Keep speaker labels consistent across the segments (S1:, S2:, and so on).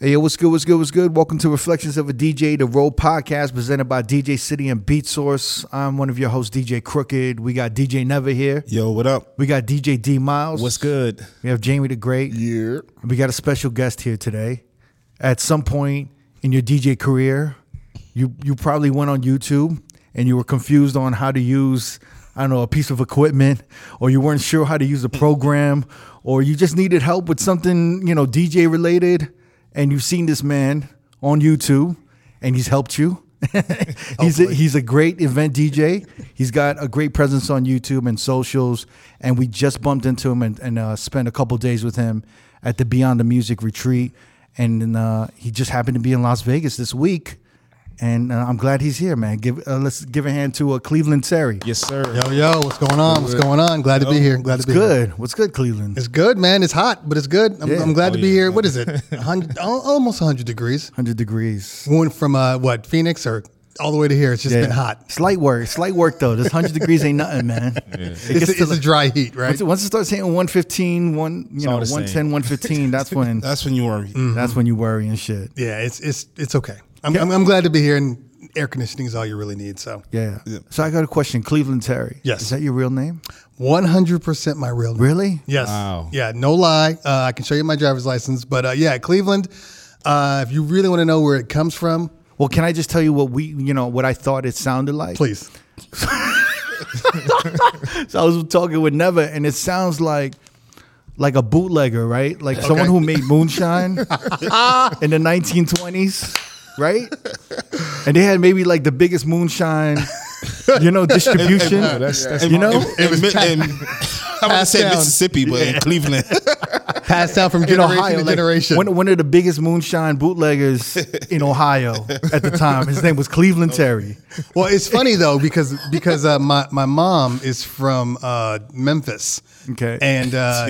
S1: Hey, yo, what's good? What's good? What's good? Welcome to Reflections of a DJ, the Road podcast presented by DJ City and Beat Source. I'm one of your hosts, DJ Crooked. We got DJ Never here.
S2: Yo, what up?
S1: We got DJ D Miles.
S2: What's good?
S1: We have Jamie the Great.
S2: Yeah.
S1: We got a special guest here today. At some point in your DJ career, you you probably went on YouTube and you were confused on how to use I don't know a piece of equipment, or you weren't sure how to use a program, or you just needed help with something you know DJ related, and you've seen this man on YouTube, and he's helped you. he's a, he's a great event DJ. He's got a great presence on YouTube and socials, and we just bumped into him and, and uh, spent a couple days with him at the Beyond the Music retreat, and then, uh, he just happened to be in Las Vegas this week, and uh, I'm glad he's here, man. Give uh, let's give a hand to uh, Cleveland Terry.
S2: Yes, sir.
S3: Yo, yo, what's going on? What's going on? Glad to be here. Glad to be here.
S1: Good. What's good, Cleveland?
S3: It's good, man. It's hot, but it's good. I'm,
S1: Yeah.
S3: I'm glad
S2: Oh,
S3: to be
S2: yeah.
S3: here. What is it? 100, al- almost 100 degrees.
S1: 100 degrees.
S3: We went from uh, what Phoenix or all the way to here. It's just been hot.
S1: Slight work. Slight work though. This 100 degrees ain't nothing, man. It
S3: It's,
S1: gets
S3: it's,
S1: to
S3: a
S1: like-
S3: dry heat, right?
S1: once, it- once it starts hitting 115, one you know,
S2: all the same.
S1: 110, 115, that's when
S2: That's when you were.
S1: that's when you worry and shit.
S3: Yeah, it's it's it's okay. I'm, I'm, I'm glad to be here, and air conditioning is all you really need. So,
S1: Yeah. So I got a question. Cleveland Terry.
S3: Yes.
S1: Is that your real name?
S3: 100 percent my real name.
S1: Really?
S3: Yes.
S2: Wow.
S3: Yeah, no lie. Uh, I can show you my driver's license, but uh, yeah, Cleveland. Uh, if you really want to know where it comes from,
S1: Well, can I just tell you what we you know what I thought it sounded like?
S3: please.
S1: So I was talking with Never, and it sounds like like a bootlegger, right? Like someone who made moonshine in the 1920s, right? And they had maybe like the biggest moonshine, you know, distribution. you know,
S2: In, in, in, I would say
S3: down.
S2: Mississippi, but in Cleveland.
S3: Passed down from
S1: in
S3: generation
S1: Ohio,
S3: to
S1: like,
S3: generation.
S1: one, one of the biggest moonshine bootleggers in Ohio at the time. His name was
S4: Oh.
S1: Cleveland Terry.
S3: Well, it's funny though because because uh, my my mom is from uh, Memphis.
S1: Okay.
S3: And uh,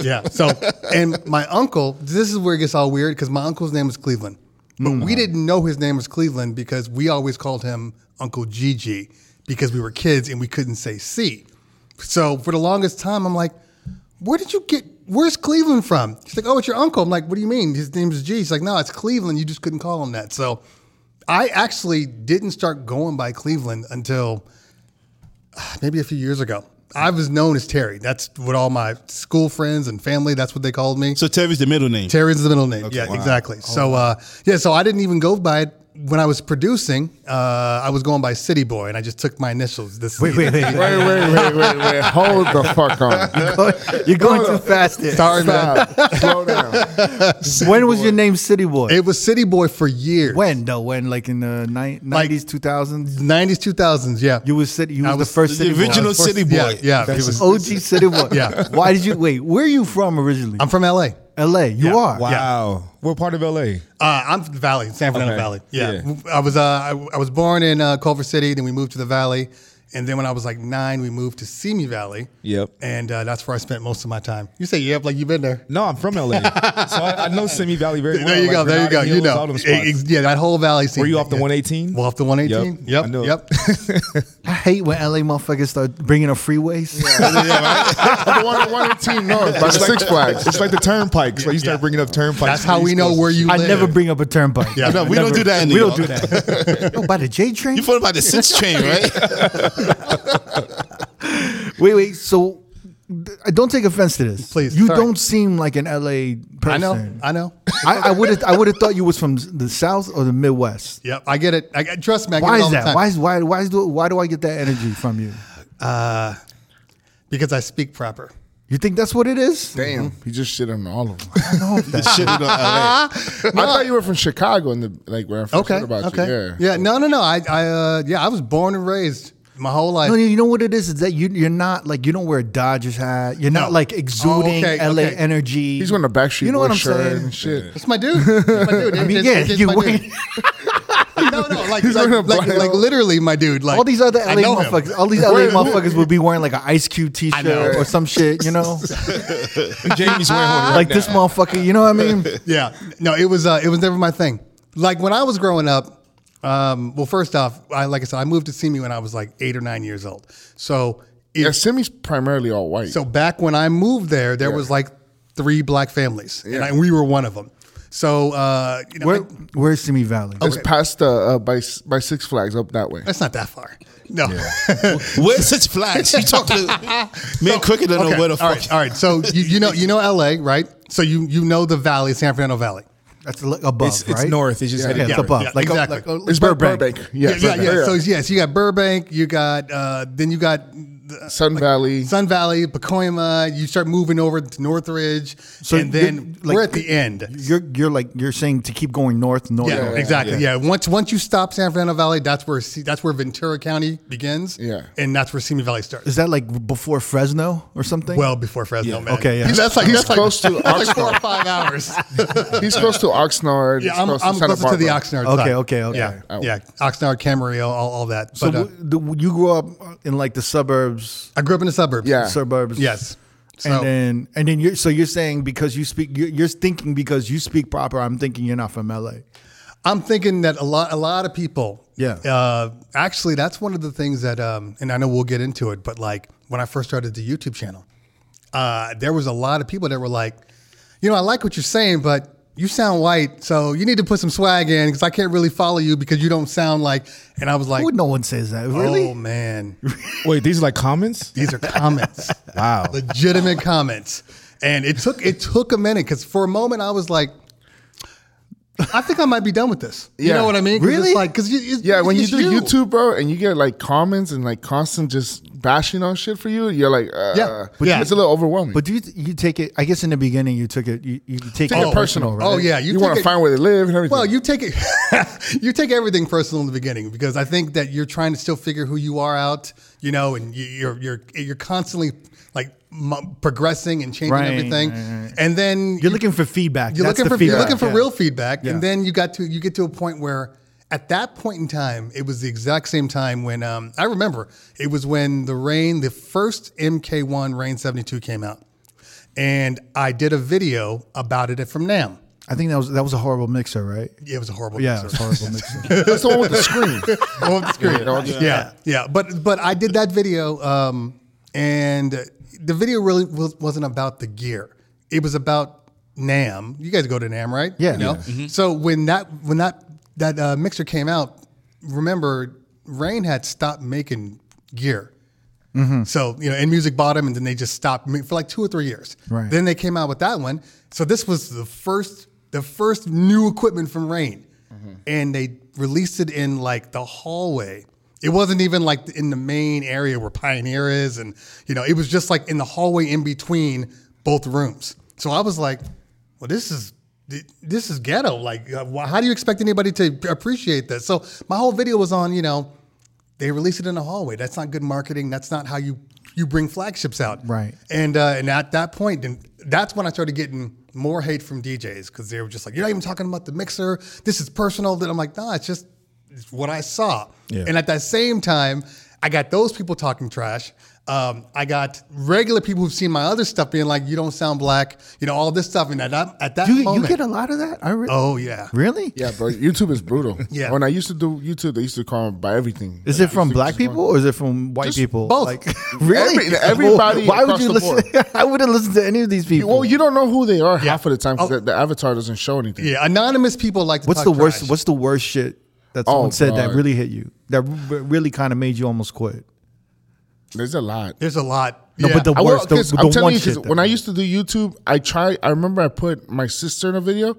S3: yeah, so and my uncle. This is where it gets all weird because my uncle's name was Cleveland, but we didn't know his name was Cleveland because we always called him Uncle Gigi because we were kids and we couldn't say C. So for the longest time, I'm like, where did you get? Where's Cleveland from? She's like, oh, it's your uncle. I'm like, what do you mean? His name's G. She's like, no, it's Cleveland. You just couldn't call him that. So I actually didn't start going by Cleveland until uh, maybe a few years ago. I was known as Terry. That's what all my school friends and family, that's what they called me.
S2: So Terry's the middle name.
S3: Terry's the middle name. yeah,
S2: wow.
S3: exactly. so, uh, yeah, so I didn't even go by it. When I was producing, uh, I was going by City Boy, and I just took my initials. This
S1: Wait, wait, wait.
S4: Wait, wait, wait, wait, wait. Hold the fuck on.
S1: You're going too fast there.
S3: Sorry, man.
S4: Stop. Slow down.
S1: When was your name City Boy?
S3: It was City Boy for years.
S1: when though? When like in the ni- 90s, 2000s?
S3: 90s, 2000s, yeah.
S1: You was city. You was,
S3: I
S1: the
S3: was
S1: first
S2: The
S1: city. boy.
S2: original city boy.
S3: yeah, yeah. it
S1: It was
S3: was-
S1: OG city boy.
S3: Yeah.
S1: Why did you wait? Where are you from originally?
S3: I'm from LA.
S1: L.A. You are.
S2: Wow. What part of LA?
S3: Uh, I'm from the Valley, San Fernando
S2: Okay.
S3: Valley. Yeah.
S2: Yeah.
S3: I was uh, I, I was born in uh, Culver City, then we moved to the Valley, and then when I was like nine, we moved to Simi Valley.
S2: Yep.
S3: And uh, that's where I spent most of my time. You say yep, like you've been there.
S2: No, I'm from LA. so I, I know Simi Valley very well.
S3: There you
S2: like
S3: go. There you
S2: Granada
S3: go. You
S2: Hills,
S3: know.
S2: all them
S3: E- ex-
S2: spots.
S3: yeah, that whole valley.
S2: Were
S3: scene.
S2: you off the
S3: Yeah.
S2: 118?
S3: Well, off the 118.
S2: Yep,
S3: Yep.
S2: I know.
S3: Yep.
S1: I hate when L.A. motherfuckers start bringing up freeways.
S4: The one, one eighteen north by the Six Flags.
S2: It's like the turnpikes. Like you start bringing up turnpikes.
S3: that's how we know where you
S1: I
S3: live.
S1: never bring up a turnpike.
S3: Yeah.
S2: No, we don't do that in
S1: We
S2: New
S1: don't do
S2: York.
S1: that. oh, by the J train.
S2: You thought about the six train, right?
S1: Wait, wait. So, th- don't take offense to this,
S3: Please,
S1: You
S3: sorry.
S1: don't seem like an L.A. person.
S3: I know. I know.
S1: I would have. I would have thought you was from the South or the Midwest.
S3: Yep. I get it. I get, trust me. I get
S1: Why
S3: it all
S1: is
S3: the
S1: that?
S3: time.
S1: Why is why why is do, why do I get that energy from you?
S3: Because I speak proper.
S1: You think that's what it is?
S4: Damn, he just shit on all of them.
S2: Shit, you know, LA.
S4: I thought you were from Chicago, and the like where I first
S3: Okay.
S4: heard about
S3: okay.
S4: you. Yeah,
S3: No. No. No. I. I. Uh, yeah. I was born and raised my whole life.
S1: No, you know what it is? Is that you, you're not like, you don't wear a Dodgers hat. You're not
S3: No.
S1: like exuding
S3: Oh, okay,
S1: LA
S3: okay.
S1: energy.
S4: He's wearing a Backstreet
S1: You know
S4: Boy
S1: what I'm
S4: shirt
S1: saying?
S4: and shit.
S3: That's my dude. That's my dude.
S1: I mean,
S3: It's-
S1: yeah,
S3: it's- it's
S1: you
S3: my
S1: wearing-
S3: dude. no, no, like, like,
S4: wearing a
S3: like,
S4: bio.
S3: like literally my dude. Like
S1: all these other
S3: I
S1: LA
S3: know him.
S1: motherfuckers, all these LA motherfuckers would be wearing like an Ice Cube t
S3: know.
S1: shirt or some shit, you know?
S2: Jamie's wearing one right
S1: like
S2: now.
S1: this motherfucker, you know what I mean?
S3: Yeah, no, it was uh, it was never my thing. Like when I was growing up, um, well, first off, I like I said, I moved to Simi when I was like eight or nine years old. So it,
S4: Yeah, Simi's primarily all white.
S3: so back when I moved there, there was like three black families, and, I, we were one of them. So uh, you know,
S1: Where,
S3: I-
S1: where's Simi Valley?
S4: It's past uh, uh, by S- by Six Flags up that way.
S3: that's not that far. No.
S2: Where's Six Flags? You talk to me and Crooked don't know where the
S3: all
S2: fuck.
S3: right, all right. So you, you know you know L.A. right? So you you know the valley, San Fernando Valley.
S1: That's li- above,
S2: It's,
S1: right?
S2: it's north. It's just
S1: Yeah,
S2: headed
S1: it's
S2: down.
S1: above.
S3: yeah,
S1: like
S3: exactly.
S1: a, like uh, a,
S4: It's by Burbank.
S3: Yeah,
S4: Yeah,
S3: yeah,
S4: Burbank.
S3: yeah. So yes, you got Burbank, you got uh, then you got the
S4: Sun Valley.
S3: Sun Valley, Pacoima. You start moving over to Northridge, and then
S1: you're- like-
S3: we're at the end.
S1: You're you're like you're saying to keep going north, north.
S3: Yeah,
S1: north.
S3: exactly. Yeah. once once you stop San Fernando Valley, that's where Se- that's where Ventura County begins.
S4: Yeah.
S3: and that's where Simi Valley starts.
S1: Is that like before Fresno or something?
S3: well before Fresno, man.
S1: Okay, yeah.
S3: that's like
S4: He's
S3: that's like-
S4: close to
S3: that's like four or
S4: Oxnard.
S3: five hours.
S4: He's close to Oxnard. he's
S3: yeah, I'm,
S4: close
S3: I'm
S4: Santa
S3: closer to the
S4: Barbara.
S3: Oxnard.
S1: Okay,
S3: side.
S1: okay, okay.
S3: Yeah,
S4: Oh.
S3: yeah. Oxnard, Camarillo, all, all that.
S1: so
S3: But, uh,
S1: w- the, you grew up in like the suburbs,
S3: I grew up in the suburbs.
S4: Yeah.
S1: suburbs.
S3: Yes. So-
S1: and then and then you're so you're saying because you speak you're, you're thinking because you speak proper. I'm thinking you're not from LA.
S3: I'm thinking that a lot, a lot of people.
S1: Yeah.
S3: Uh, actually, that's one of the things that, um, and I know we'll get into it, but like when I first started the YouTube channel, uh, there was a lot of people that were like, you know, I like what you're saying, but you sound white, so you need to put some swag in because I can't really follow you because you don't sound like. And I was like,
S1: Would no one says that really?
S3: oh man,
S5: Wait, these are like comments?
S3: these are comments.
S5: Wow.
S3: legitimate comments. And it took it took a minute because for a moment I was like, I think I might be done with this. You
S4: Yeah.
S3: know what I mean? 'Cause
S1: Really?
S3: It's like, cause you- it's-
S4: Yeah, when you
S3: it's
S4: do YouTube, bro, and you get like comments and like constant just bashing on shit for you, you're like, uh,
S3: Yeah,
S4: but
S3: yeah.
S4: it's a little overwhelming.
S1: But do you you take it? I guess in the beginning you took it. You, you take,
S4: take
S1: it
S4: it personal, right?
S3: Oh, yeah, you
S4: you,
S3: take
S4: want to
S3: it-
S4: find where they live and everything.
S3: Well, you take it, you take everything personal in the beginning because I think that you're trying to still figure who you are out, you know, and you, you're you're you're constantly like m- progressing and changing
S1: Right,
S3: everything,
S1: right, right.
S3: and then
S1: You're looking for feedback.
S3: You're
S1: That's
S3: looking
S1: the
S3: for you're
S1: feedback,
S3: looking for
S1: yeah.
S3: real feedback,
S1: Yeah.
S3: and then you got to you get to a point where at that point in time it was the exact same time when um, I remember it was when the rain the first MK1 Rain 72 came out, and I did a video about it from Nam.
S1: I think that was that was a horrible mixer, right?
S3: It was a horrible
S1: Yeah, it was
S3: mixer.
S1: a horrible mixer.
S4: that's the one with the screen.
S3: Oh, it's great.
S4: Yeah, no, I'm just-
S3: yeah, yeah. But but I did that video, um, and the video really was, wasn't about the gear. It was about Nam. You guys go to Nam, right?
S1: Yeah.
S3: You know?
S1: Yeah. Mm-hmm.
S3: So when that when that that uh, mixer came out, remember Rain had stopped making gear. So you know, and music bottom, and then they just stopped me for like two or three years.
S1: Right.
S3: Then they came out with that one. So this was the first, the first new equipment from Rain, and they released it in like the hallway. It wasn't even like in the main area where Pioneer is, and you know, it was just like in the hallway in between both rooms. So I was like, well, this is. This is ghetto. Like, uh, wh- how do you expect anybody to appreciate this? So, my whole video was on, you know, they release it in the hallway. That's not good marketing. That's not how you you bring flagships out.
S1: Right.
S3: And uh, and at that point, then that's when I started getting more hate from DJs because they were just like, "You're not even talking about the mixer. This is personal." That I'm like, "Nah, it's just it's what I saw."
S5: Yeah.
S3: And at that same time, I got those people talking trash. Um, I got regular people who've seen my other stuff being like, "You don't sound black," you know, all this stuff. And at that, at that
S1: Do you, you
S3: moment,
S1: get a lot of that? I re-
S3: oh yeah,
S1: really?
S4: yeah, bro, YouTube is brutal.
S3: Yeah.
S4: When I used to do YouTube, they used to call me by everything.
S1: Is
S4: Like,
S1: it from
S4: it's
S1: black
S4: just one-
S1: people or is it from white people?
S3: Both.
S1: really?
S4: Every- everybody
S1: Why would
S4: across
S1: you
S4: the
S1: listen? I wouldn't listen to any of these people.
S4: Well, you don't know who they are half of the time
S3: Oh.
S4: because the, the avatar doesn't show anything.
S3: yeah. Anonymous people like to
S1: what's the
S3: talk
S1: worst?
S3: trash.
S1: What's the worst shit that someone
S4: Oh,
S1: said that
S4: God.
S1: really hit you? That r- really kind of made you almost quit.
S4: There's a lot.
S3: There's a lot.
S1: No, but the
S4: I
S1: worst,
S4: will- 'cause
S1: the,
S4: I'm
S1: the
S4: telling
S1: one
S4: you, 'cause
S1: shit. that-
S4: when I used to do YouTube, I try. I remember I put my sister in a video,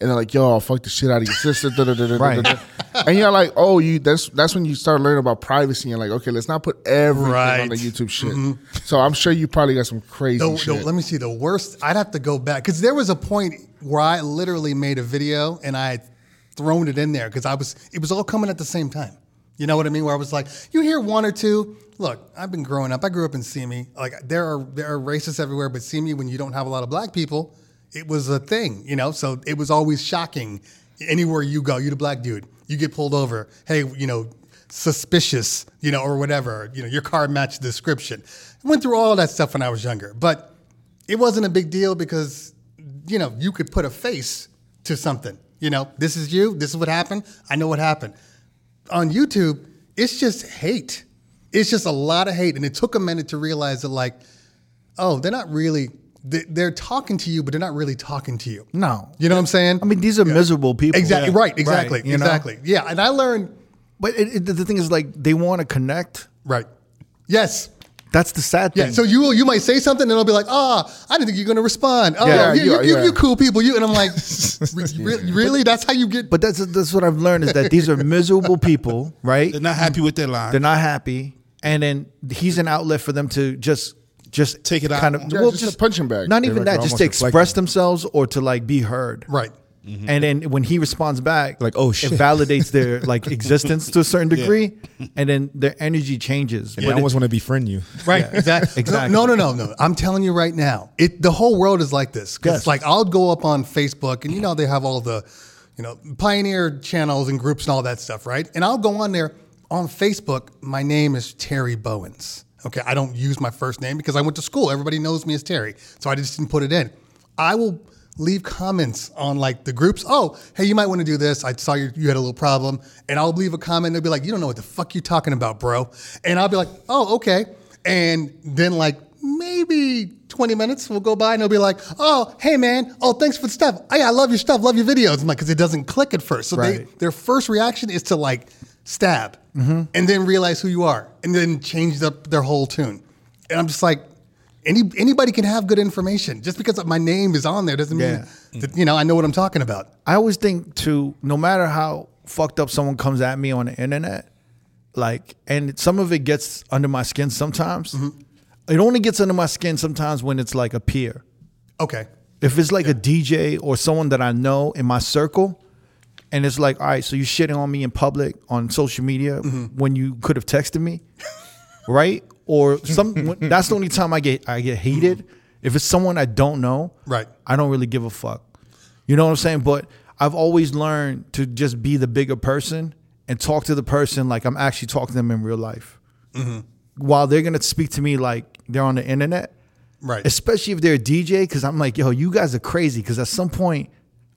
S4: and they're like, "Yo, I'll fuck the shit out of your sister." da, da, da, da, da,
S1: Right.
S4: da, da. And you're like, "Oh, you." That's that's when you start learning about privacy and like, okay, let's not put everything on
S3: Right.
S4: the YouTube shit.
S1: Mm-hmm.
S4: So I'm sure you probably got some crazy
S3: The, the,
S4: shit.
S3: let me see. The worst. I'd have to go back because there was a point where I literally made a video and I had thrown it in there because I was. It was all coming at the same time. You know what I mean? Where I was like, you hear one or two. Look, I've been growing up. I grew up in Simi. Like there are there are racists everywhere, but Simi, when you don't have a lot of black people, it was a thing. You know, so it was always shocking. Anywhere you go, you the black dude, you get pulled over. Hey, you know, suspicious, you know, or whatever. You know, your car matched the description. I went through all that stuff when I was younger, but it wasn't a big deal because, you know, you could put a face to something. You know, this is you. This is what happened. I know what happened. On YouTube, it's just hate. It's just a lot of hate, and it took a minute to realize that, like, oh, they're not really they- they're talking to you, but they're not really talking to you.
S1: No.
S3: You know what I'm saying?
S1: I mean, these are miserable people.
S3: exactly
S1: Yeah.
S3: right. Exactly.
S1: you know?
S3: exactly. Yeah. And I learned
S1: But it, it, the thing is, like, they want to connect.
S3: right. Yes.
S1: That's the sad
S3: Yeah.
S1: thing.
S3: So you will, you might say something and it'll be like, ah, I didn't think you're gonna respond. Oh,
S1: Yeah,
S3: yeah, you,
S4: yeah,
S3: you,
S4: yeah.
S3: you cool people. You and I'm like, "Re- re- really? That's how you get?
S1: but that's that's what I've learned is that these are miserable people, right?
S2: They're not happy with their line.
S1: They're not happy, and then he's an outlet for them to just just
S2: Take it out.
S1: kind of
S4: Yeah,
S1: well,
S4: just a punching bag.
S1: Not
S4: They
S1: even
S4: like
S1: that, just to
S5: almost like-
S1: express themselves or to like be heard, Mm-hmm.
S3: right.
S1: And then when he responds back,
S5: Like, "Oh,
S1: it
S5: shit."
S1: validates their like existence to a certain degree, and then their energy changes.
S5: I
S1: But
S5: almost want to befriend you.
S3: Right. Exactly.
S1: Exactly.
S3: No, no, no, no. I'm telling you right now, it the whole world is like this. Because
S1: Yes.
S3: like I'll go up on Facebook and you know they have all the, you know, pioneer channels and groups and all that stuff, right? And I'll go on there on Facebook. My name is Terry Bowens. Okay, I don't use my first name because I went to school. Everybody knows me as Terry, so I just didn't put it in. I will leave comments on like the groups. Oh, hey, you might want to do this. I saw you, you had a little problem, and I'll leave a comment. They'll be like, "You don't know what the fuck you talking about, bro," and I'll be like, "Oh, okay." And then like maybe 20 minutes will go by and they'll be like, oh, hey man, oh, thanks for the stuff. Hey, I love your stuff, love your videos. I'm like, because it doesn't click at first. So they,
S1: Right.
S3: their first reaction is to like stab and then realize who you are and then change up their whole tune. And I'm just like, any, anybody can have good information. Just because my name is on there doesn't mean
S1: Yeah.
S3: that, you know, I know what I'm talking about.
S1: I always think too, no matter how fucked up someone comes at me on the internet, like, and some of it gets under my skin sometimes. It only gets under my skin sometimes when it's like a peer.
S3: Okay.
S1: If it's like a DJ or someone that I know in my circle, and it's like, all right, so you shitting on me in public on social media when you could have texted me, right? Or some that's the only time I get I get hated. If it's someone I don't know,
S3: Right.
S1: I don't really give a fuck. You know what I'm saying? But I've always learned to just be the bigger person and talk to the person like I'm actually talking to them in real life. While they're gonna speak to me like they're on the internet,
S3: Right.
S1: especially if they're a DJ, because I'm like, yo, you guys are crazy. Because at some point,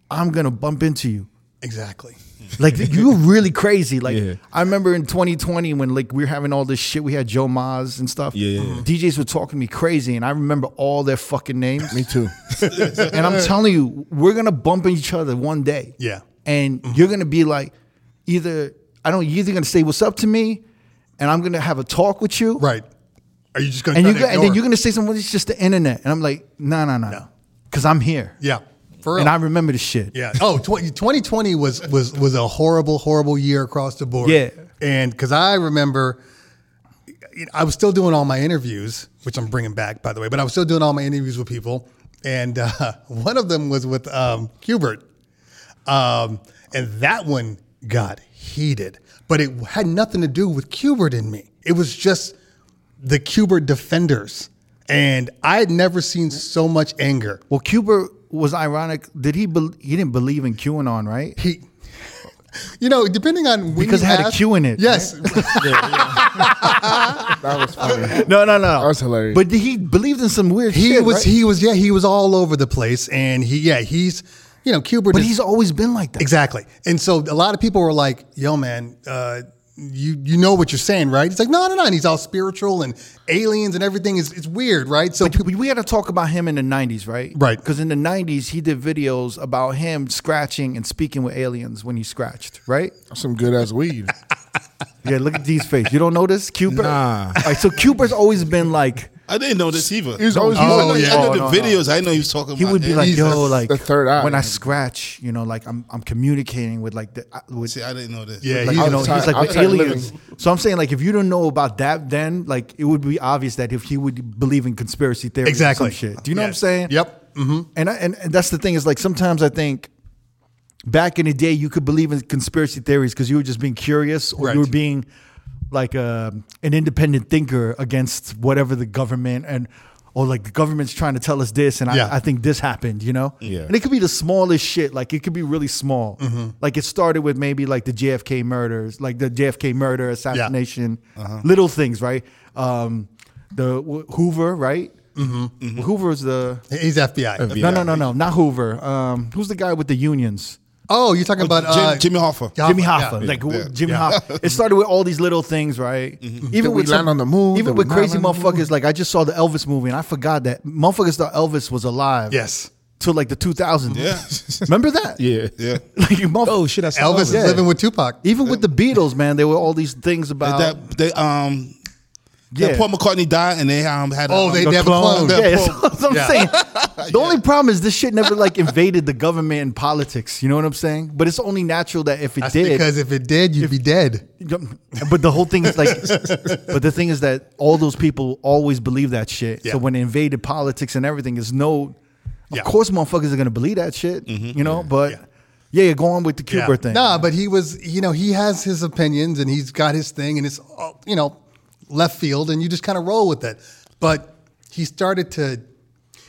S1: I'm gonna bump into you.
S3: exactly.
S1: Like you're really crazy. Like
S5: Yeah.
S1: I remember in 2020 when like we were having all this shit. We had Joe Maz and stuff.
S5: Yeah, yeah, yeah.
S1: DJs were talking to me crazy, and I remember all their fucking names.
S4: Me too.
S1: and I'm telling you, we're gonna bump into each other one day.
S3: Yeah.
S1: And
S5: Mm-hmm.
S1: you're gonna be like, either I don't. You're either gonna say what's up to me, and I'm gonna have a talk with you.
S3: Right. Are you just going
S1: And
S3: to
S1: you and then you're gonna say something. It's just the internet, and I'm like, no, no, no, no, because I'm here.
S3: Yeah. For real.
S1: And I remember the shit.
S3: Yeah. Oh, tw- 2020 was was was a horrible, horrible year across the board.
S1: Yeah.
S3: And because I remember, you know, I was still doing all my interviews, which I'm bringing back, by the way. But I was still doing all my interviews with people, and uh, one of them was with um, Hubert, um, and that one got heated. But it had nothing to do with Cubert and me. It was just the Cubert defenders, and I had never seen so much anger.
S1: Well, Cuba was ironic. Did he? Be- he didn't believe in QAnon, right?
S3: He, you know, depending on when
S1: Because
S3: you
S1: it had a
S3: ask-
S1: Q in it,
S3: Yes,
S4: That was funny.
S1: No, no, no. That
S4: was hilarious.
S1: But he believed in some weird
S3: he
S1: shit.
S3: was.
S1: right?
S3: He was. Yeah, he was all over the place, and he. Yeah, he's. You know, Cuba.
S1: but he's always been like that.
S3: exactly. And so a lot of people were like, "Yo, man, uh, you you know what you're saying, right?" He's like, "No, no, no." And he's all spiritual and aliens and everything. is It's weird, right? So people,
S1: We, we had to talk about him in the 90s, right?
S3: Right.
S1: Because in the 90s, he did videos about him scratching and speaking with aliens when he scratched, right?
S4: Some good ass weed.
S1: Yeah, look at D's face. You don't know this? Cuba?
S5: Nah.
S1: All right, so Cuba's always been like,
S2: I didn't know this either.
S4: was always-
S2: I know-
S4: Oh,
S2: I
S4: yeah.
S2: know
S1: Oh,
S2: the
S1: no, no.
S2: videos. I know he was talking.
S1: he
S2: about
S1: would be
S2: that.
S1: like,
S2: He's-
S1: yo, like,
S4: the third eye,
S1: when I
S4: man.
S1: scratch, you know, like I'm, I'm communicating with like the, with,
S2: See, I didn't know this.
S3: Yeah,
S1: Like,
S3: He's
S1: you know,
S4: outside-
S1: he's like with
S4: outside living.
S1: aliens. So I'm saying, like, if you don't know about that, then like it would be obvious that if he would believe in conspiracy theory,
S3: Exactly.
S1: or some shit. Do you know what I'm
S3: Yes.
S1: saying?
S3: Yep.
S1: Mm-hmm. And, I, and and that's the thing is like sometimes I think back in the day you could believe in conspiracy theories because you were just being curious or
S3: Right.
S1: you were being like a, an independent thinker against whatever the government and or like the government's trying to tell us this and
S3: Yeah.
S1: I, I think this happened you know
S5: Yeah.
S1: and it could be the smallest shit like it could be really small
S3: Mm-hmm.
S1: like it started with maybe like the jfk murders like the jfk murder assassination
S3: Uh-huh.
S1: little things right um the wh- hoover right
S3: Mm-hmm.
S1: hoover was the
S3: he's FBI.
S1: no, no, no, no, not Hoover. Um, who's the guy with the unions?
S3: Oh, you're talking about
S2: Jim-
S3: uh,
S2: Jimmy Hoffa.
S3: Hoffa,
S1: Jimmy
S3: yeah.
S1: Hoffa, like w- Jimmy Hoffa. It started with all these little things, right? Even
S4: Did we land on the moon?
S1: Even
S4: Did
S1: with
S4: we not
S1: crazy
S4: land on the
S1: motherfuckers, like I just saw the Elvis movie and I forgot that motherfuckers thought Elvis was alive.
S3: Yes.
S1: till like the 2000s.
S2: Yeah.
S1: remember that?
S4: Yeah.
S2: Yeah.
S1: Like you motherf-
S5: Oh shit! I saw
S3: Elvis
S5: that.
S3: is living with Tupac.
S1: Even with the Beatles, man, there were all these things about
S2: that they um
S1: yeah.
S2: that Paul McCartney died and they um had a,
S3: Oh,
S2: um,
S3: they
S2: the
S3: they have a clone.
S2: clone.
S1: Yeah,
S2: Yeah,
S1: that's what I'm saying. The only problem is this shit never like invaded the government and politics. You know what I'm saying? But it's only natural that if it
S3: That's
S1: did,
S3: because if it did, you'd be dead.
S1: But the whole thing is like, but the thing is that all those people always believe that shit.
S3: Yeah.
S1: So when it invaded politics and everything, is no, of
S3: Yeah. Mm-hmm.
S1: course, motherfuckers are gonna believe that shit. You know, but yeah. yeah, go on with the Cuba thing.
S3: Nah, but he was, you know, he has his opinions and he's got his thing and it's, uh, you know, left field and you just kind of roll with it. But he started to,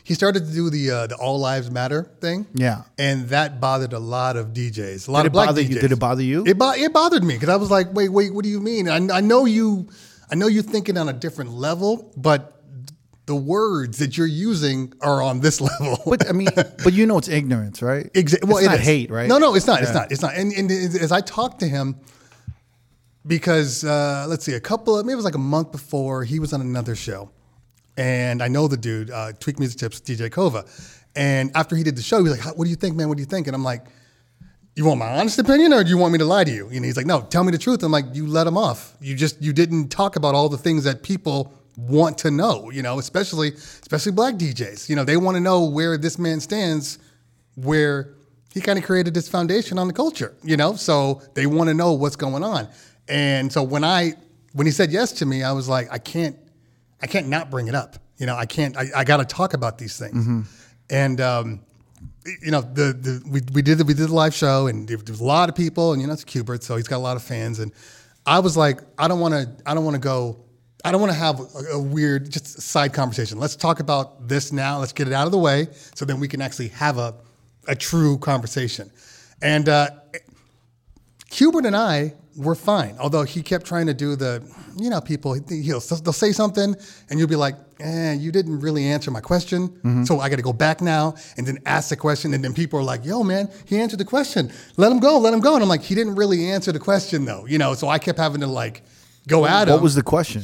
S3: he started to do the uh, the all lives matter thing.
S1: Yeah.
S3: and that bothered a lot of DJs. A lot
S1: Did it
S3: of black
S1: bother
S3: DJs.
S1: you- did it bother you?
S3: It, bo- it bothered me because I was like, wait, wait, what do you mean? I, I know you, I know you're thinking on a different level, but. The words that you're using are on this level.
S1: But I mean, but you know, it's ignorance, right?
S3: Exactly.
S1: It's not hate, right?
S3: No, no, it's not. It's not. It's not. And, and as I talked to him, because uh, let's see, a couple of maybe it was like a month before he was on another show, and I know the dude, uh, Tweak Music Tips, DJ Kova, and after he did the show, he was like, "How- "What do you think, man? What do you think?" And I'm like, "You want my honest opinion, or do you want me to lie to you?" And he's like, "No, tell me the truth." I'm like, "You let him off. You just you didn't talk about all the things that people." want to know you know especially especially black djs you know they want to know where this man stands where he kind of created this foundation on the culture, you know? So they want to know what's going on. And so when I when he said yes to me, I was like, I can't I can't not bring it up. You know, I can't I, I gotta talk about these things. And um you know the, the we, we did the, we did the live show and there was a lot of people and you know it's Cubert so he's got a lot of fans and I was like I don't want to I don't want to go I don't want to have a, a weird just side conversation let's talk about this now let's get it out of the way so then we can actually have a a true conversation and uh, Hubert and I were fine, although he kept trying to do the, you know, people, he'll, they'll say something and you'll be like, eh, you didn't really answer my question.
S1: Mm-hmm.
S3: So I got to go back now and then ask the question. And then people are like, yo, man, he answered the question. Let him go, let him go. And I'm like, he didn't really answer the question though, you know, so I kept having to like go at him.
S1: What was the question?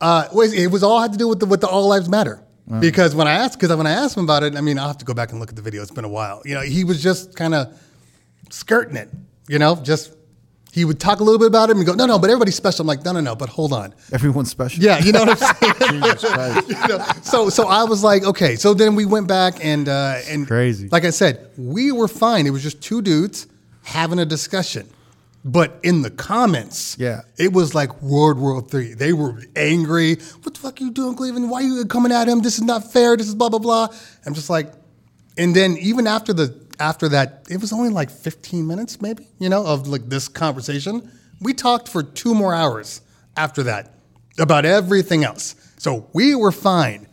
S3: Uh, was- it was all had to do with the, with the all lives matter because when I asked because when I asked him about it, I mean I'll have to go back and look at the video. It's been a while. You know, he was just kind of skirting it. You know, just he would talk a little bit about it and go, no, no, but everybody's special. I'm like, no, no, no, but hold on.
S1: Everyone's special.
S3: Yeah, you know what I'm saying. You know, so so I was like, okay. So then we went back and uh, and
S1: crazy.
S3: Like I said, we were fine. It was just two dudes having a discussion. But in the comments,
S1: Yeah.
S3: it was like World War Three. They were angry. What the fuck are you doing, Cleveland? Why are you coming at him? This is not fair. This is blah blah blah. I'm just like, and then even after the after that, it was only like 15 minutes, maybe you know, of like this conversation. We talked for two more hours after that about everything else. So we were fine.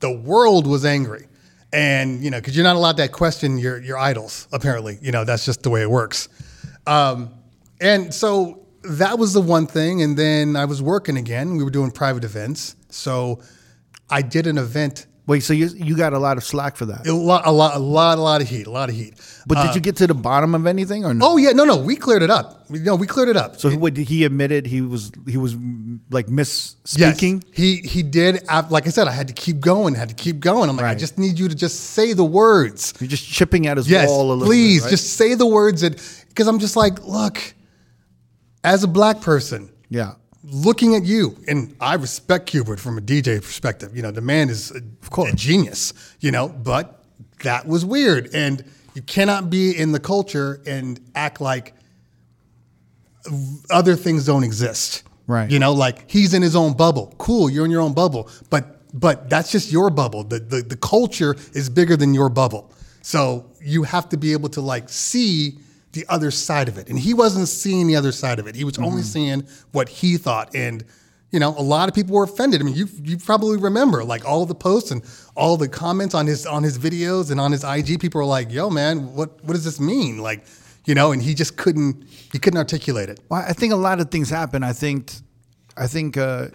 S3: The world was angry, and you know, because you're not allowed to question your your idols. Apparently, you know, that's just the way it works. Um, and so that was the one thing. And then I was working again. We were doing private events. So I did an event,
S1: Wait, so you you got a lot of slack for that.
S3: a lot, a lot, a lot, a lot of heat, a lot of heat.
S1: But did you get to the bottom of anything or no?
S3: uh, Oh, yeah. No, no. We cleared it up. We- No, we cleared it up.
S1: So he- what he admitted he was he was mm, like misspeaking.
S3: Yes. He he did. I- Like I said, I had to keep going. Had to keep going. I'm like, I
S1: Right.
S3: just need you to just say the words.
S1: You're just chipping at his
S3: Yes,
S1: wall a little
S3: please
S1: bit, right?
S3: just say the words that because I'm just like, look, as a black person,
S1: yeah.
S3: looking at you, and I respect Kubert from a DJ perspective. You know, the man is a, a genius, you know, but that was weird. And you cannot be in the culture and act like other things don't exist.
S1: Right.
S3: You know, like he's in his own bubble. Cool, you're in your own bubble. But but that's just your bubble. The the, the culture is bigger than your bubble. So you have to be able to like see the other side of it. And he wasn't seeing the other side of it. He was only seeing what he thought. And you know, a lot of people were offended. I mean, you you probably remember like all the posts and all the comments on his on his videos and on his IG. People were like, "Yo, man, what what does this mean?" Like, you know, and he just couldn't he couldn't articulate it.
S1: Well, I think a lot of things happen. I think, I think uh,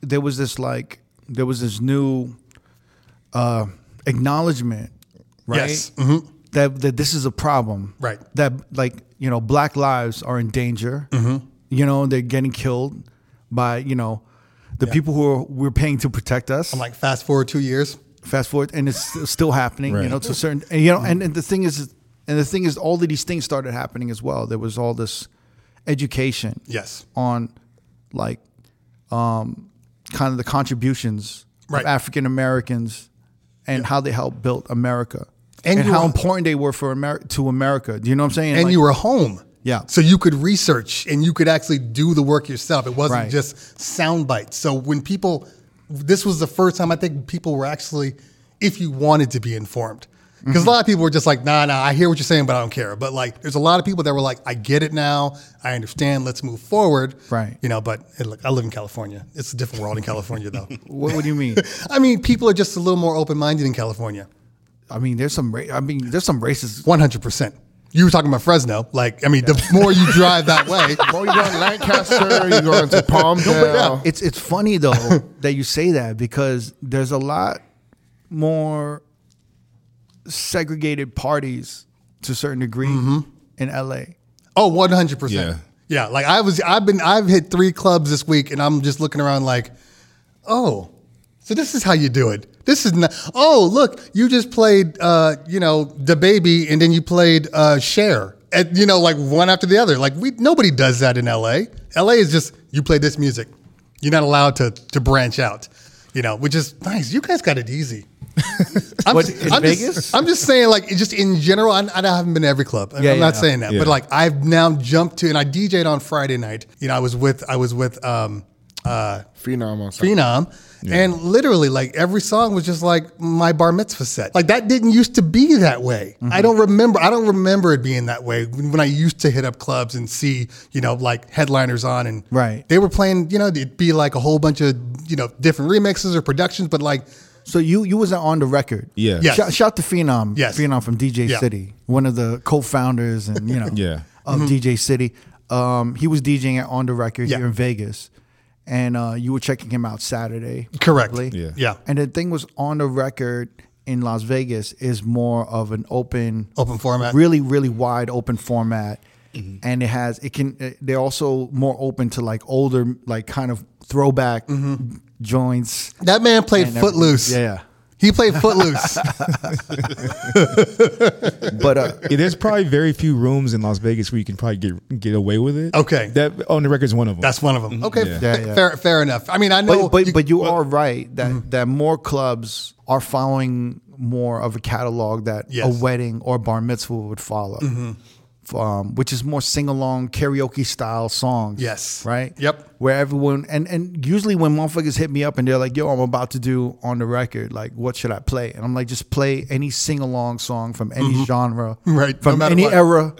S1: there was this like there was this new uh, acknowledgement, right?
S3: Yes. Mhm.
S1: that that this is a problem.
S3: Right.
S1: That like you know black lives are in danger.
S3: Mm-hmm.
S1: You know they're getting killed by you know the people who are, we're paying to protect us.
S3: I'm like, fast forward two years.
S1: fast forward and it's still happening you know to a certain and, you know and, and the thing is and the thing is all of these things started happening as well there was all this education
S3: Yes.
S1: on like um kind of the contributions
S3: Right.
S1: of african americans and how they helped build america
S3: And
S1: and,
S3: you
S1: how
S3: were-
S1: important they were for Ameri- to america do you know what i'm saying
S3: And
S1: Like-
S3: you were home.
S1: Yeah.
S3: So you could research and you could actually do the work yourself. It wasn't
S1: Right.
S3: just sound bites. So when people, this was the first time I think people were actually, if you wanted to be informed,
S1: Mm-hmm.
S3: because a lot of people were just like, nah, nah, I hear what you're saying, but I don't care. But like, there's a lot of people that were like, I get it now. I understand. Let's move forward.
S1: Right.
S3: You know, but hey, look, I live in California. It's a different world in California, though.
S1: what, what do you mean
S3: I mean, people are just a little more open minded in California.
S1: i mean there's some ra- i mean there's some racist
S3: One hundred percent. You were talking about Fresno. Like, I mean, the more you drive that way,
S4: Oh, you go to Lancaster, you go into Palm Dale.
S1: It's it's funny though that you say that because there's a lot more segregated parties to a certain degree
S3: Mm-hmm.
S1: in LA.
S3: oh, one hundred percent.
S2: Yeah.
S3: Yeah. Like I was, I've been, I've hit three clubs this week, and I'm just looking around like, oh, so this is how you do it. This is not. Oh, look, you just played, uh, you know, the baby, and then you played uh, Cher. At, you know, like one after the other. Like we, nobody does that in LA. LA is just you play this music. You're not allowed to to branch out. You know, which is nice. You guys got it easy. I'm,
S1: What,
S3: just,
S1: in
S3: I'm
S1: Vegas?
S3: Just, I'm just saying, like, it just in general, I, I haven't been to every club. I
S1: Yeah,
S3: am
S1: yeah,
S3: not
S1: yeah.
S3: saying that, but
S2: Yeah.
S3: like, I've now jumped to, and I DJ'd on Friday night. You know, I was with, I was with, um, uh,
S4: Phenom. on something.
S3: Phenom, and literally, like, every song was just like my bar mitzvah set. Like, that didn't used to be that way.
S1: Mm-hmm.
S3: I don't remember, I don't remember it being that way when, when I used to hit up clubs and see, you know, like headliners on and
S1: Right.
S3: They were playing, you know, it'd be like a whole bunch of, you know, different remixes or productions, but like,
S1: So you you wasn't on the record.
S2: Yeah.
S3: Yes.
S1: Shout, shout to Phenom.
S3: Yes.
S1: Phenom from DJ
S3: Yeah.
S1: City, one of the co-founders and you know
S2: Yeah.
S1: of DJ City. Um, he was DJing at On the Record
S3: Mm-hmm. Yeah.
S1: here in Vegas, and uh, you were checking him out Saturday.
S3: Correct.
S1: probably.
S2: Yeah.
S3: Yeah.
S1: And the thing was on the record in Las Vegas is more of an open,
S3: Open format. Mm-hmm.
S1: really, really wide open format, and it has it can. eh, They're also more open to like older, like kind of throwback joints.
S3: That man played
S1: and everything.
S3: Mm-hmm. Footloose.
S1: Yeah.
S3: He played Footloose.
S1: But uh,
S5: Yeah, there's probably very few rooms in Las Vegas where you can probably get get away with it.
S3: Okay.
S5: that on the record's one of them.
S3: That's one of them. Okay,
S5: Yeah.
S1: Yeah,
S3: fa-
S1: yeah.
S3: Fair, fair enough. I mean, I know,
S1: but but
S3: you- uh, Mm-hmm.
S1: but you are right that that more clubs are following more of a catalog that
S3: Yes. Mm-hmm.
S1: a wedding or bar mitzvah would follow. F- Um, which is more sing along karaoke style songs.
S3: Yes.
S1: Right?
S3: Yep.
S1: Where everyone and, and usually when motherfuckers hit me up and they're like, yo, I'm about to do on the record, like what should I play? And I'm like, just play any sing along song from any genre.
S3: Mm-hmm. Right, no
S1: From
S3: matter
S1: any
S3: what.
S1: era.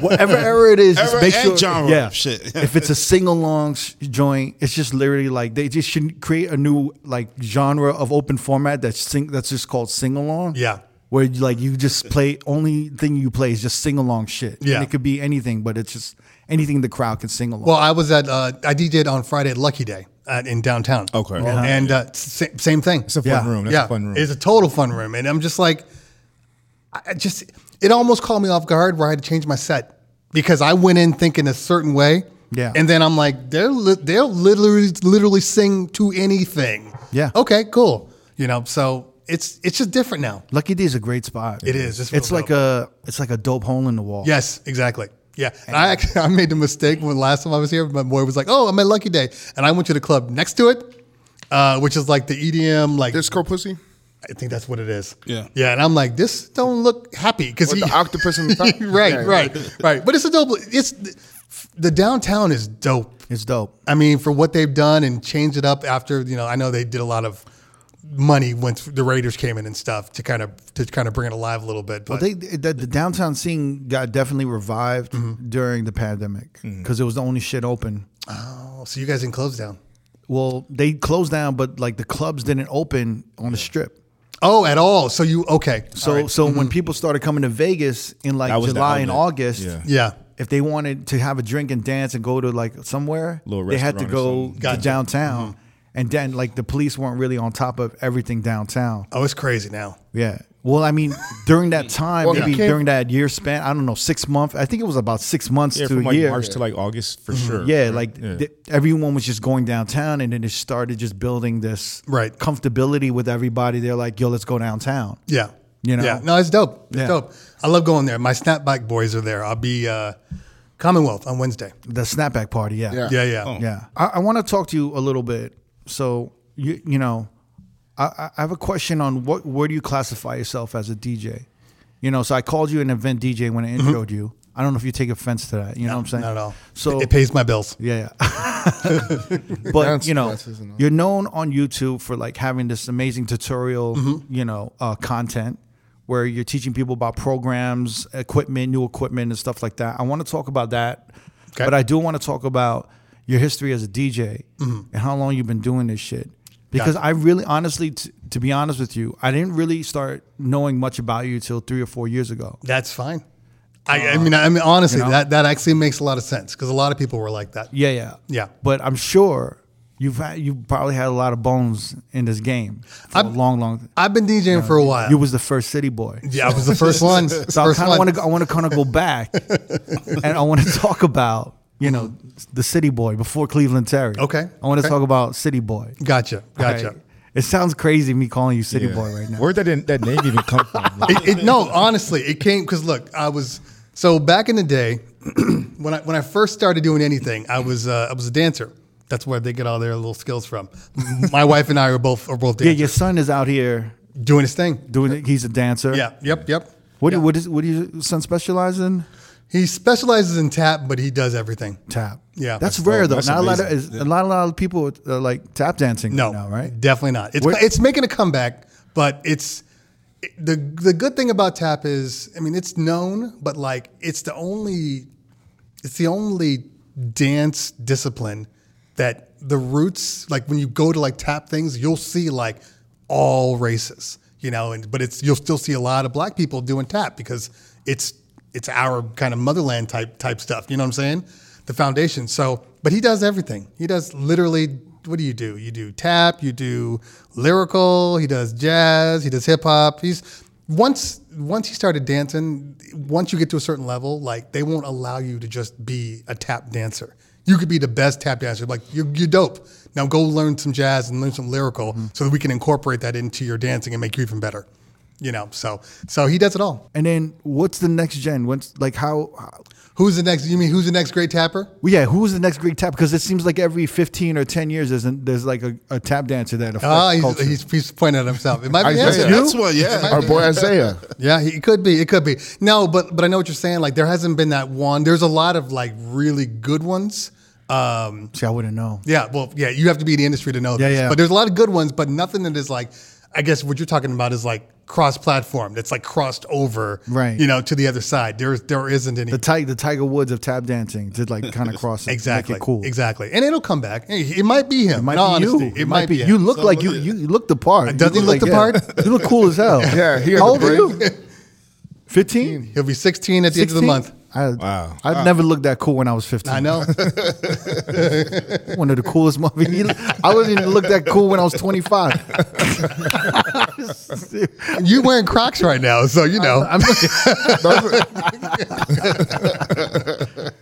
S1: Whatever era it is,
S2: Era
S1: just make
S2: and
S1: sure
S2: genre,
S1: Yeah.
S2: shit.
S1: if it's a sing along joint, it's just literally like they just should create a new like genre of open format that's sing that's just called sing along.
S3: Yeah.
S1: Where you, like you just play only thing you play is just sing along shit.
S3: Yeah.
S1: And it could be anything, but it's just anything the crowd can sing along.
S3: well, I was at uh, I DJ'd on Friday at Lucky Day uh, in downtown.
S2: Okay. Uh-huh.
S3: and uh, same, same thing.
S5: it's a fun
S1: Yeah.
S5: room. That's
S3: yeah,
S5: a fun room.
S3: it's a total fun room, and I'm just like, I I just it almost caught me off guard where I had to change my set because I went in thinking a certain way.
S1: Yeah.
S3: and then I'm like, they're li- they'll literally literally sing to anything.
S1: Yeah.
S3: Okay. Cool. You know, so it's it's just different now.
S1: Lucky D is a great spot.
S3: It is. It's
S1: It's,
S3: real
S1: like
S3: dope.
S1: a it's like a dope hole in the wall.
S3: Yes, exactly. Yeah, and I actually I made the mistake when last time I was here. My boy was like, "Oh, I'm at Lucky Day," and I went to the club next to it, uh, which is like the EDM. Like
S4: Disco Pussy?
S3: I think that's what it is.
S2: Yeah.
S3: yeah. And I'm like, this don't look happy because
S4: With the octopus in the top?
S3: right,
S4: Yeah.
S3: right, right. But it's a dope. It's the downtown is dope.
S1: It's dope.
S3: I mean, for what they've done and changed it up after you know, I know they did a lot of money once the Raiders came in and stuff to kind of to kind of bring it alive a little bit.
S1: Well,
S3: But
S1: they the, the downtown scene got definitely revived
S3: Mm-hmm.
S1: during the pandemic because it was the only shit open.
S3: oh, so you guys didn't close down.
S1: Well, they closed down, but like the clubs didn't open on the strip.
S3: Oh, at all? So you okay?
S1: So so when people started coming to Vegas in like
S2: That was the
S1: July and
S2: outlet.
S1: August,
S2: Yeah.
S3: Yeah.
S1: if they wanted to have a drink and dance and go to like somewhere,
S5: Little
S1: they had to
S5: restaurant or
S1: go
S5: something.
S1: to
S3: Gotcha.
S1: downtown. And then like the police weren't really on top of everything downtown.
S3: Oh, it's crazy now.
S1: Yeah. Well, I mean, during that time,
S4: Well, he
S1: maybe
S4: came-
S1: during that year span, I don't know, six months. I think it was about six months
S5: Yeah,
S1: to
S5: from
S1: a
S5: like
S1: year.
S5: March to like August for sure.
S1: Mm-hmm. Yeah,
S5: right?
S1: like
S5: Yeah.
S1: th- everyone was just going downtown, and then it started just building this
S3: Right.
S1: comfortability with everybody. They're like, "Yo, let's go downtown."
S3: Yeah.
S1: You know?
S3: Yeah. No, it's dope. It's
S1: Yeah.
S3: dope. I love going there. My snapback boys are there. I'll be uh, Commonwealth on Wednesday.
S1: The snapback party, yeah,
S4: Yeah.
S3: Yeah, yeah.
S1: Yeah. I, I want to talk to you a little bit. So you you know, I, I- I have a question on what where do you classify yourself as a DJ? You know, so I called you an event DJ when I introed you. I don't know if you take offense to that. You know what I'm saying?
S3: Mm-hmm. Not at all.
S1: So
S3: it, it pays my bills.
S1: Yeah, yeah. but you know,
S4: classes and all.
S1: you're known on YouTube for like having this amazing tutorial,
S4: Mm-hmm.
S1: you know, uh, content where you're teaching people about programs, equipment, new equipment, and stuff like that. I want to talk about that,
S3: Okay.
S1: but I do want to talk about your history as a DJ
S4: Mm-hmm.
S1: and how long you've been doing this shit. Because I really, honestly, t- to be honest with you, I didn't really start knowing much about you till three or four years ago.
S3: That's fine. I, I mean, I mean, honestly,
S1: you know?
S3: that, that actually makes a lot of sense because a lot of people were like that.
S1: Yeah, yeah,
S3: Yeah.
S1: But I'm sure you've had, you probably had a lot of bones in this game for a
S3: I'm-
S1: long, long.
S3: I've been DJing for a while.
S1: You was the first city boy,
S3: yeah, I was the first one.
S1: so I
S3: First
S1: kind of
S3: one.
S1: want to I want to kind of go back, and I want to talk about you know the city boy before Cleveland Terry.
S3: Okay,
S1: I want to
S3: okay.
S1: talk about city boy.
S3: Gotcha, gotcha.
S1: Okay? It sounds crazy me calling you city boy right now.
S5: Where did that, that name even come from? Like,
S3: It, it, no, honestly, it came because look, I was so back in the day when I when I first started doing anything, I was uh, I was a dancer. That's where they get all their little skills from. My wife and I are both are both
S1: Yeah,
S3: dancers,
S1: your son is out here
S3: doing his thing.
S1: doing. it. He's a dancer.
S3: Yeah, yep, yep.
S1: What do what is what do your son specialize in?
S3: He specializes in tap, but he does everything.
S1: Tap.
S3: Yeah.
S1: that's,
S3: That's
S1: rare
S5: dope.
S1: though.
S5: That's
S1: Not a lot of
S5: amazing.
S1: is- a lot a lot of people are like tap dancing
S3: No,
S1: right now, right?
S3: Definitely not. It's
S1: Where-
S3: it's making a comeback, but it's it- the the good thing about tap is, I mean, it's known, but like it's the only it's the only dance discipline that the roots like when you go to like tap things, you'll see like all races, you know, and but it's you'll still see a lot of black people doing tap because it's it's our kind of motherland type type stuff, you know what I'm saying? The foundation. So, but he does everything. He does literally what do you do? You do tap, you do lyrical, he does jazz, he does hip hop. He's once once he started dancing, once you get to a certain level, like they won't allow you to just be a tap dancer. You could be the best tap dancer. Like you're, you're dope. Now go learn some jazz and learn some lyrical, so that we can incorporate that into your dancing and make you even better. You know, so so he does it all.
S1: And then what's the next gen? What's like how? how
S3: Who's the next? You mean who's the next great tapper?
S1: well, yeah, who's the next great tap? Because it seems like every fifteen or ten years, there's an, there's like a, a tap dancer that affects
S3: Ah, he's,
S1: culture.
S3: he's, he's pointing at himself. It might be
S4: Isaiah.
S3: Anthony.
S2: That's one, yeah.
S4: Our boy Isaiah.
S3: Yeah, he- it could be. It could be. No, but but I know what you're saying. Like there hasn't been that one. There's a lot of like really good ones. Um,
S1: See, I wouldn't know.
S3: yeah, well, yeah, you have to be in the industry to know
S1: Yeah,
S3: this.
S1: yeah.
S3: But there's a lot of good ones, but nothing that is like I guess what you're talking about is like cross-platform. That's like crossed over,
S1: Right.
S3: You know, to the other side. There there isn't any
S1: The ti- the Tiger Woods of tap dancing did like kind of cross it,
S3: exactly
S1: make it cool.
S3: exactly, and it'll come back. Hey, It might be him.
S1: Might
S3: in all
S1: be
S3: honesty.
S1: you.
S3: It, might be, him.
S1: you. Look like you. You look the part.
S3: Does
S1: You
S3: he look
S1: like-
S3: the
S1: yeah. You look cool as hell.
S4: Yeah, he had
S1: How old
S4: the
S1: are you? Fifteen.
S3: He'll be 16 at the end of the month.
S1: I,
S5: Wow.
S1: I never looked that cool when I was 15.
S3: I know.
S1: One of the coolest movies. I wouldn't even look that cool when I was 25.
S3: you wearing Crocs right now, so you know.
S1: I'm-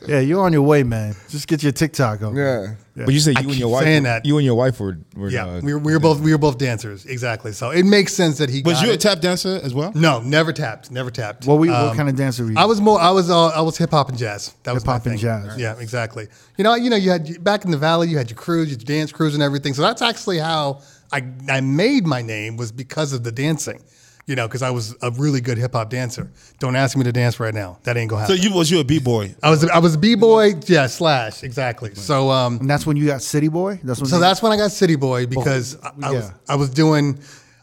S1: yeah, you're on your way, man. Just get your TikTok up.
S4: Yeah.
S5: But you said you and your wife.
S3: saying
S5: were-
S3: that.
S5: You and your wife were. were
S3: Yeah,
S5: uh,
S3: we were, we were both we were both dancers exactly. So it makes sense that he
S2: Was
S3: got
S2: you a
S3: it.
S2: tap dancer as well?
S3: No, never tapped, never tapped.
S1: What, we, what
S3: Um,
S1: kind of dancer were you?
S3: I was more. I was. Uh, I was hip hop and jazz. That was my
S1: Hip-hop and
S3: thing.
S1: jazz.
S3: Yeah, exactly. You know. You know. You had back in the valley. You had your crews, your dance crews, and everything. So that's actually how I I made my name was because of the dancing. You know, because I was a really good hip hop dancer. Don't ask me to dance right now. That ain't gonna
S2: So
S3: happen.
S2: you was you a b boy?
S3: I was. I was a b boy. Yeah. Slash. Exactly. So um.
S1: and that's when you got City Boy? That's when
S3: So
S1: you-
S3: that's when I got City Boy because I, I
S1: Oh, yeah.
S3: was I was doing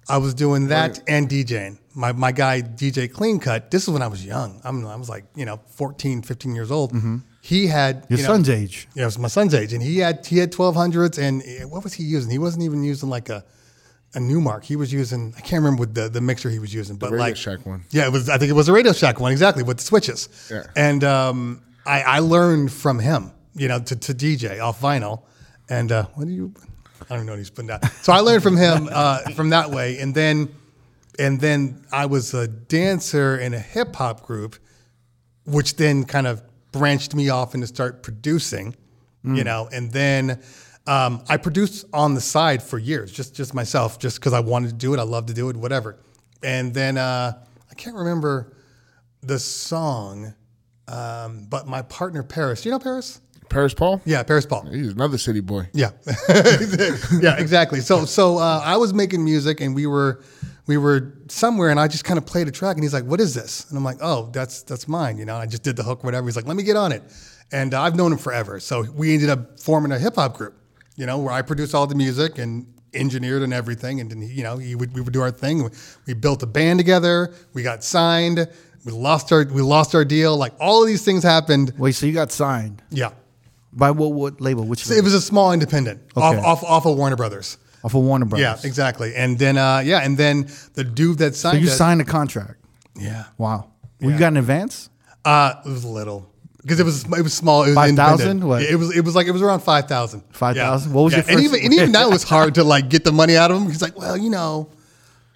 S3: I was doing that and DJing. My my guy DJ Clean Cut. This is when I was young. I'm I was like you know 14, 15 years old. He had
S1: Mm-hmm. your
S3: you know,
S1: son's age.
S3: Yeah, it was my son's age, and he had he had twelve hundreds. And eh, what was he using? He wasn't even using like a a Newmark. He was using I can't remember what the the mixer he was using, but
S4: Radio
S3: like
S4: Shack one.
S3: yeah, it was. I think it was a Radio Shack one, exactly with the switches.
S4: Yeah.
S3: And um, I, I learned from him, you know, to, to DJ off vinyl. And uh, what do you? I don't even know what he's putting down. So I learned from him uh, from that way, and then And then I was a dancer in a hip hop group, which then kind of branched me off into start producing, you know. And then um, I produced on the side for years, just just myself, just because I wanted to do it. I loved to do it, whatever. And then uh, I can't remember the song, um, but my partner Paris. You know Paris?
S4: Paris Paul?
S3: Yeah, Paris Paul.
S4: He's another city boy.
S3: Yeah, yeah, exactly. So, so uh, I was making music, and we were, we were somewhere, and I just kind of played a track, and he's like, "What is this?" And I'm like, "Oh, that's that's mine," you know. I just did the hook, whatever. He's like, "Let me get on it," and I've known him forever. So we ended up forming a hip hop group, you know, where I produced all the music and engineered and everything, and then he- you know, he would, we would do our thing. We built a band together. We got signed. We lost our we lost our deal. Like all of these things happened.
S1: Wait, so you got signed
S3: Yeah.
S1: by what what label? Which
S3: So it was a small independent off,
S1: Okay.
S3: off off of Warner Brothers.
S1: off of Warner Brothers.
S3: Yeah, exactly. And then uh, yeah, and then the dude that
S1: So
S3: signed
S1: you
S3: us-
S1: signed a contract.
S3: Yeah,
S1: Wow. Well, you got an advance?
S3: uh, it was little because it was it was small. It was
S1: 5,000?
S3: independent.
S1: What?
S3: Yeah, It was it was like it was around five thousand.
S1: 5,000? What was your
S3: And
S1: first-
S3: even and even that was hard to like get the money out of him. He's like, well, you know,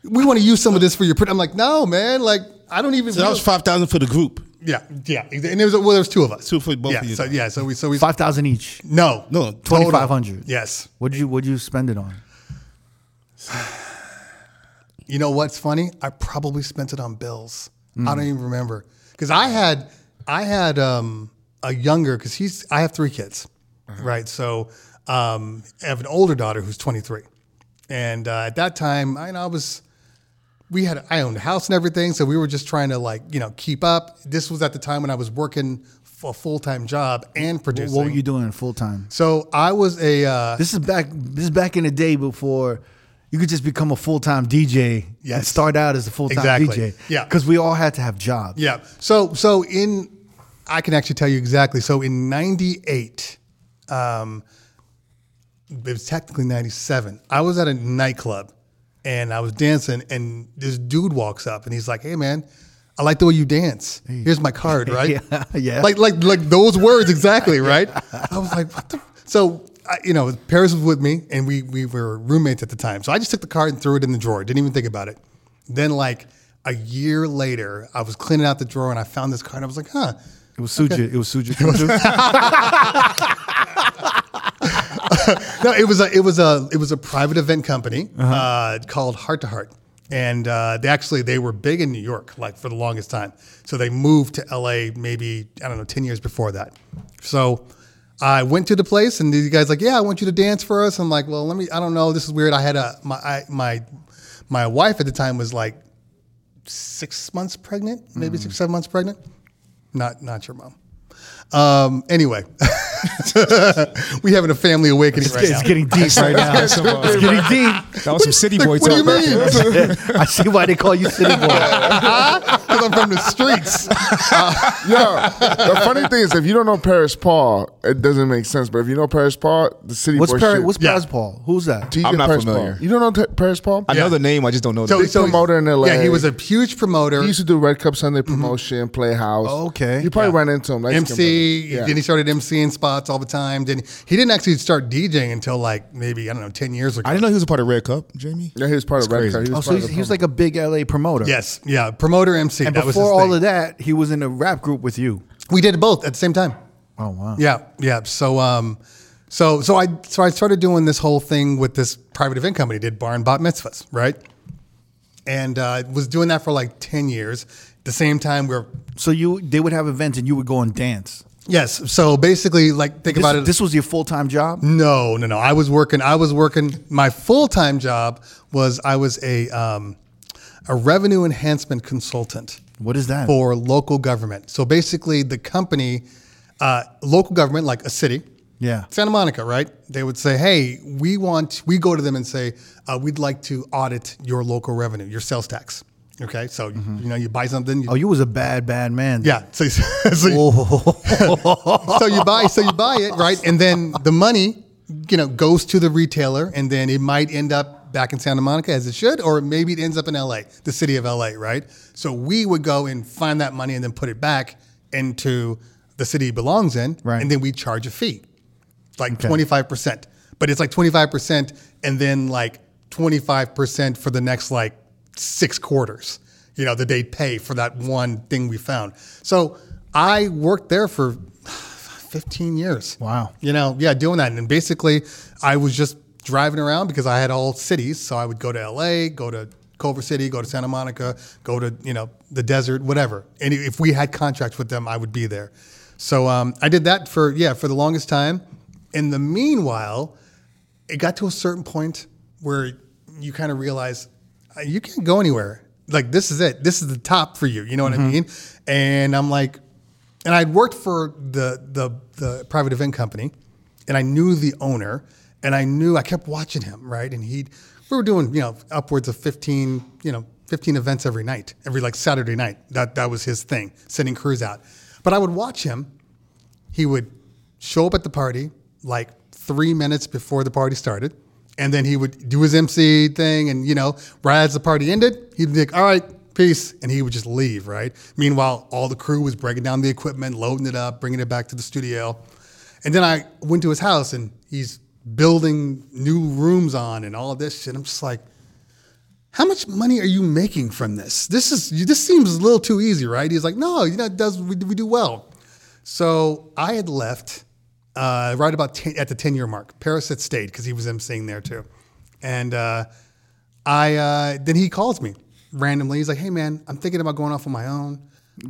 S3: we want to use some of this for your. Print. I'm like, no, man. Like I don't even.
S2: So that was five thousand for the group.
S3: yeah, yeah. And it was well, there was two of us.
S2: Two for both
S3: yeah,
S2: of you.
S3: So yeah, so we so we
S1: Five thousand each.
S3: no
S2: No,
S3: total.
S1: Twenty five hundred.
S3: Yes.
S1: What did you what did you spend it on?
S3: You know what's funny? I probably spent it on bills. I
S1: Hmm.
S3: don't even remember because I had I had um, a younger because he's I have three kids,
S1: Uh-huh.
S3: right? So um, I have an older daughter who's 23, and uh, at that time I, and I was we had I owned a house and everything, so we were just trying to like you know keep up. This was at the time when I was working f- a full time job and producing.
S1: What were you doing full time?
S3: So I was a uh,
S1: This is back this is back in the day before you could just become a full time DJ and
S3: Yes.
S1: start out as a full time
S3: Exactly.
S1: DJ.
S3: Yeah.
S1: Because we all had to have jobs.
S3: Yeah. So so in I can actually tell you exactly. So in '98, um, it was technically '97. I was at a nightclub and I was dancing, and this dude walks up and he's like, "Hey, man." I like the way you dance. Here's my card, right?
S1: Yeah, yeah.
S3: Like, like, like those words exactly, right? I was like, what the? So, I, you know, Paris was with me, and we we were roommates at the time. So I just took the card and threw it in the drawer. Didn't even think about it. Then, like a year later, I was cleaning out the drawer and I found this card. And I was like, huh.
S1: It was Suja. It was Suja. Kunju.
S3: No, it was a it was a it was a private event company uh called Heart to Heart, and uh, they actually they were big in New York like for the longest time. So they moved to L.A. Maybe I don't know ten years before that. So I went to the place and these guys like, yeah, I want you to dance for us. I'm like, well, let me. I don't know. This is weird. I had a my I, my my wife at the time was like six months pregnant, maybe six seven months pregnant. Not not your mom. Um, anyway, we having a family awakening right now.
S1: it's getting deep right now.
S5: Some, uh,
S1: It's getting deep.
S5: that was some city boy
S3: what do you
S5: talk. right
S3: mean?
S5: there.
S1: I see why they call you City Boy.
S3: because I'm from the streets.
S4: Yeah. the funny thing is, if you don't know Paris Paul, it doesn't make sense. But if you know Paris Paul, the city
S1: What's
S4: boy
S1: Perry?
S4: shit-
S1: What's
S3: Yeah.
S1: Paris Paul? Who's that?
S4: DJ
S5: I'm not
S4: Paris
S5: familiar.
S4: Paul. You don't know T- Paris Paul?
S5: I know the name, I just don't know the name.
S4: Big promoter in LA.
S3: Yeah, he was a huge promoter,
S4: He used to do Red Cup Sunday
S5: Mm-hmm.
S4: promotion, Playhouse.
S5: Oh,
S1: okay.
S4: You probably ran into him. Nice
S3: MC.
S4: brother. Yeah.
S3: Then he started MCing spots all the time. Then he didn't actually start DJing until like maybe I don't know ten years ago.
S5: I didn't know he was a part of Red Cup, Jamie.
S4: Yeah, he was part
S5: It's
S4: of Red
S5: crazy.
S4: Cup. He was
S1: Oh,
S4: part
S1: so
S4: of
S1: he's,
S4: the
S1: he was
S4: promo.
S1: like a big LA promoter.
S3: yes, yeah, promoter MC.
S1: And
S3: that was
S1: before all
S3: thing.
S1: of that, he was in a rap group with you.
S3: we did both at the same time.
S1: Oh wow.
S3: Yeah, yeah. So um, so so I so I started doing this whole thing with this private event company. Did bar and bat mitzvahs, right? And uh, was doing that for like ten years. At the same time, we were
S1: So you they would have events and you would go and dance.
S3: yes. So basically, like think
S1: This,
S3: about it. Mm.
S1: this was your full time job.
S3: No, no, no. I was working. I was working. My full time job was I was a um, a revenue enhancement consultant
S1: What is that?
S3: for local government. So basically, the company, uh, local government, like a city,
S1: Yeah.
S3: Santa Monica, right? They would say, "Hey, we want." We go to them and say, uh, "We'd like to audit your local revenue, your sales tax." Okay, so
S1: Mm-hmm.
S3: you know, you buy something. You,
S1: Oh, you was a bad bad man.
S3: yeah. So, so you, so you buy so you buy it right and then the money you know goes to the retailer and then it might end up back in santa monica as it should or maybe it ends up in la the city of la right so we would go and find that money and then put it back into the city it belongs in
S1: Right.
S3: and then we charge a fee like 25% but it's like 25% and then like 25% for the next like six quarters, you know, that they'd pay for that one thing we found. So I worked there for 15 years.
S1: Wow.
S3: You know, yeah, doing that. And basically, I was just driving around because I had all cities. So I would go to LA, go to Culver City, go to Santa Monica, go to, you know, the desert, whatever. And if we had contracts with them, I would be there. So um, I did that for, yeah, for the longest time. In the meanwhile, it got to a certain point where you kind of realize uh, you can't go anywhere. Like this is it. This is the top for you. You know what I mean? And I'm like, and I'd worked for the the the private event company, and I knew the owner, and I knew I kept watching him right, and he, we were doing you know upwards of fifteen you know fifteen events every night, every like Saturday night. That that was his thing, sending crews out. But I would watch him, he would show up at the party like three minutes before the party started. And then he would do his MC thing. And, you know, right as the party ended, he'd be like, all right, peace. And he would just leave, right? Meanwhile, all the crew was breaking down the equipment, loading it up, bringing it back to the studio. And then I went to his house and he's building new rooms on and all this shit. I'm just like, how much money are you making from this? This is you- this seems a little too easy, right? He's like, no, you know, it does we, we do well? So I had left uh, right about 10, at the ten year mark. Paris had stayed because he was emceeing there too, and uh, I uh, then he calls me randomly. He's like, hey man, I'm thinking about going off on my own.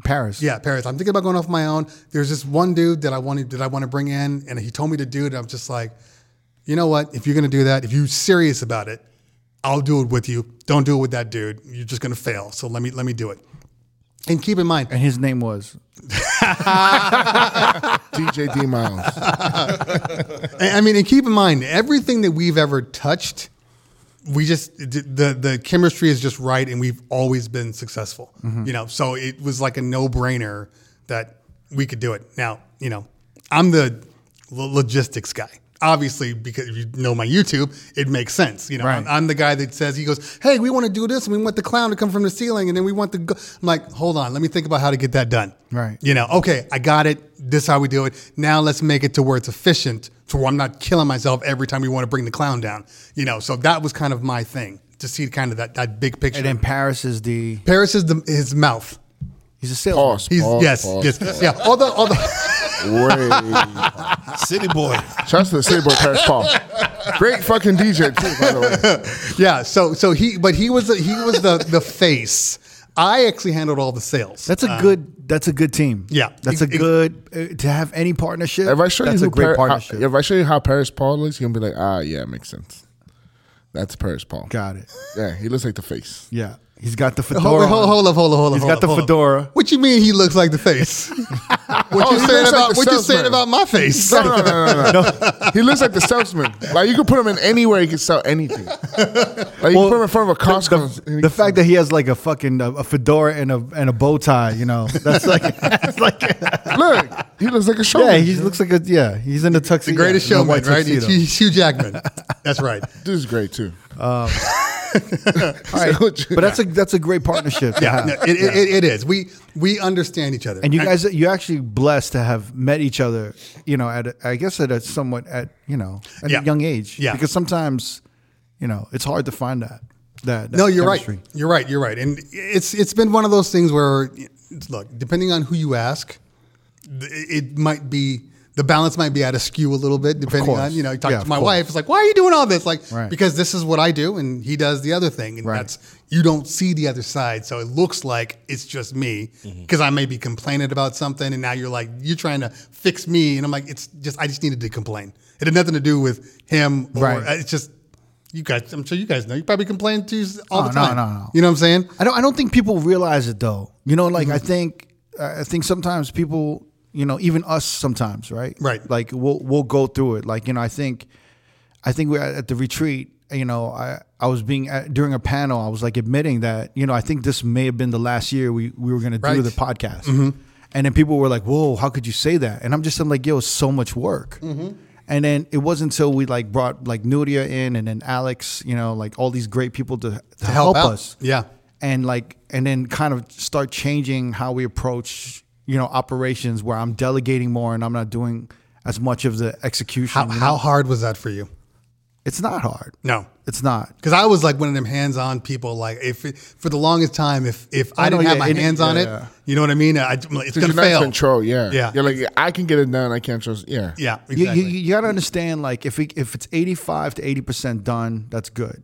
S1: Paris.
S3: Yeah, Paris. I'm thinking about going off my own. There's this one dude that I wanted that I want to bring in, and he told me to do it. and I'm just like, you know what? If you're gonna do that, if you're serious about it, I'll do it with you. Don't do it with that dude. You're just gonna fail. So let me let me do it. And keep in mind,
S1: And his name was
S4: DJ D Miles.
S3: I I mean, and keep in mind, everything that we've ever touched, we just the the chemistry is just right, and we've always been successful.
S1: Mm-hmm.
S3: You know, so it was like a no brainer that we could do it. Now, you know, I'm the lo- logistics guy. Obviously, because if you know my YouTube, it makes sense. You know,
S1: Right.
S3: I'm, I'm the guy that says he goes, "Hey, we want to do this, and we want the clown to come from the ceiling, and then we want the." Go-. I'm like, hold on, let me think about how to get that done.
S1: Right.
S3: You know, okay, I got it. This is how we do it. Now let's make it to where it's efficient, to where I'm not killing myself every time we want to bring the clown down. You know, so that was kind of my thing to see kind of that, that big picture.
S1: and then Paris is the
S3: Paris is the, his mouth.
S1: he's a salesman.
S4: Pause.
S3: He's
S4: pause,
S3: yes,
S4: pause,
S3: yes,
S4: pause.
S3: yeah. All the all the.
S4: Way.
S2: City boy.
S4: Shouts to the City Boy Paris Paul. Great fucking DJ too, by the way.
S3: yeah. So so he but he was the, he was the the face. I actually handled all the sales.
S1: That's a good. That's a good team.
S3: yeah.
S1: that's a
S3: Ex- ex-
S1: good uh, to have any partnership.
S4: If I show
S1: that's
S4: you
S1: a
S4: who
S1: great
S4: Par-
S1: partnership.
S4: How, if I show you how Paris Paul looks, you're gonna be like, ah, yeah, it makes sense. That's Paris Paul.
S1: Got it.
S4: Yeah, he looks like the face.
S1: Yeah, he's got the fedora.
S3: Hold, hold,
S1: on.
S3: hold up, hold up, hold up.
S1: He's
S3: hold
S1: got
S3: up,
S1: the
S3: hold up.
S1: fedora. Oh,
S3: What you mean he looks like the face? what
S4: he
S3: you saying
S4: looks like
S3: about
S4: the
S3: what you saying
S4: salesman.
S3: about my face?
S4: No, no, no, no, no. he looks like the salesman. Like you could put him in anywhere, he could sell anything. Like you can put him in front of a Costco. and he
S1: The
S4: could
S1: fact that he has like a fucking uh, a fedora and a and a bow tie, you know, that's like, that's like
S4: sell- look, he looks like a showman.
S1: yeah, he looks like a yeah, he's in the tuxedo,
S3: The greatest
S1: yeah, in a
S3: showman,
S1: white
S3: right?
S1: tuxedo.
S3: It's Hugh Jackman. That's right.
S4: This is great too.
S1: All right, but that's a that's a great partnership. to
S3: Yeah,
S1: have.
S3: no, it, it- it- it is. We we understand each other.
S1: Uh-huh. And you guys, you're actually blessed to have met each other, you know, at a, I guess at a somewhat at you know at
S3: Yeah.
S1: a young age,
S3: Yeah.
S1: Because sometimes, you know, it's hard to find that. That, that
S3: no, you're
S1: chemistry.
S3: right. You're right. You're right. And it's it's been one of those things where, look, depending on who you ask, th- it might be the balance might be out of skew a little bit depending
S1: course.
S3: on you know. You talk
S1: Yeah,
S3: to
S1: of
S3: my
S1: course.
S3: wife, it's like, why are you doing all this? Like
S1: Right.
S3: because this is what I do, and he does the other thing, and
S1: Right.
S3: that's you don't see the other side, so it looks like it's just me because I may be complaining about something, and now you're like you're trying to fix me, and I'm like, it's just I just needed to complain. It had nothing to do with him, or,
S1: Right.
S3: It's just. You guys, I'm sure you guys know. You probably complain to you all
S1: Oh,
S3: the
S1: no,
S3: time.
S1: no, no.
S3: You know what I'm saying?
S1: I don't. I don't think people realize it though. You know, like I think. I think sometimes people, you know, even us sometimes, right?
S3: Right.
S1: Like we'll we'll go through it. Like you know, I think, I think we're at at the retreat. You know, I I was being at, during a panel. I was like admitting that you know I think this may have been the last year we we were going to do
S3: Right. Mm-hmm.
S1: the podcast. And then people were like, "Whoa, how could you say that?" And I'm just I'm like, "Yo, it's so much work."
S3: Mm-hmm.
S1: And then it wasn't until we like brought like Nudia in and then Alex, you know, like all these great people to, to help,
S3: out.
S1: us
S3: Yeah.
S1: and like and then kind of start changing how we approach you know operations where i'm delegating more and i'm not doing as much of the execution
S3: How,
S1: you know?
S3: how hard was that for you?
S1: It's not hard.
S3: No.
S1: It's not.
S3: Because I was like one of them hands-on people. Like if it, for the longest time, if if I,
S1: I know,
S3: didn't have
S1: yeah,
S3: my
S1: it-
S3: hands on
S1: yeah,
S3: it,
S1: yeah.
S3: you know what I mean? I, I'm like, it's
S4: Because
S3: gonna
S4: you're not
S3: fail.
S4: in control. Yeah.
S3: Yeah.
S4: You're like, I can get it done. I can't trust. Yeah.
S3: Yeah,
S1: You-
S3: exactly.
S1: You, you, gotta understand, like if it, if it's eighty five to eighty percent done, that's good.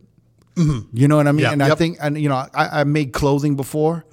S1: You know what I mean?
S3: Mm-hmm. Yeah.
S1: and I
S3: Yep. Mm-hmm.
S1: think, and you know, I, I made clothing before,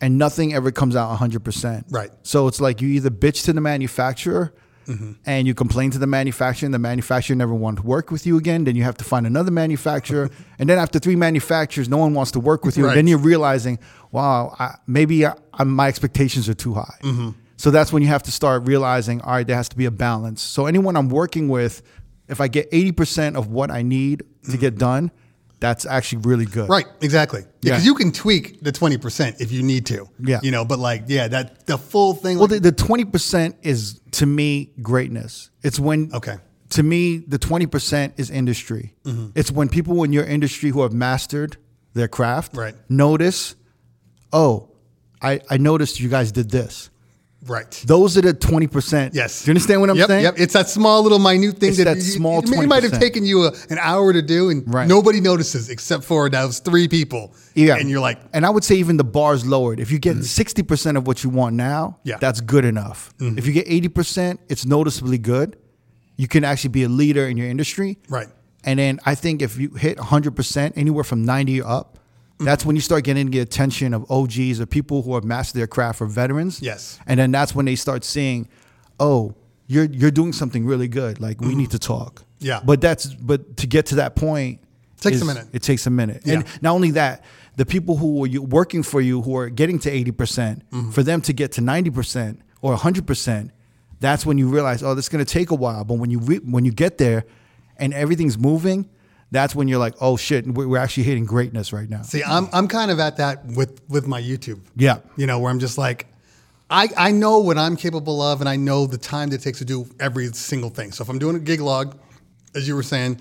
S1: and nothing ever comes out hundred percent.
S3: Right.
S1: So it's like you either bitch to the manufacturer.
S3: Mm-hmm.
S1: And you complain to the manufacturer, and the manufacturer never wants to work with you again. Then you have to find another manufacturer, and then after three manufacturers, no one wants to work with you.
S3: Right.
S1: And then you're realizing, wow, I, maybe I, I, my expectations are too high.
S3: Mm-hmm.
S1: So that's when you have to start realizing, all right, there has to be a balance. So anyone I'm working with, if I get 80% of what I need to get done, that's actually really good.
S3: Mm-hmm. Right, exactly.
S1: Yeah.
S3: Because you can tweak the twenty percent if you need to.
S1: Yeah.
S3: you know, but like, yeah, that the full thing.
S1: Well,
S3: like-
S1: the, the 20% is to me greatness. It's when,
S3: Okay. Mm-hmm.
S1: to me, the 20% is industry. It's when people in your industry who have mastered their craft
S3: Right.
S1: notice, oh, I, I noticed you guys did this.
S3: right.
S1: Those are the 20%.
S3: Yes.
S1: Do you understand what I'm
S3: yep,
S1: saying?
S3: Yep. It's that small little minute thing
S1: It's
S3: that,
S1: that
S3: you-
S1: small
S3: It, it might have
S1: 20%.
S3: taken you a, an hour to do, and
S1: Right.
S3: nobody notices except for those three people.
S1: Yeah.
S3: and you're like, Mm-hmm.
S1: and I would say even the bar's lowered. If you get 60% of what you want now,
S3: Yeah. Mm-hmm.
S1: that's good enough. If you get 80%, it's noticeably good. You can actually be a leader in your industry.
S3: Right.
S1: And then I think if you hit 100%, anywhere from 90 or up, that's when you start getting the attention of OGs or people who have mastered their craft or veterans.
S3: Yes.
S1: And then that's when they start seeing, oh, you're you're doing something really good. Like we need to talk.
S3: Mm-hmm. Yeah.
S1: But that's but to get to that point
S3: Takes a minute.
S1: It takes a minute. And
S3: Yeah.
S1: not only that, the people who are you- working for you who are getting to 80%, percent
S3: Mm-hmm.
S1: for them to get to 90% or 100%, that's when you realize, oh, this is going to take a while. But when you re- when you get there and everything's moving, that's when you're like, oh shit, we're we're actually hitting greatness right now.
S3: See, I'm I'm kind of at that with with my YouTube.
S1: Yeah.
S3: You know, where I'm just like I I know what I'm capable of and I know the time that it takes to do every single thing. So if I'm doing a gig log, as you were saying,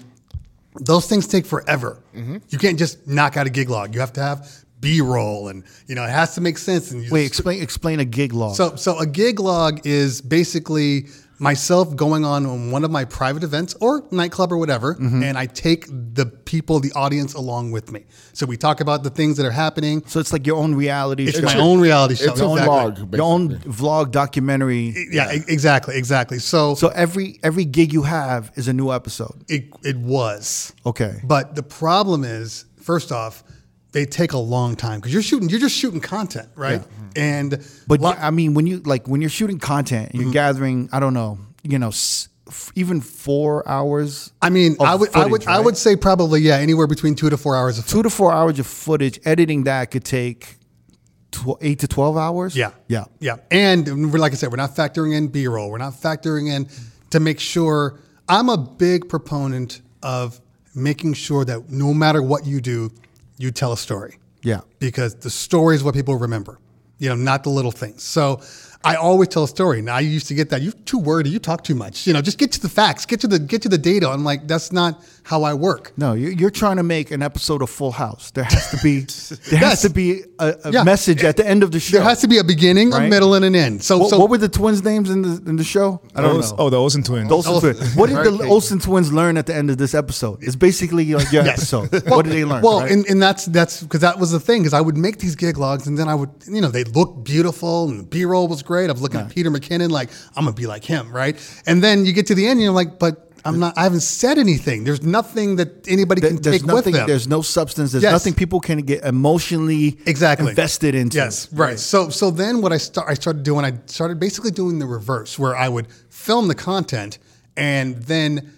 S3: those things take forever.
S1: Mm-hmm.
S3: You can't just knock out a gig log. You have to have B-roll and you know, it has to make sense and you
S1: Wait,
S3: just-
S1: explain explain a gig log.
S3: so, so a gig log is basically myself going on on one of my private events or nightclub or whatever, and I take the people, the audience, along with me. So we talk about the things that are happening.
S1: so it's like your own reality
S3: It's
S1: show.
S3: my own reality show.
S4: It's a
S3: Exactly.
S4: vlog. Basically.
S1: your own vlog documentary.
S3: Yeah, e- exactly, exactly. So,
S1: So every every gig you have is a new episode.
S3: it it was
S1: Okay.
S3: But the problem is, first off, they take a long time because you're shooting. You're just shooting content, right? And
S1: But
S3: lo- Mm-hmm.
S1: I mean, when you like when you're shooting content, you're gathering. I don't know, you know, s- f- even four hours.
S3: I mean,
S1: of
S3: I would, I
S1: footage,
S3: would, I
S1: right?
S3: would say probably yeah, anywhere between two to four hours of
S1: two to four hours of footage. Editing that could take tw- eight to twelve hours.
S3: Yeah.
S1: yeah.
S3: Yeah. And we're, like I said, we're not factoring in B roll. We're not factoring in to make sure. I'm a big proponent of making sure that no matter what you do, you tell a story.
S1: Yeah.
S3: Because the story is what people remember, you know, not the little things. So I always tell a story. Now I used to get that. You're too wordy. You talk too much. You know, just get to the facts, get to the, get to the data. I'm like, that's not how I work.
S1: No, you're, you're trying to make an episode of Full House. There has to be there has
S3: Yes.
S1: to be a, a
S3: Yeah.
S1: message at the end of the show.
S3: There has to be a beginning,
S1: Right.
S3: a middle, and an end. So,
S1: What,
S3: so
S1: what were the twins' names in the in the show? I don't
S5: Those-
S1: know.
S5: Oh, the Olsen twins.
S1: The Olsen twins. What did the Olsen twins learn at the end of this episode? It's basically like your episode. what did they learn?
S3: Well,
S1: right?
S3: and, and that's that's because that was the thing because I would make these gig logs and then I would you know they looked beautiful and the B roll was great. I was looking at Peter McKinnon like I'm gonna be like him, right? And then you get to the end and you're like, but I'm not. I haven't said anything. There's nothing that anybody
S1: There-
S3: can
S1: there's
S3: take
S1: nothing.
S3: with them.
S1: There's no substance. There's
S3: Yes.
S1: nothing people can get emotionally
S3: exactly
S1: invested into.
S3: Yes, right. So so then what I start I started doing I started basically doing the reverse where I would film the content and then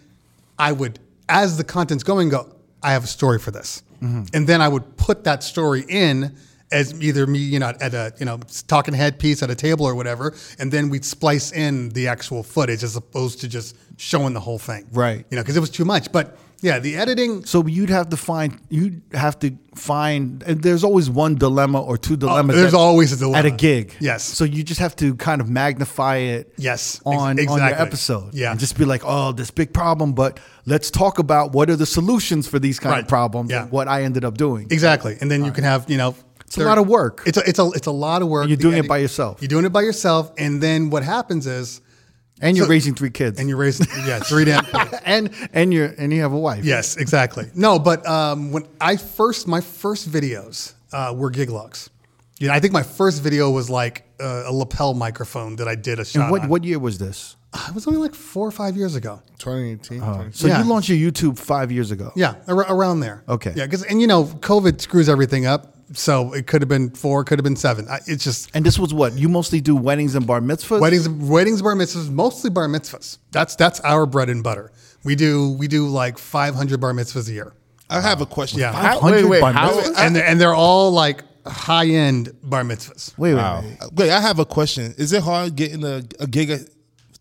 S3: I would as the content's going go I have a story for this
S1: Mm-hmm.
S3: and then I would put that story in as either me you know at a you know talking head piece at a table or whatever and then we'd splice in the actual footage as opposed to just showing the whole thing
S1: Right.
S3: you know because it was too much but yeah the editing
S1: So you'd have to find. You'd have to find. And there's always one dilemma or two dilemmas.
S3: Oh, there's
S1: at-
S3: always a dilemma.
S1: at a gig.
S3: Yes.
S1: So you just have to kind of magnify it.
S3: Yes, ex-
S1: On on your
S3: exactly.
S1: episode.
S3: Yeah.
S1: And just be like, oh, this big problem, but let's talk about what are the solutions for these kind of
S3: Right.
S1: problems.
S3: Yeah.
S1: and What I ended up doing.
S3: Exactly, and then you can have you know. It's
S1: a lot of work.
S3: It's a, it's a it's a lot of work.
S1: you're
S3: The
S1: doing it
S3: edit-
S1: by yourself.
S3: You're doing it by yourself, and then what happens is,
S1: And you're
S3: So-
S1: raising three kids.
S3: and you're raising yeah three damn kids.
S1: and and you're and you have a wife.
S3: Yes, exactly. No, but um, when I first, my first videos uh, were giglogs. You know, I think my first video was like uh, a lapel microphone that I did a shot.
S1: And what
S3: on.
S1: what year was this?
S3: It was only like four or five years ago.
S4: 2018.
S1: So
S3: Yeah.
S1: you launched your YouTube five years ago.
S3: Yeah, ar- around there.
S1: Okay.
S3: Yeah, because and you know, COVID screws everything up. So it could have been four, could have been seven. I, it's just
S1: And this was what you mostly do weddings and bar mitzvahs.
S3: weddings, weddings, bar mitzvahs, mostly bar mitzvahs. That's that's our bread and butter. We do we do like 500 bar mitzvahs a year.
S2: I have a question.
S3: Yeah.
S4: How- wait,
S1: 100
S4: wait,
S1: bar
S4: how-
S1: mitzvahs?
S3: and they're, and they're all like high end bar mitzvahs.
S1: Wait, wait,
S5: Wow.
S1: wait.
S2: Wait, I have a question. Is it hard getting a, a gig at-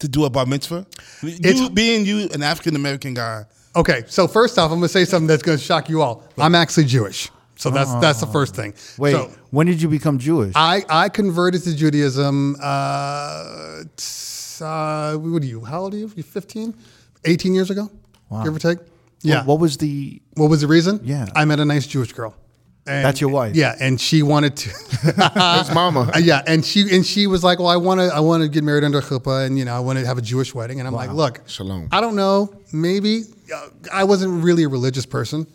S2: to do a bar mitzvah? You
S3: It's-
S2: being you an African American guy.
S3: Okay, so first off, I'm gonna say something that's gonna shock you all. I'm actually Jewish, so that's that's the first thing.
S1: Wait,
S3: so
S1: when did you become Jewish?
S3: I I converted to Judaism. Uh, t- uh, what are you? How old are you? You 15, 18 years ago, give or take. Yeah.
S1: What, what was the?
S3: What was the reason?
S1: Yeah.
S3: I met a nice Jewish girl. And-
S1: That's your wife?
S3: Yeah, and she wanted to.
S4: That's mama.
S3: Uh, yeah, and she and she was like, "Well, I want to, I want to get married under a chuppah, and you know, I want to have a Jewish wedding." And I'm like, "Look,
S4: Shalom.
S3: I don't know, maybe uh, I wasn't really a religious person,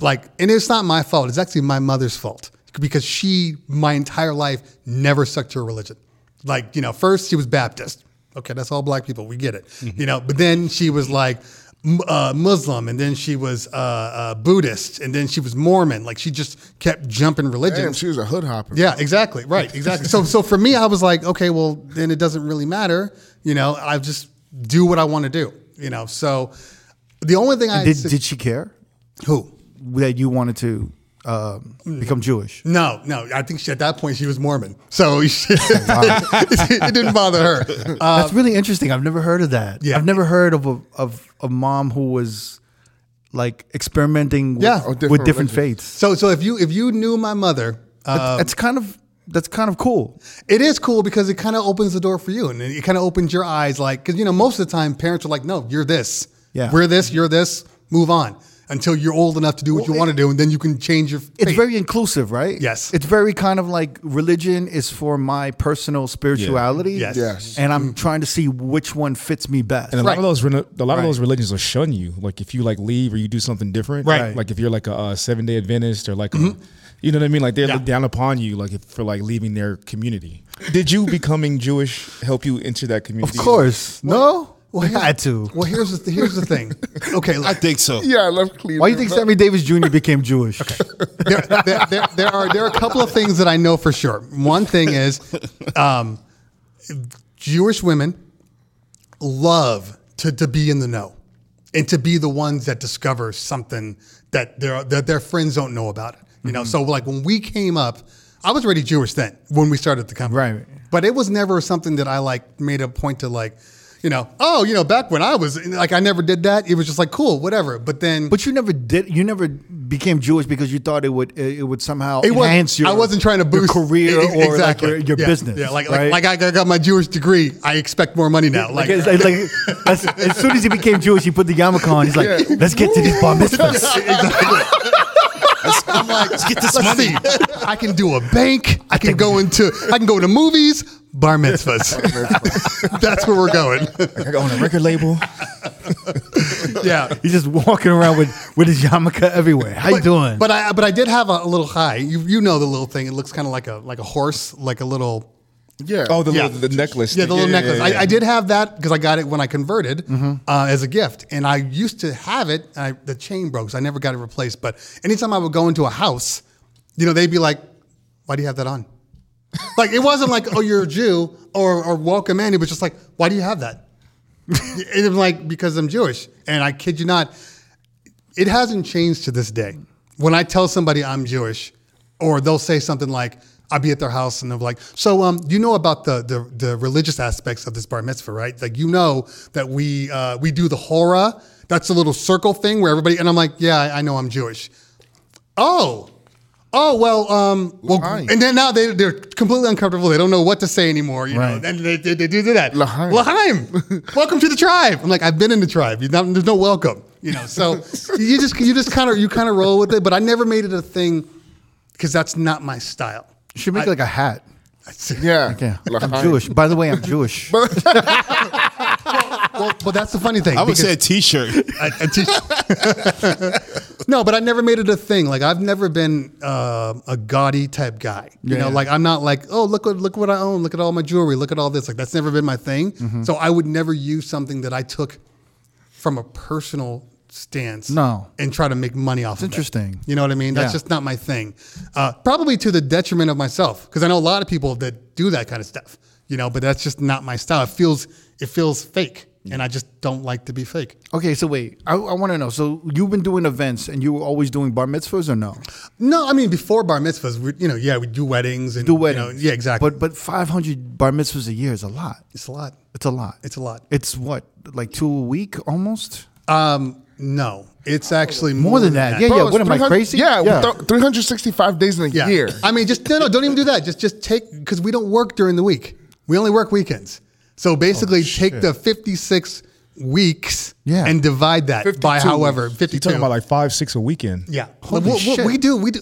S3: like, and it's not my fault. It's actually my mother's fault because she, my entire life, never stuck to her religion. Like, you know, first she was Baptist. Okay, that's all black people. We get it, you know. But then she was like. m- Uh, Muslim, and then she was uh, uh, Buddhist, and then she was Mormon. Like she just kept jumping religions.
S4: Damn, she was a hood hopper.
S3: Yeah, exactly. Right, exactly. so so for me, I was like, okay, well, then it doesn't really matter. You know, I just do what I want to do. You know, so the only thing I
S1: Did did she care
S3: who.
S1: that you wanted to um, become Jewish?
S3: No, no. I think she, at that point she was Mormon, so she-
S1: Oh,
S3: it, didn't bother her. Uh,
S1: That's really interesting. I've never heard of that.
S3: Yeah.
S1: I've never heard of a of a mom who was like experimenting with,
S3: Yeah.
S1: with
S3: Or
S1: different,
S4: different
S1: faiths.
S3: so, so if you if you knew my mother, uh,
S1: that's kind of that's kind of cool.
S3: it is cool because it kind of opens the door for you, and it kind of opens your eyes. Like, because you know, most of the time parents are like, "No, you're this.
S1: Yeah.
S3: we're this. You're this. Move on." Until you're old enough to do what you want to do, and then you can change your.
S1: It's
S3: faith.
S1: very inclusive, right?
S3: Yes.
S1: It's very kind of like religion is for my personal spirituality.
S3: Yes. Yes.
S1: And I'm trying to see which one fits me best.
S5: And a
S3: Right.
S5: lot of those reno- a lot of those religions will shun you. Like if you like leave or you do something different,
S3: Right.
S5: Like if you're like a uh, seven day Adventist or like, a- you know what I mean? Like they
S3: Yeah.
S5: look down upon you, like if, for like leaving their community. Did you becoming Jewish help you into that
S1: Of
S5: community?
S1: course. No?
S3: Well,
S1: we
S3: here's-
S1: had to.
S3: Well, here's the th- here's the thing. Okay,
S2: I
S3: look,
S2: think so.
S4: Yeah, I love Cleveland.
S1: Why do you think Sammy Davis Jr. became Jewish?
S3: there, there, there, there are there are a couple of things that I know for sure. One thing is, um, Jewish women love to to be in the know and to be the ones that discover something that their that their friends don't know about. You know, so like when we came up, I was already Jewish then when we started the company.
S1: Right.
S3: But it was never something that I like made a point to like, you know, oh, you know, back when I was like I never did that. It was just like cool, whatever. But then
S1: But you never did. You never became Jewish because you thought it would it would somehow
S3: It wasn't-
S1: enhance your.
S3: I wasn't trying to
S1: your
S3: boost
S1: career
S3: e- e-
S1: or like your, your
S3: Yeah,
S1: business.
S3: Yeah, like,
S1: right?
S3: like like I got my Jewish degree. I expect more money now.
S1: Like,
S3: Like,
S1: it's like- like, as, as soon as he became Jewish, he put the yarmulke on. He's like, let's get to these bar mitzvahs.
S3: I'm like, let's get this money. I can do a bank. I can go into I can go to movies, bar mitzvahs. That's where we're going.
S5: I own a record label.
S3: yeah.
S1: He's just walking around with, with his yarmulke everywhere. How you doing?
S3: But I but I did have a, little high. You you know the little thing. It looks kind of like a like a horse, like a little
S4: Yeah.
S5: Oh, the
S3: Yeah.
S5: little, the necklace.
S3: Yeah, the little necklace.
S5: yeah, yeah. Mm-hmm.
S3: I, I did have that because I got it when I converted uh, as a gift, and I used to have it. And I, the chain broke, so I never got it replaced. But anytime I would go into a house, you know, they'd be like, "Why do you have that on?" like it wasn't like, "Oh, you're a Jew" or or "Welcome in." It was just like, "Why do you have that?" and I'm like, "Because I'm Jewish," and I kid you not, it hasn't changed to this day. When I tell somebody I'm Jewish, or they'll say something like, I'll be at their house and they'll be like, so um, you know about the, the the religious aspects of this bar mitzvah, right? Like you know that we uh, we do the hora. That's a little circle thing where everybody and I'm like, yeah, I, I know I'm Jewish. Oh, oh well, um, well,
S4: L'chaim.
S3: and then now they they're completely uncomfortable. They don't know what to say anymore. You
S1: Right.
S3: know, and they, they, they do that.
S4: L'chaim.
S3: Lahaim, welcome to the tribe. I'm like, I've been in the tribe. You don't- there's no welcome, you know. So you just you just kind of you kind of roll with it. But I never made it a thing because that's not my style.
S1: you should make like a hat.
S4: Yeah.
S1: Yeah, I'm
S4: L'chaim.
S1: Jewish. By the way, I'm Jewish.
S3: but that's the funny thing.
S2: I would
S3: because-
S2: say a T-shirt.
S3: I- I teach- no, but I never made it a thing. Like I've never been uh, a gaudy type guy. You know,
S1: Yeah.
S3: like I'm not like, oh look what look what I own, look at all my jewelry, look at all this. Like that's never been my thing.
S1: Mm-hmm.
S3: So I would never use something that I took from a personal stance.
S1: No.
S3: and try to make money off. of it.
S1: interesting.
S3: You know what I mean? That's
S1: Yeah.
S3: just not my thing. Uh, probably to the detriment of myself because I know a lot of people that do that kind of stuff. You know, but that's just not my style. It feels it feels fake, and I just don't like to be fake.
S1: Okay, so wait, I, I want to know. So you've been doing events, and you were always doing bar mitzvahs, or no?
S3: No, I mean before bar mitzvahs, we, you know, yeah, we do weddings and
S1: Do
S3: you know,
S1: weddings,
S3: yeah, exactly.
S1: But but five hundred bar mitzvahs a year is a lot.
S3: it's a lot.
S1: It's a lot.
S3: It's a lot.
S1: It's what like two a week almost.
S3: Um, no, it's actually more,
S1: than that. Yeah,
S4: Bro,
S1: yeah.
S4: it's
S1: What am I
S4: 300
S1: crazy?
S4: Yeah,
S1: Yeah.
S4: th- 365 days in a
S3: Yeah.
S4: year.
S3: I mean, just no, no, don't even do that. Just just take because we don't work during the week. We only work weekends. So basically, take the fifty-six weeks
S1: Yeah.
S3: and divide that by
S5: 52
S3: however
S5: weeks.
S3: fifty-two.
S5: You're talking about like five, six a weekend.
S3: Yeah,
S1: Holy
S3: Like, what- what
S1: shit.
S3: we do we do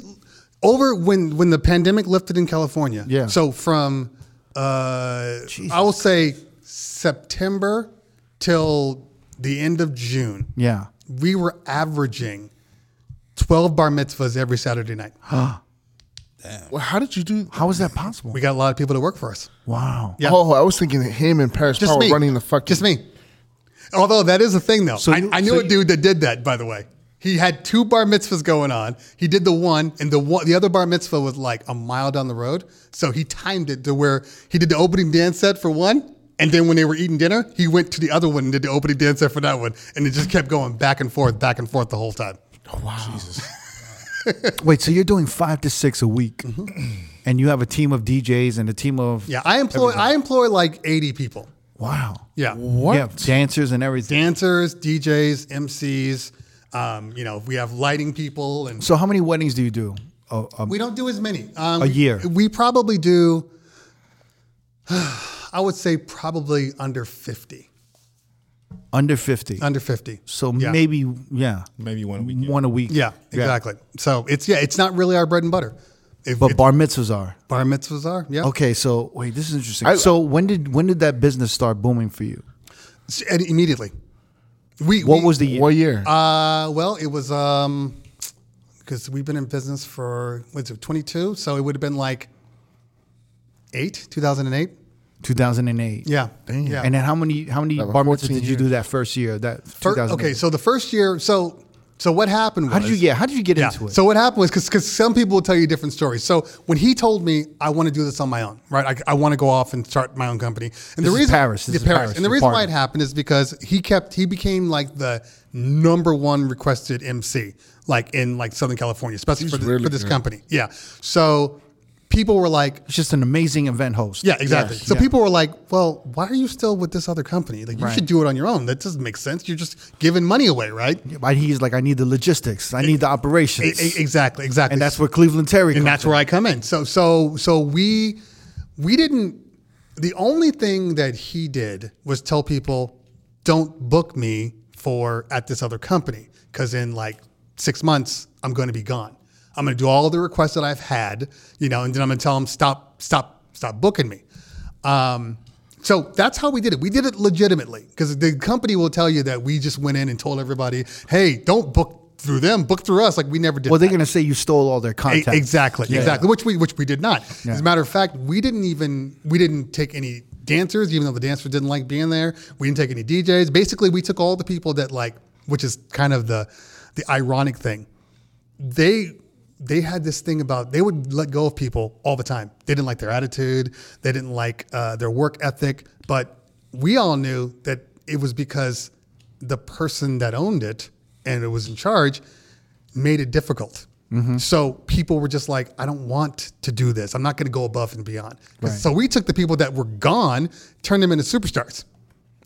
S3: over when when the pandemic lifted in California.
S1: Yeah.
S3: So from uh, I will say September till the end of June.
S1: Yeah.
S3: We were averaging twelve bar mitzvahs every Saturday night.
S4: Well, how did you do?
S1: How is that possible?
S3: We got a lot of people to work for us.
S1: wow.
S3: Yeah.
S4: Oh, I was thinking him and Paris
S3: Just
S4: Paul
S3: me
S4: running the fucking.
S3: Just me. Although that is a thing though.
S1: So
S3: I,
S1: you-
S3: I
S1: so
S3: knew a dude that did that. By the way, he had two bar mitzvahs going on. He did the one, and the one, the other bar mitzvah was like a mile down the road. So he timed it to where he did the opening dance set for one. And then when they were eating dinner, he went to the other one and did the opening dance set for that one, and it just kept going back and forth, back and forth the whole time.
S1: Wait. So you're doing five to six a week, and you have a team of DJs and a team of
S3: Mm-hmm. Yeah, I employ I employ like eighty people.
S1: Wow.
S3: Yeah,
S1: What? Yeah, dancers and everything.
S3: dancers, DJs, MCs. Um, you know, we have lighting people and
S1: So how many weddings do you do? Oh, um,
S3: We don't do as many. Um,
S1: A year.
S3: We probably do. I would say probably under fifty.
S1: under fifty.
S3: Under fifty.
S1: so
S3: yeah.
S1: maybe yeah,
S5: Maybe one a weekend.
S1: one a week.
S3: Yeah, exactly. So it's yeah, it's not really our bread and butter. If
S1: But
S3: but
S1: bar mitzvahs are
S3: bar mitzvahs are yeah.
S1: okay. So wait, this is interesting. so when did when did that business start booming for you?
S3: S- And immediately, we
S1: What
S3: we-
S1: was the year?
S4: What year?
S3: Uh, well, it was um, because we've been in business for what's it, twenty two? So it would have been like eight, two thousand and eight.
S1: 2008.
S3: Yeah. Damn. Yeah.
S1: And then how many how many
S4: was
S1: bar mitzvahs
S4: 14
S1: did you do that first year? That
S3: Fir-
S1: 2008.
S3: okay, so the first year, so so what happened? Was,
S1: how did you get how did you get
S3: Yeah.
S1: into it?
S3: So what happened was because some people will tell you different stories. So when he told me I want to do this on my own, right? I, I want to go off and start my own company. And
S1: This
S3: the
S1: is
S3: reason
S1: Paris. This
S3: Yeah,
S1: is
S3: Paris.
S1: Paris,
S3: And the
S1: your
S3: reason why it
S1: partner.
S3: happened is because he kept he became like the number one requested MC, like in like Southern California, especially for, the,
S4: really
S3: for this
S4: good.
S3: company. Yeah. So people were like,
S1: it's just an amazing event host.
S3: yeah, exactly.
S1: Yes.
S3: So
S1: Yeah.
S3: people were like, "Well, why are you still with this other company? Like, you should do it on your own. That doesn't make sense. You're just giving money away, right?"
S1: But he's like, I need the logistics. I need the
S3: E-
S1: operations.
S3: e- exactly, exactly.
S1: and that's where Cleveland Terry
S3: and
S1: comes
S3: that's where I come in. So so so we we didn't. The only thing that he did was tell people, "Don't book me for at this other company because in like six months I'm going to be gone. I'm going to do all the requests that I've had, you know, and then I'm going to tell them stop stop stop booking me." Um, so that's how we did it. We did it legitimately because the company will tell you that we just went in and told everybody, "Hey, don't book through them, book through us." Like we never did.
S1: Well,
S3: that.
S1: they're going to say you stole all their
S3: E-
S1: content.
S3: Exactly,
S1: Yeah,
S3: exactly.
S1: yeah.
S3: Which we which we did not.
S1: Yeah.
S3: As a matter of fact, we didn't even we didn't take any dancers, even though the dancers didn't like being there. We didn't take any DJs. Basically, we took all the people that like, which is kind of the the ironic thing. They they had this thing about they would let go of people all the time. They didn't like their attitude. They didn't like uh, their work ethic. But we all knew that it was because the person that owned it and it was in charge made it difficult. So people were just like, I don't want to do this. I'm not going to go above and beyond. 'Cause- So we took the people that were gone, turned them into superstars.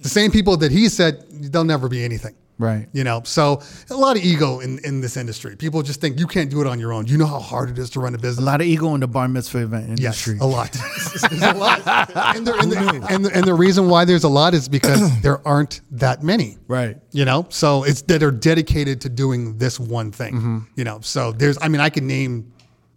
S3: The same people that he said they'll never be anything.
S1: Right.
S3: You know, so a lot of ego in, in this industry. People just think you can't do it on your own. You know how hard it is to run a business.
S1: A lot of ego in the bar mitzvah event industry.
S3: Yes, a lot. there's a lot. And, there, and, the, and, the, and the reason why there's a lot is because there aren't that many.
S1: Right.
S3: You know, so it's that are dedicated to doing this one thing. You know, so there's, I mean, I could name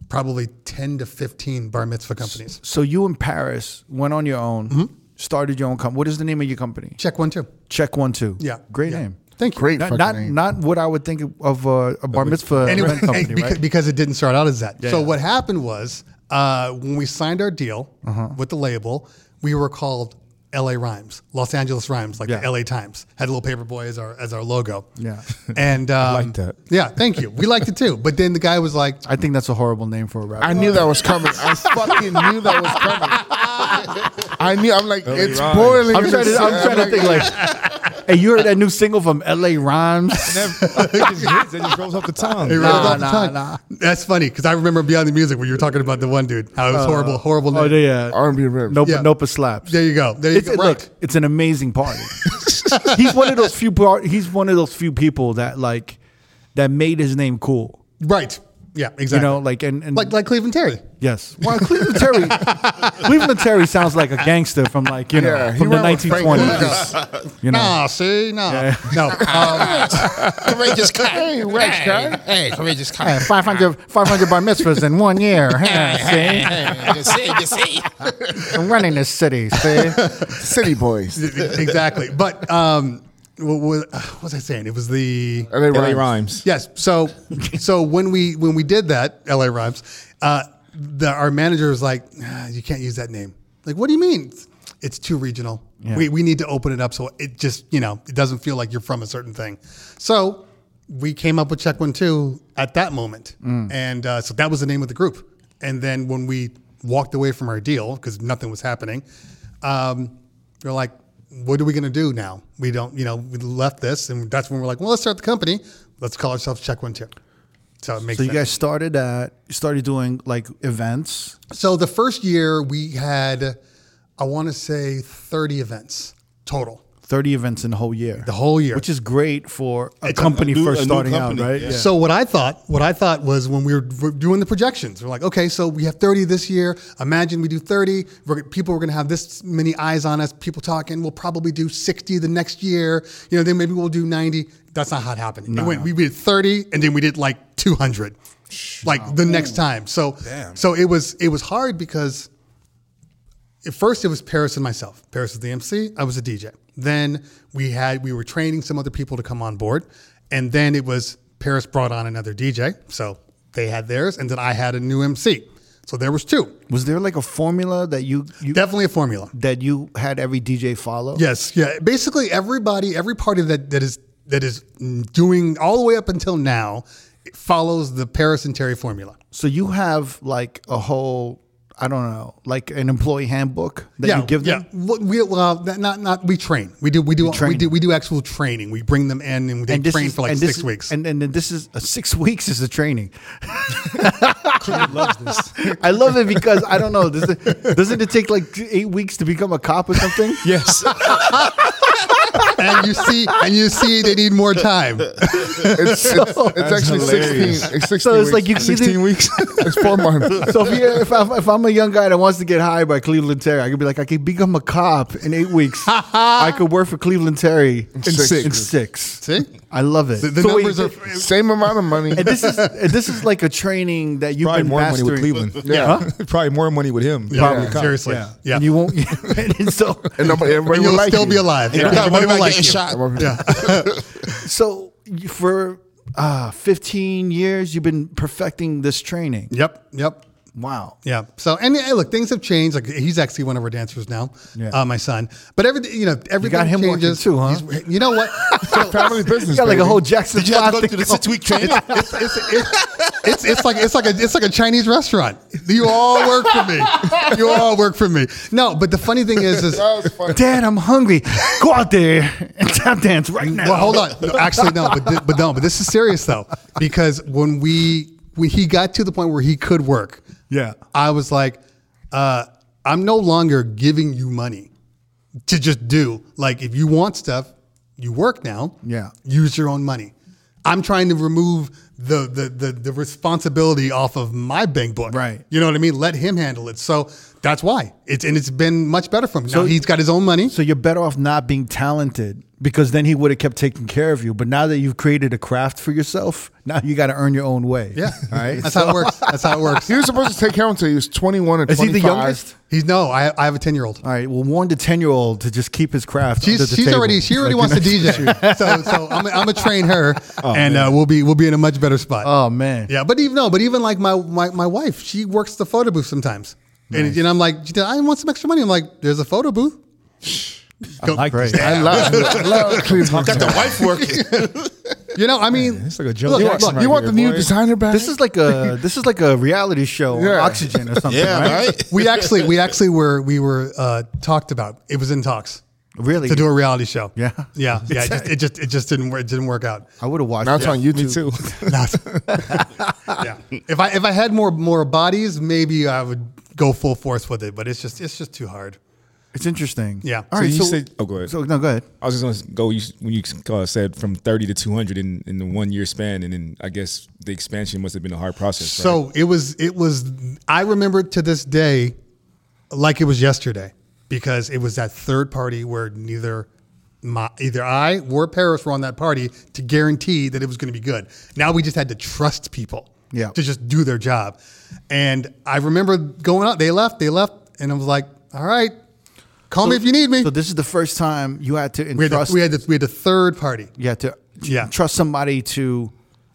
S3: probably 10 to 15 bar mitzvah companies. Mm-hmm.
S1: So you in Paris went on your own, started your own company. What is the name of your company?
S3: Check one two.
S1: Check one two.
S3: Yeah.
S1: great
S3: Yeah.
S1: name.
S3: Thank you.
S4: Great
S1: Not
S4: fucking
S1: not,
S4: name.
S1: not what I would think of uh, a bar mitzvah
S3: Anyway,
S1: event company,
S3: beca- because,
S1: right?
S3: it didn't start out as that. so
S1: yeah.
S3: what happened was uh, when we signed our deal
S1: Uh-huh.
S3: with the label, we were called L.A. Rhymes, Los Angeles Rhymes, like
S1: Yeah.
S3: the L.A. Times had a little paper boy as our as our logo.
S1: Yeah.
S3: and um,
S5: like that.
S3: Yeah, thank you. We liked it too. But then the guy was like,
S1: I think that's a horrible name for a rapper.
S4: I knew that was coming. I fucking knew that was coming. I knew. I'm like, it's
S5: Rhymes.
S4: boiling.
S1: I'm
S4: in
S1: trying to,
S4: this-
S1: I'm trying to
S4: like,
S1: think like, hey, you heard that new single from L.A. Rhymes?
S5: it just rolls off the tongue.
S3: It
S1: Nah,
S3: rolls off the
S1: nah,
S3: tongue.
S1: nah.
S3: That's funny because I remember beyond the music when you were talking about the one dude how it was horrible, horrible.
S1: Oh
S3: name.
S1: yeah,
S4: R&B rap.
S1: Nope,
S3: Yeah.
S1: nope, slaps.
S3: There you go. There you
S1: It's,
S3: go.
S1: look,
S3: Right.
S1: it's an amazing party. he's one of those few part. He's one of those few people that like that made his name cool.
S3: Right. Yeah. Exactly.
S1: You know, like and, and
S3: like like Cleveland Terry.
S1: yes. Well, Cleveland Terry, Cleveland Terry sounds like a gangster from like you know
S4: Yeah, he
S1: from the
S4: ran with Frank
S1: 1920s. you know,
S3: Nah. See. Nah. No. Um,
S2: Courageous guy.
S4: Hey, Rex, guy.
S2: Hey, courageous guy.
S1: Hey, 500, 500 bar mitzvahs in one year. huh, see,
S2: Hey, you see, you see.
S1: I'm running this city. See,
S4: City Boys.
S3: exactly. But um, what, what, what was I saying? It was the
S4: And they
S5: LA
S4: rhyme.
S5: rhymes.
S3: yes. So so when we when we did that, L.A. Rhymes, uh, the, our manager was like, "Ah, "You can't use that name." Like, what do you mean? It's too regional. We we need to open it up so it just you know it doesn't feel like you're from a certain thing. So we came up with Check One Two at that moment, and uh, so that was the name of the group. And then when we walked away from our deal because nothing was happening, um, they're like, what are we going to do now? We don't, you know, we left this, and that's when we're like, well, let's start the company. Let's call ourselves Check One Two. So it makes
S1: so you
S3: sense.
S1: guys started that. You started doing like events.
S3: So the first year we had, I want to say, 30 events total.
S1: 30 events in the whole year.
S3: The whole year.
S1: Which is great for a
S2: It's a
S1: company
S2: new-
S1: first
S2: a new
S1: starting
S2: company,
S1: out, right?
S2: yeah.
S3: So what I thought, what I thought was when we were were doing the projections, we're like, okay, so we have 30 this year. Imagine we do 30. We're, people are going to have this many eyes on us. People talking. We'll probably do 60 the next year. You know, then maybe we'll do 90. That's not how it happened. It went- we did 30, and then we did like 200, like the next time. So, so it was it was hard because at first it was Paris and myself. Paris was the MC. I was a DJ. Then we had we were training some other people to come on board, and then it was Paris brought on another DJ. So they had theirs, and then I had a new MC. So there was two.
S1: Was there like a formula that you, you
S3: Definitely a formula.
S1: that you had every DJ follow?
S3: Yes, yeah. Basically, everybody, every party that that is that is doing all the way up until now it follows the Paris and Terry formula.
S1: So you have like a whole I don't know, like an employee handbook that you give them?
S3: Yeah, Well, we well not- not not we train. We do we do we
S1: train
S3: do we do actual training. We bring them in and they
S1: And this
S3: train
S1: is-
S3: for like
S1: and this
S3: six
S1: is-
S3: weeks.
S1: and and then this is uh, six weeks is the training. I love it because I don't know. Does it, doesn't it take like eight weeks to become a cop or something?
S5: Yes.
S3: and you see, and you see, they need more time.
S4: It's, it's, it's actually
S5: hilarious.
S4: 16. It's 16
S1: So it's
S4: weeks.
S1: like you can either-
S4: weeks. it's four months.
S1: So if, you're, if, I'm, if I'm a young guy that wants to get hired by Cleveland Terry, I could be like, I could become a cop in eight weeks. I could work for Cleveland Terry in
S4: six.
S1: In six.
S3: See,
S1: I love it.
S3: the, the
S1: So wait,
S3: numbers
S1: th-
S3: are.
S4: Same amount of money.
S1: and this is and this is like a training that you've
S5: Probably
S1: been
S5: more money
S1: mastering.
S5: with Cleveland.
S4: Yeah.
S5: Probably more money with him.
S3: Yeah, seriously, yeah.
S1: And you won't. and so
S4: And nobody, everybody
S3: And
S4: will
S3: you'll
S4: like
S3: still
S4: you.
S3: be alive.
S2: You
S3: Everybody
S2: got one
S3: will
S2: about
S3: like
S2: getting
S3: you.
S2: shot.
S3: Yeah.
S1: so you- for uh, 15 years, you've been perfecting this training.
S3: Yep. Yep.
S1: Wow.
S3: Yeah. So and hey, look, things have changed. Like he's actually one of our dancers now,
S1: Yeah.
S3: uh, my son. But everything, you know, everything
S1: him working
S3: changes
S1: too, huh?
S3: He's- you know what? So-
S4: Family business.
S1: You got like a
S4: baby.
S1: whole Jackson
S2: Did you have to go
S1: Five
S2: through
S1: thing
S2: the six week training?
S3: it's, it's, it's, it's, it's like it's like a it's like a Chinese restaurant. You all work for me. You all work for me. No, but the funny thing is, is
S4: That was funny.
S1: Dad, I'm hungry. Go out there and tap dance right now.
S3: Well, hold on. No, actually, no, but thi- but no, but this is serious though, because when we when he got to the point where he could work,
S1: Yeah.
S3: I was like, uh, I'm no longer giving you money to just do. Like, if you want stuff, you work now.
S1: Yeah.
S3: use your own money. I'm trying to remove the the the, the responsibility off of my bank book.
S1: Right.
S3: You know what I mean? Let him handle it. So that's why it's and it's been much better for him. now he's got his own money.
S1: So you're better off not being talented because then he would have kept taking care of you. But now that you've created a craft for yourself, now you got to earn your own way.
S3: Yeah.
S1: All right.
S3: That's how it works. That's how it works.
S4: He was supposed to take care of him until he was 21 or
S1: Is
S4: 25.
S1: he the youngest?
S3: He's no, I, I have a 10 year old.
S1: All right. Well, warn the ten-year-old to just keep his craft. under
S3: She's,
S1: the
S3: she's
S1: table.
S3: already she already
S1: Like,
S3: wants to DJ. so so I'm, I'm gonna train her, and uh, we'll be we'll be in a much better spot.
S1: Oh man.
S3: Yeah, but even no, but even like my my, my wife, she works the photo booth sometimes, and, and I'm like, I want some extra money. I'm like, there's a photo booth.
S1: I like this.
S4: I love, I love Cleveland.
S2: Got the wife working.
S3: You know, I mean,
S5: It's like a joke.
S3: Look,
S5: action
S3: look,
S5: right
S4: you want
S5: here,
S4: the new
S5: boy.
S4: designer back?
S1: This is like a this is like a reality show, on
S4: Yeah.
S1: Oxygen or something.
S2: yeah,
S1: right?
S2: right.
S3: we actually we actually were we were uh, talked about. It was in talks
S1: Really?
S3: to do a reality show.
S1: Mm-hmm. Yeah.
S3: yeah, yeah. It just it just, it just didn't work, it didn't work out.
S1: I would have watched.
S4: now it's
S1: it.
S4: on YouTube.
S5: Me too.
S3: Yeah. if I if I had more more bodies, maybe I would go full force with it. But it's just it's just too hard.
S1: It's interesting.
S3: Yeah.
S1: All
S5: So
S1: right.
S5: you
S1: So,
S5: said- oh, go ahead.
S1: So no, go ahead.
S5: I was just gonna go you, when you uh, said from thirty to two hundred in in the one year span, and then I guess the expansion must have been a hard process. right?
S3: So it was it was I remember to this day like it was yesterday because it was that third party where neither my either I or Paris were on that party to guarantee that it was going to be good. Now we just had to trust people
S1: Yeah.
S3: to just do their job. And I remember going out, they left, they left, and I was like, all right, call me if you need me.
S1: So this is the first time you had to
S3: we, had the,
S1: entrust.
S3: we, had the, we had the third party.
S1: you had to
S3: Yeah.
S1: trust somebody to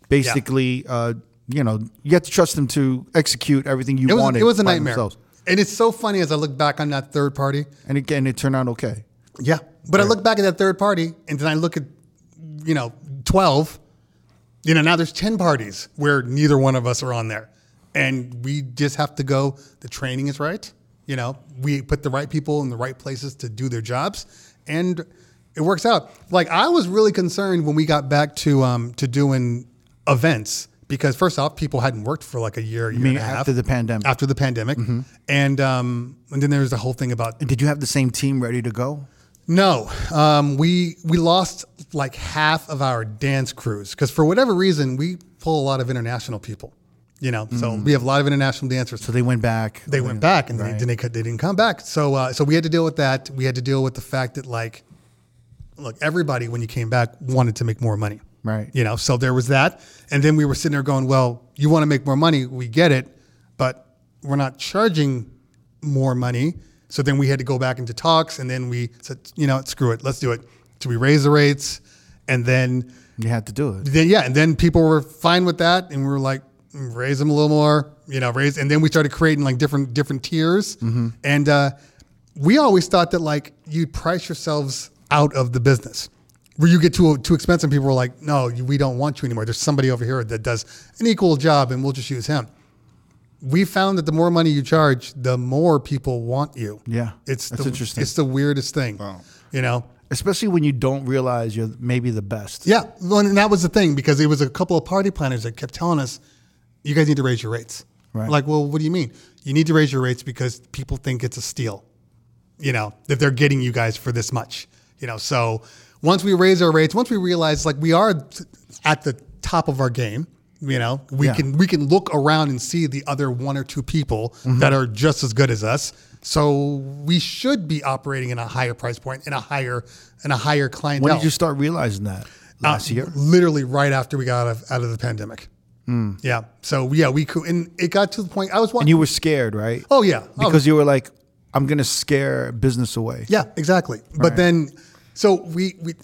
S1: basically, uh, you know, you had to trust them to execute everything you
S3: It was,
S1: wanted.
S3: it was a
S1: by
S3: nightmare.
S1: themselves.
S3: And it's so funny as I look back on that third party.
S1: And again, it turned out okay.
S3: Yeah. But I look back at that third party and then I look at, you know, 12. You know, now there's 10 parties where neither one of us are on there. And we just have to go, the training is right. You know, we put the right people in the right places to do their jobs. And it works out. Like, I was really concerned when we got back to um, to doing events because, first off, people hadn't worked for like a year, year
S1: mean
S3: and a half.
S1: after the pandemic? Mm-hmm.
S3: After the pandemic. And, um, and then there was the whole thing about
S1: Did you have the same team ready to go?
S3: no, um, we we lost like half of our dance crews because for whatever reason we pull a lot of international people, you know. So we have a lot of international dancers.
S1: So they went back.
S3: they went back and they, then they, could- they didn't come back. So uh, so we had to deal with that. We had to deal with the fact that like, look, everybody when you came back wanted to make more money,
S1: Right.
S3: You know. So there was that, and then we were sitting there going, well, you want to make more money, we get it, but we're not charging more money. So then we had to go back into talks, and then we said, you know, screw it, let's do it. So we raise the rates, and then
S1: You had to do it.
S3: then yeah, and then people were fine with that, and we were like, mm, raise them a little more, you know, raise. And then we started creating like different different tiers,
S1: Mm-hmm.
S3: and uh, we always thought that like you price yourselves out of the business. Where you get too too expensive, and people were like, "No, you- we don't want you anymore." There's somebody over here that does an equal job, and we'll just use him. We found that the more money you charge, the more people want you.
S1: Yeah,
S3: it's
S1: that's
S3: the,
S1: interesting.
S3: It's the weirdest thing. You know,
S1: Especially when you don't realize you're maybe the best.
S3: yeah, well, and that was the thing because it was a couple of party planners that kept telling us, "You guys need to raise your rates."
S1: Right.
S3: Like, well, what do you mean? You need to raise your rates because people think it's a steal, you know, that they're getting you guys for this much, you know. So once we raise our rates, once we realize like we are t- at the top of our game, you know, we
S1: Yeah.
S3: can we can look around and see the other one or two people
S1: Mm-hmm.
S3: that are just as good as us. So we should be operating in a higher price point and a higher and a higher clientele.
S1: When did you start realizing that? Last
S3: Uh,
S1: year.
S3: Literally right after we got out of, out of the pandemic. Yeah. So yeah, we could, and it got to the point I was
S1: Hmm.
S3: watching.
S1: And you were scared, right?
S3: oh yeah, Oh,
S1: Because you were like, I'm gonna scare business away.
S3: yeah, exactly. But then, so we we,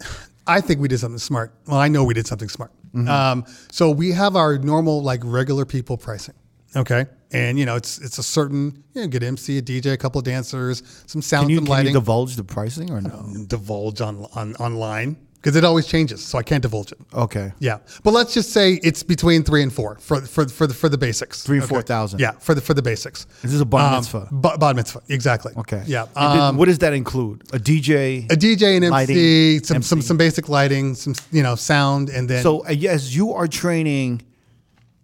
S3: I think we did something smart. Well, I know we did something smart.
S1: Mm-hmm.
S3: Um, so we have our normal like regular people pricing. Okay. And you know it's it's a certain you know, get MC a DJ a couple of dancers some sound
S1: Can you,
S3: some
S1: can you
S3: lighting
S1: divulge the pricing or no?
S3: divulge on on online because it always changes so I can't divulge it
S1: Okay.
S3: Yeah, but let's just say it's between three and four for for for the for the basics.
S1: Three and 4,000.
S3: Yeah, for the for the basics.
S1: This is a bar
S3: Um,
S1: mitzvah.
S3: ba- bar mitzvah, exactly.
S1: Okay.
S3: Yeah.
S1: And then
S3: Um,
S1: what does that include? A DJ.
S3: a DJ and MC,
S1: lighting,
S3: some some some basic lighting, some you know sound, and then
S1: So uh, yes, you are training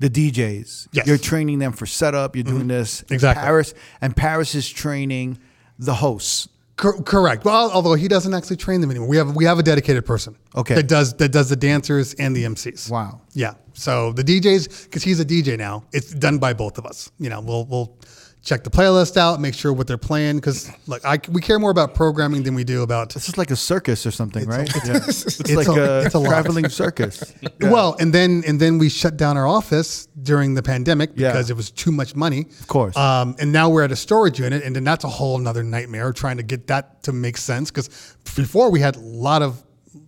S1: the DJs.
S3: Yes. Mm-hmm.
S1: You're training them for setup. You're doing this And
S3: Exactly.
S1: Paris and Paris is training the hosts.
S3: Cor- correct. Well, although he doesn't actually train them anymore, we have we have a dedicated person.
S1: Okay.
S3: That does that does the dancers and the MCs.
S1: Wow.
S3: Yeah. So the DJs, because he's a DJ now, it's done by both of us. You know, we'll we'll check the playlist out, make sure what they're playing, because like I, we care more about programming than we do about.
S1: This is like a circus or something, right? Yeah. It's,
S3: it's
S1: like
S3: a-
S1: a,
S3: it's a lot.
S1: traveling circus.
S3: Well, and then and then we shut down our office during the pandemic
S1: Yeah.
S3: because it was too much money. Of
S1: course.
S3: Um, and now we're at a storage unit, and then that's a whole another nightmare trying to get that to make sense because before we had a lot of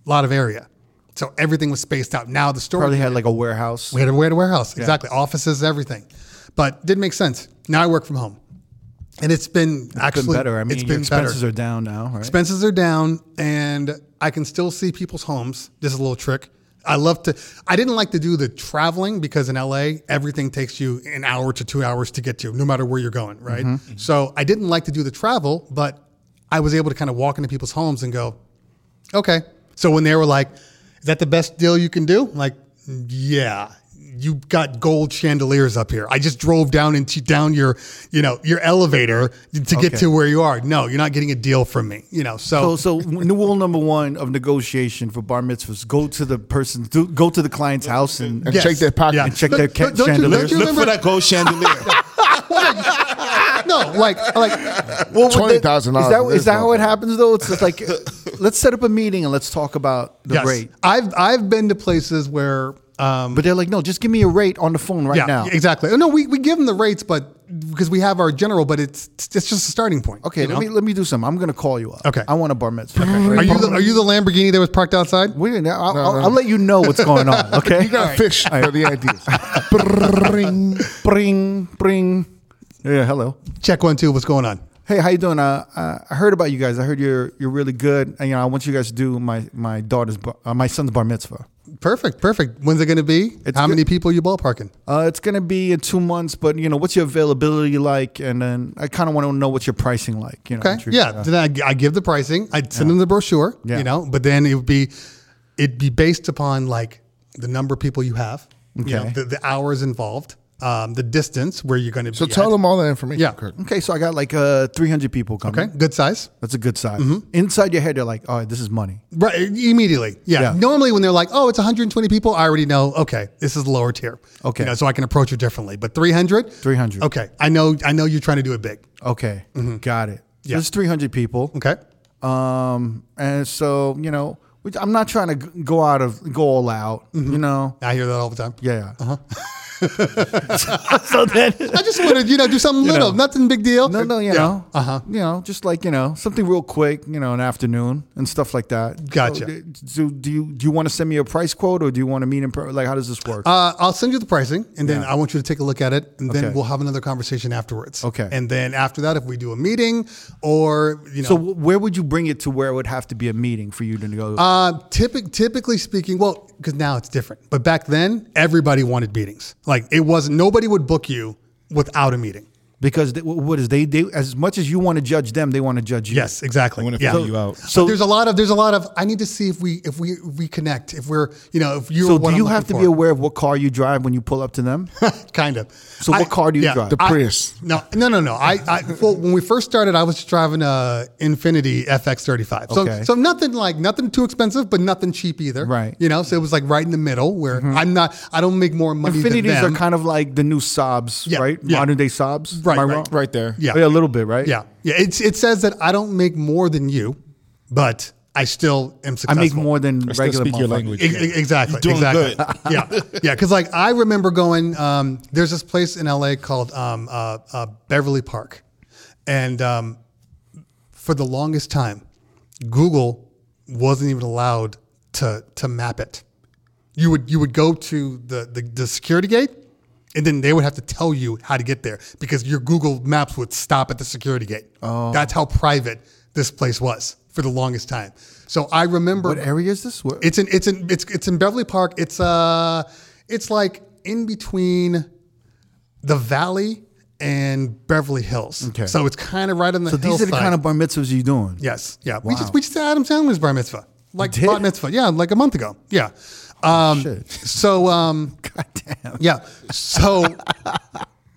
S3: lot of area, so everything was spaced out. Now the storage
S1: Probably had like a warehouse.
S3: We had a, we had a warehouse, exactly. Offices, everything. But didn't make sense. Now I work from home. And it's been
S1: Been
S3: actually
S1: better. I mean,
S3: it's
S1: your
S3: been
S1: expenses
S3: better.
S1: are down now, right?
S3: expenses are down and I can still see people's homes. This is a little trick. I love to I didn't like to do the traveling because in LA everything takes you an hour to 2 hours to get to no matter where you're going, right? So I didn't like to do the travel, but I was able to kind of walk into people's homes and go, Okay. So when they were like, is that the best deal you can do? I'm like, yeah. You got gold chandeliers up here. I just drove down and t- down your, you know, your elevator to get
S1: Okay.
S3: to where you are. No, you're not getting a deal from me. You know,
S1: So,
S3: so,
S1: so new rule number one of negotiation for bar mitzvahs: go to the person, do, go to the client's house and,
S4: And check their pocket.
S3: Yeah.
S1: and check
S3: But-
S1: their
S3: but
S1: ca-
S3: don't you-
S1: chandeliers.
S3: don't you-
S2: Look for that gold chandelier.
S3: no, like, like
S1: Well, what the-
S4: $20,000
S1: Is that,
S4: for
S1: is
S4: this
S1: that how it
S4: motherfucker.
S1: happens though? It's just like, uh, let's set up a meeting and let's talk about the
S3: yes,
S1: rate.
S3: I've I've been to places where, um,
S1: But they're like, no, just give me a rate on the phone right
S3: yeah,
S1: now.
S3: exactly. No, we, we give them the rates, but because we have our general, but it's it's just a starting point.
S1: Okay,
S3: you
S1: let
S3: know?
S1: me let me do something. I'm gonna call you up.
S3: Okay.
S1: I want a bar mitzvah.
S3: Are you the, are you the Lamborghini that was parked outside?
S1: Wait, now, I'll, I'll, I'll let you know what's going on. Okay.
S4: You got fish for the ideas. Bring.
S1: Bring, bring. Yeah. Hello.
S3: Check one two. What's going on?
S1: Hey, how you doing? Uh, uh, I heard about you guys. I heard you're you're really good. And, you know, I want you guys to do my my daughter's bar, uh, my son's bar mitzvah.
S3: Perfect, perfect. When's it going to be?
S1: It's
S3: How
S1: good.
S3: many people are you ballparking?
S1: Uh, it's gonna be in two months, but you know, what's your availability like? And then I kind of want to know what's your pricing like. You know,
S3: Okay,
S1: what you're-
S3: yeah. Then I, g- I give the pricing. I would send them the brochure.
S1: Yeah.
S3: You know, but then it would be, it'd be based upon like the number of people you have. You know,
S1: Okay.
S3: the, the hours involved, um, the distance where you're going to
S4: So
S3: be.
S4: tell
S3: at.
S4: them all that information,
S3: Yeah.
S4: Kirk.
S1: Okay, so I got like uh 300 people coming.
S3: Okay, Mm-hmm. good size.
S1: That's a good size. Inside your head, they're like, all right, this is money.
S3: Right, immediately. Yeah.
S1: Yeah.
S3: Normally, when they're like, "Oh, it's 120 people," I already know. Okay, this is lower tier.
S1: Okay.
S3: You know, so I can approach it differently. But 300.
S1: 300.
S3: Okay, I know. I know you're trying to do it big.
S1: Okay, got it.
S3: Mm-hmm. Yeah.
S1: So it's 300 people.
S3: Okay.
S1: Um, and so, you know, which I'm not trying to g- go out of, go all out,
S3: Mm-hmm.
S1: you know?
S3: I hear that all the time.
S1: Yeah. Uh-huh. so then,
S3: I just want to, you know, do something little,
S1: know.
S3: nothing big deal.
S1: no, no, you know,
S3: Uh huh.
S1: you know, just like, you know, something real quick, you know, an afternoon and stuff like that.
S3: Gotcha.
S1: So, d- do, do you, do you want to send me a price quote or do you want to meet in, per- like, how does this work?
S3: Uh, I'll send you the pricing, and then I want you to take a look at it, and then
S1: Okay.
S3: we'll have another conversation afterwards.
S1: Okay.
S3: And then after that, if we do a meeting or you know,
S1: so wh- where would you bring it to where it would have to be a meeting for you to go?
S3: uh, typic, typically speaking, well, because now it's different, but back then everybody wanted meetings. Like it wasn't nobody would book you without a meeting.
S1: because they, wh- what is they, they, as much as you want to judge them, they want to judge you.
S3: Yes, exactly.
S5: I want to
S3: yeah.
S5: figure you out.
S1: So
S3: there's a lot of there's a lot of I need to see if we if we if we connect if we're you know if you're
S1: So
S3: what
S1: do
S3: I'm
S1: you
S3: looking
S1: have to
S3: for.
S1: be aware of what car you drive when you pull up to them?
S3: kind of.
S1: So what car do you drive?
S4: The
S3: I-
S4: Prius.
S3: No, no, no, no. I, I well, when we first started, I was just driving a Infinity FX35. So,
S1: Okay.
S3: so nothing like nothing too expensive, but nothing cheap either.
S1: Right. Mm-hmm.
S3: You know, so it was like right in the middle where I'm not. I don't make more money.
S1: Infinities are
S3: than them.
S1: kind of like the new Saabs,
S3: Yeah,
S1: right?
S3: yeah.
S1: Modern day Saabs.
S3: Right,
S1: Am I
S3: right.
S1: wrong?
S5: right there.
S3: Yeah.
S1: Oh, Yeah, a little bit, right?
S3: Yeah, yeah. It's it says that I don't make more than you, but I still am
S1: I
S3: successful.
S1: make more than
S5: I still
S1: regular
S5: speak your
S1: motherfuckers.
S5: language.
S3: E- e- Exactly.
S2: You're doing
S3: exactly.
S2: good.
S3: yeah. Yeah. Because like I remember going. Um, there's this place in LA called um, uh, uh, Beverly Park, and um, for the longest time, Google wasn't even allowed to to map it. You would you would go to the the, the security gate. And then they would have to tell you how to get there because your Google Maps would stop at the security gate. Oh. That's how private this place was for the longest time. So I remember
S1: What area is this? What?
S3: it's in it's in it's it's in Beverly Park. It's uh it's like in between the valley and Beverly Hills.
S1: Okay.
S3: So it's kind of right on the
S1: so these are the
S3: hillside.
S1: kind of bar mitzvahs you're doing.
S3: yes. Yeah. We just we just had Adam Sandler's bar mitzvah. Like
S1: did?
S3: bat mitzvah. Yeah, like a month ago. Yeah. Um
S1: Shit.
S3: so um
S1: God damn.
S3: yeah. So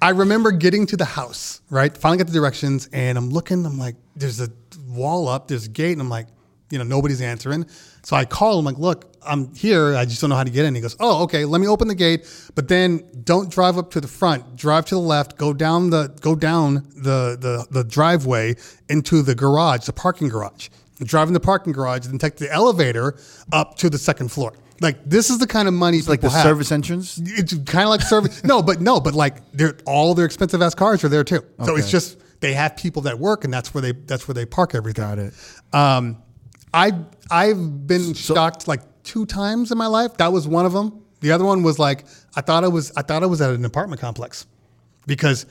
S3: I remember getting to the house, right? Finally got the directions and I'm looking, I'm like, there's a wall up, there's a gate, and I'm like, you know, nobody's answering. So I call him like, look, I'm here. I just don't know how to get in. He goes, oh, okay. Let me open the gate, but then don't drive up to the front. Drive to the left. Go down the go down the the, the driveway into the garage, the parking garage. Drive in the parking garage, then take the elevator up to the second floor. Like this is the kind of money
S1: like the
S3: people have.
S1: service entrance.
S3: It's kind of like service. no, but no, but like they're all their expensive ass cars are there too. So it's just they have people that work, and that's where they that's where they park everything.
S1: Got it.
S3: Um, I I've been shocked like two times in my life. That was one of them. The other one was like I thought I was I thought I was at an apartment complex because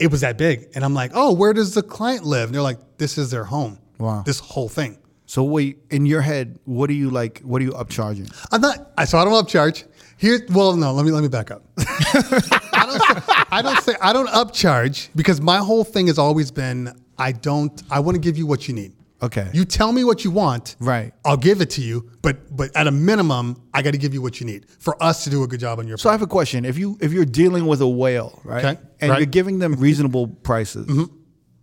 S3: it was that big, and I'm like, oh, where does the client live? And they're like, this is their home.
S1: Wow.
S3: This whole thing.
S1: So wait, in your head, what do you like? What are you upcharging?
S3: I'm not. I so I don't upcharge. Here, well, no. Let me let me back up. I don't. Say, I don't say I don't upcharge because my whole thing has always been I don't. I want to give you what you need.
S1: Okay.
S3: You tell me what you want.
S1: Right.
S3: I'll give it to you, but but at a minimum, I got to give you what you need for us to do a good job on your.
S1: So I have a question. If you if you're dealing with a whale, right,
S3: Okay,
S1: and
S3: right. Mm-hmm.
S1: you're giving them reasonable prices,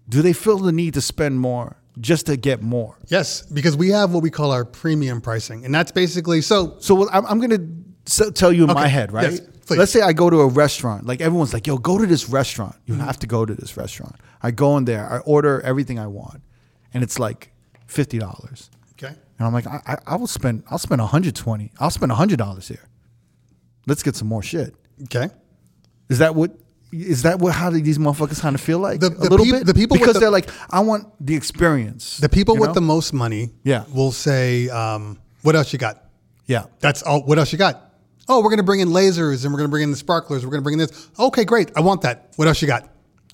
S1: do they feel the need to spend more just to get more?
S3: yes, because we have what we call our premium pricing, and that's basically so.
S1: So what I'm, I'm going to tell you in my
S3: Okay,
S1: head, right?
S3: yes, please.
S1: Let's say I go to a restaurant. Like everyone's like, "Yo, go to this restaurant. You
S3: Mm-hmm.
S1: have to go to this restaurant." I go in there. I order everything I want, and it's like fifty dollars.
S3: Okay.
S1: And I'm like, I, I, I will spend. I'll spend 120. I'll spend hundred dollars here. Let's get some more shit.
S3: Okay.
S1: Is that what? Is that what? How do these motherfuckers kind of feel like
S3: The-
S1: a
S3: the
S1: little
S3: peop-
S1: bit?
S3: the people with
S1: because
S3: the-
S1: they're like, I want the experience.
S3: The people
S1: you
S3: with
S1: know?
S3: the most money,
S1: Yeah.
S3: will say, um, "What else you got?"
S1: yeah.
S3: That's all. What else you got? Oh, we're going to bring in lasers and we're going to bring in the sparklers. We're going to bring in this. Okay, great. I want that. What else you got?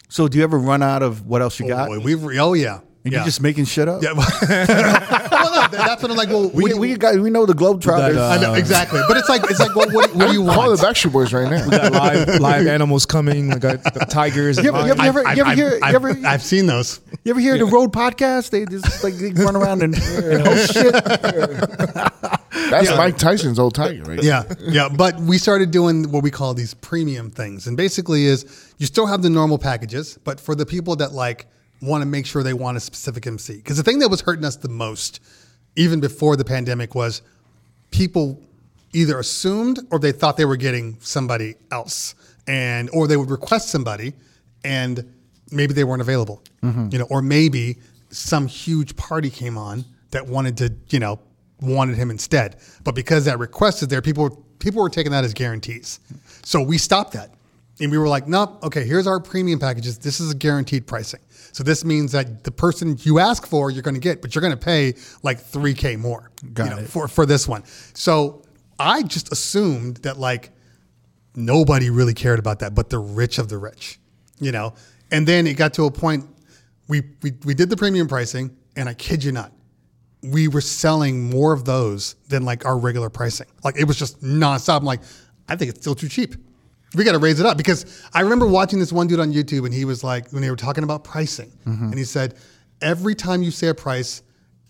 S1: So do you ever run out of what else you got?
S3: Oh,
S1: and
S3: we've, oh yeah. yeah.
S1: you're just making shit up.
S3: Yeah. well, no, that's what I'm like. Well,
S1: We,
S3: what-
S1: we got we know the Globetrotters.
S3: I know, exactly. But it's like it's like what, what, what do you
S4: Call
S3: want?
S4: the Backstreet Boys right now.
S5: Got live, live animals coming, like uh, the tigers. and
S1: You ever- you
S5: lions.
S1: ever- you ever hear- you
S3: I've,
S1: ever-
S3: I've seen those.
S1: You ever hear the Road podcast? They just like they run around and, and host shit.
S4: That's Mike Tyson's old tiger, right?
S3: Yeah, yeah. But we started doing what we call these premium things, and basically is you still have the normal packages, but for the people that like want to make sure they want a specific MC, because the thing that was hurting us the most, even before the pandemic, was people either assumed or they thought they were getting somebody else, and or they would request somebody, and maybe they weren't available,
S1: Mm-hmm.
S3: you know, or maybe some huge party came on that wanted to, you know, wanted him instead. But because that request is there, people people were taking that as guarantees. So we stopped that. And we were like, nope, okay, here's our premium packages. This is a guaranteed pricing. So this means that the person you ask for, you're gonna get, but you're gonna pay like 3K more
S1: Got
S3: you know,
S1: it.
S3: for, for this one. So I just assumed that like nobody really cared about that, but the rich of the rich, you know. And then it got to a point we we, we did the premium pricing, and I kid you not, we were selling more of those than like our regular pricing. Like it was just nonstop. I'm like, I think it's still too cheap. We got to raise it up because I remember watching this one dude on YouTube, and he was like, when they were talking about pricing, and he said, every time you say a price,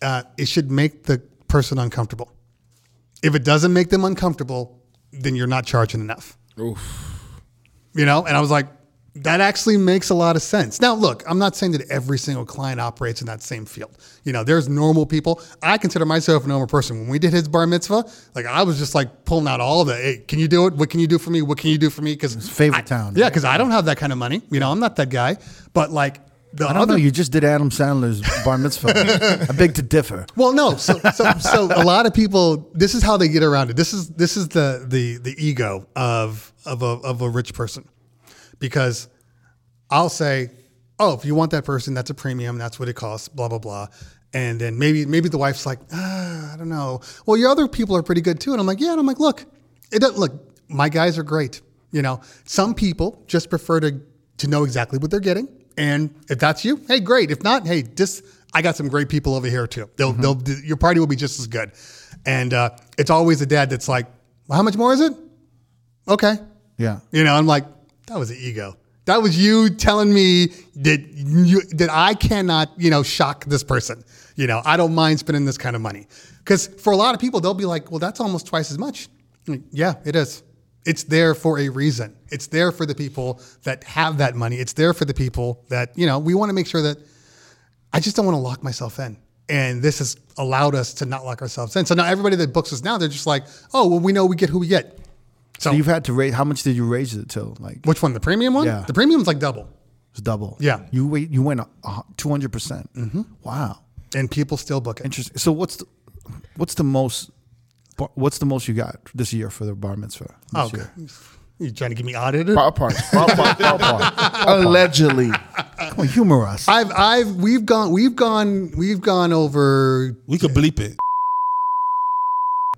S3: uh, it should make the person uncomfortable. If it doesn't make them uncomfortable, then you're not charging enough you know and i was like that actually makes a lot of sense now look i'm not saying that every single client operates in that same field you know there's normal people i consider myself a normal person when we did his bar mitzvah like i was just like pulling out all the hey can you do it what can you do for me what can you do for me because
S1: favorite town,
S3: yeah
S1: right?
S3: because i don't have that kind of money you know i'm not that guy but like the
S1: I don't know.
S3: other
S1: You just did Adam Sandler's bar mitzvah. I beg to differ.
S3: Well, no. So, so, so a lot of people. This is how they get around it. This is this is the the the ego of of a of a rich person, because I'll say, oh, if you want that person, that's a premium. That's what it costs. Blah blah blah. And then maybe maybe the wife's like, ah, I don't know. Well, your other people are pretty good too. And I'm like, yeah. And I'm like, look, it does, look. My guys are great. You know, some people just prefer to to know exactly what they're getting. And if that's you, hey, great. If not, hey, just I got some great people over here too. They'll they'll your party will be just as good. And uh, it's always a dad that's like, well, how much more is it? Okay,
S1: Yeah.
S3: you know, I'm like, that was an ego. That was you telling me that you, that I cannot, you know, shock this person. You know, I don't mind spending this kind of money. Because for a lot of people, they'll be like, well, that's almost twice as much. I'm like, yeah, it is. It's there for a reason. It's there for the people that have that money. It's there for the people that, you know, we want to make sure that I just don't want to lock myself in. And this has allowed us to not lock ourselves in. So now everybody that books us now, they're just like, oh, well, we know we get who we get.
S1: So you've had to raise. How much did you raise it to? Like
S3: Which one? The premium one?
S1: Yeah.
S3: The premium's like double.
S1: it's double.
S3: Yeah. Mm-hmm.
S1: You wait. You went two hundred percent. Wow.
S3: And people still book it.
S1: Interesting. So what's the, what's the most bar- what's the most you got this year for the bar mitzvah? this
S3: Oh, okay.
S1: year?
S3: You trying to get me audited?
S4: Ballpark, ballpark, ballpark. Allegedly,
S1: Come on, humor us.
S3: I've I've we've gone we've gone we've gone over
S2: We could bleep it.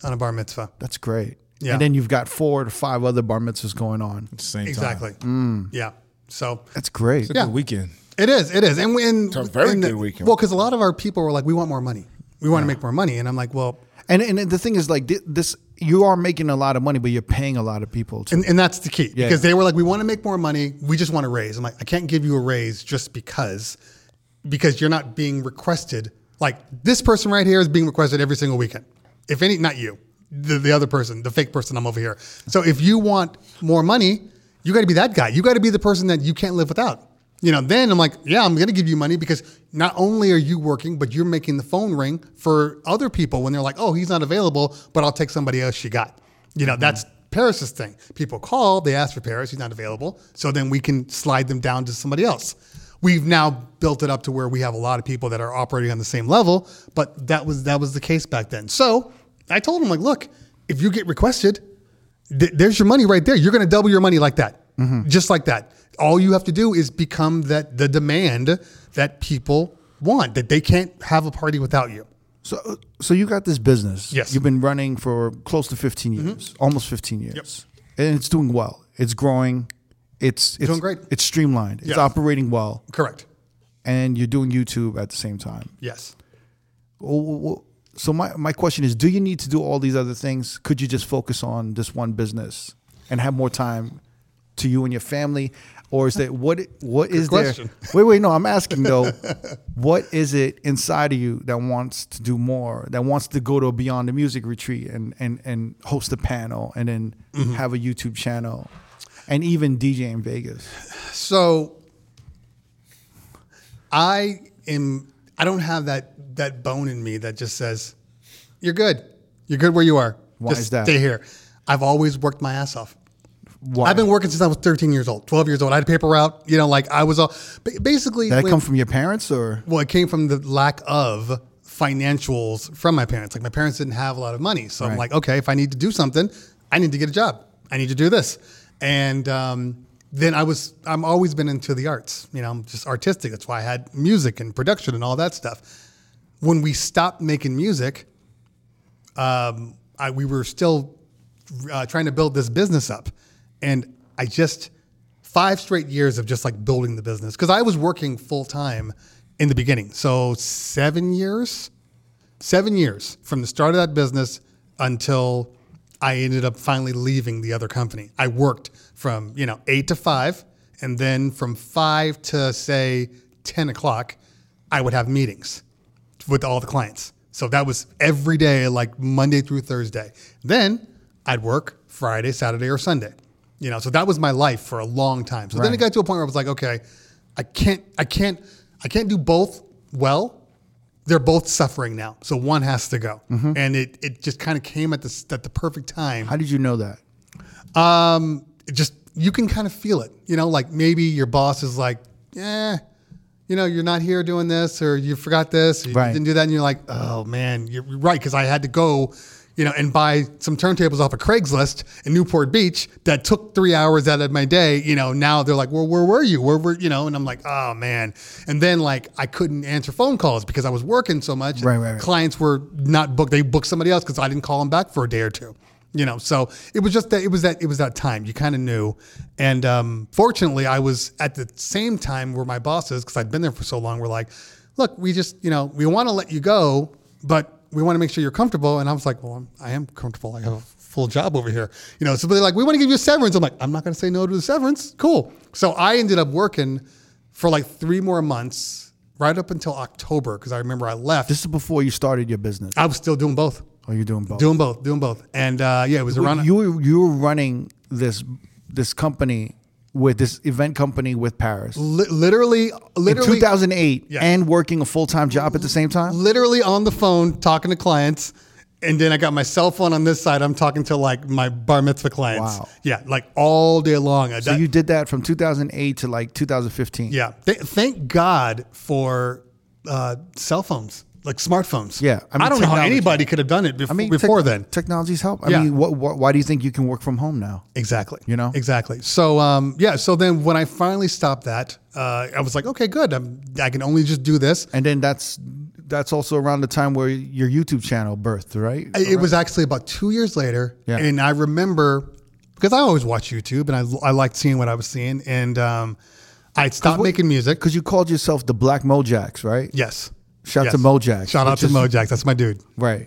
S3: on a bar mitzvah.
S1: That's great.
S3: Yeah.
S1: And then you've got four to five other bar mitzvahs going on.
S5: Same time.
S3: Exactly.
S4: Mm.
S3: Yeah. So
S1: That's great.
S5: It's a
S3: Yeah.
S5: good weekend.
S3: it is. It is. And when it's
S4: a very good weekend.
S3: Well, because a lot of our people were like, we want more money. We want to make more money. And I'm like, well,
S1: And and the thing is, like thi- this, you are making a lot of money, but you're paying a lot of people. To,
S3: and, and that's the key
S1: Yeah.
S3: because they were like, we want to make more money. We just want to raise. I'm like, I can't give you a raise just because, because you're not being requested. Like this person right here is being requested every single weekend. If any, not you, the, the other person, the fake person I'm over here. So if you want more money, you got to be that guy. You got to be the person that you can't live without. You know, then I'm like, yeah, I'm going to give you money because not only are you working, but you're making the phone ring for other people when they're like, oh, he's not available, but I'll take somebody else you got. You know, that's Paris's thing. People call, they ask for Paris, he's not available. So then we can slide them down to somebody else. We've now built it up to where we have a lot of people that are operating on the same level, but that was that was the case back then. So I told him like, look, if you get requested, th- there's your money right there. You're going to double your money like that, just like that. All you have to do is become that the demand that people want that they can't have a party without you.
S1: so uh, so you got this business.
S3: Yes. Mm-hmm.
S1: You've been running for close to 15 years, almost 15 years, and it's doing well. It's growing. It's, it's
S3: Doing great.
S1: It's streamlined. It's
S3: Yes.
S1: operating well,
S3: Correct.
S1: and you're doing YouTube at the same time.
S3: Yes.
S1: Well, well, well, So my, my question is, do you need to do all these other things? Could you just focus on this one business and have more time to you and your family? Or is that what what is
S3: question.
S1: there? Wait, wait, no, I'm asking though, what is it inside of you that wants to do more, that wants to go to a Beyond the Music retreat and and, and host a panel and then
S3: Mm-hmm.
S1: have a YouTube channel and even DJ in Vegas?
S3: So I am I don't have that that bone in me that just says you're good. You're good where you are.
S1: Why
S3: just
S1: is that?
S3: Stay here. I've always worked my ass off.
S1: Why?
S3: I've been working since I was 13 years old, 12 years old. I had a paper route, you know, like I was all ba- basically
S1: Did that
S3: when-
S1: come from your parents or
S3: well, it came from the lack of financials from my parents. Like my parents didn't have a lot of money, so I'm
S1: Right.
S3: like, okay, if I need to do something, I need to get a job. I need to do this, and um, then I was I'm always been into the arts. You know, I'm just artistic. That's why I had music and production and all that stuff. When we stopped making music, um, I, we were still uh, trying to build this business up. And I just, five straight years of just like building the business, because I was working full time in the beginning. So seven years, seven years from the start of that business until I ended up finally leaving the other company. I worked from, you know, eight to five. And then from five to say 10 o'clock, I would have meetings with all the clients. So that was every day, like Monday through Thursday. Then I'd work Friday, Saturday, or Sunday. You know, so that was my life for a long time. So then it got to a point where I was like, okay, I can't, I can't, I can't do both well. They're both suffering now, so one has to go, and it it just kind of came at the at the perfect time
S1: Mm-hmm. how did you know that?
S3: um, it just you can kind of feel it. You know, like maybe your boss is like, "Yeah, you know, you're not here doing this, or you forgot this, or you
S1: Right.
S3: didn't do that," and you're like, "Oh man, you're right," because I had to go. You know, and buy some turntables off of Craigslist in Newport Beach that took three hours out of my day. You know, now they're like, "Well, where were you? Where were you know?" And I'm like, "Oh man!" And then like I couldn't answer phone calls because I was working so much.
S1: Right, right, right.
S3: Clients were not booked; they booked somebody else because I didn't call them back for a day or two you know so it was just that it was that it was that time you kind of knew and um, fortunately i was at the same time where my bosses because i'd been there for so long were like look we just you know we want to let you go but we want to make sure you're comfortable and i was like well I'm, i am comfortable i have a full job over here you know so they're like we want to give you a severance i'm like i'm not going to say no to the severance cool so i ended up working for like three more months right up until october because i remember i left
S1: This is before you started your business.
S3: i was still doing both
S1: Or you're doing both?
S3: doing both doing both and uh, yeah it was around
S1: you were you were running this this company with this event company with Paris
S3: Li- literally,
S1: in
S3: literally,
S1: 2008
S3: Yeah.
S1: and working a full time job at the same time.
S3: literally on the phone talking to clients. And then I got my cell phone on this side. I'm talking to like my bar mitzvah clients.
S1: Wow.
S3: Yeah, like all day long. I-
S1: So you did that from 2008 to like 2015.
S3: yeah. Th- thank God for uh, cell phones, like smartphones.
S1: Yeah, I mean,
S3: I, don't know how
S1: technology.
S3: anybody could have done it before,
S1: I mean, tech-
S3: before then.
S1: technologies help. I
S3: Yeah.
S1: mean, what, what, why do you think you can work from home now?
S3: Exactly.
S1: You know?
S3: Exactly. So um, yeah. So then when I finally stopped that, uh, I was like, okay, good. I'm, I can only just do this.
S1: And then that's that's also around the time where your YouTube channel birthed, right?
S3: It was actually about two years later,
S1: Yeah.
S3: and I remember because I always watch YouTube and I I liked seeing what I was seeing, and um, I stopped making music.
S1: Because you called yourself the Black Mojacks, right?
S3: Yes.
S1: Shout out to
S3: Yes.
S1: Mojax,
S3: Shout out
S1: which
S3: to
S1: is-
S3: Mojax. That's my dude.
S1: Right.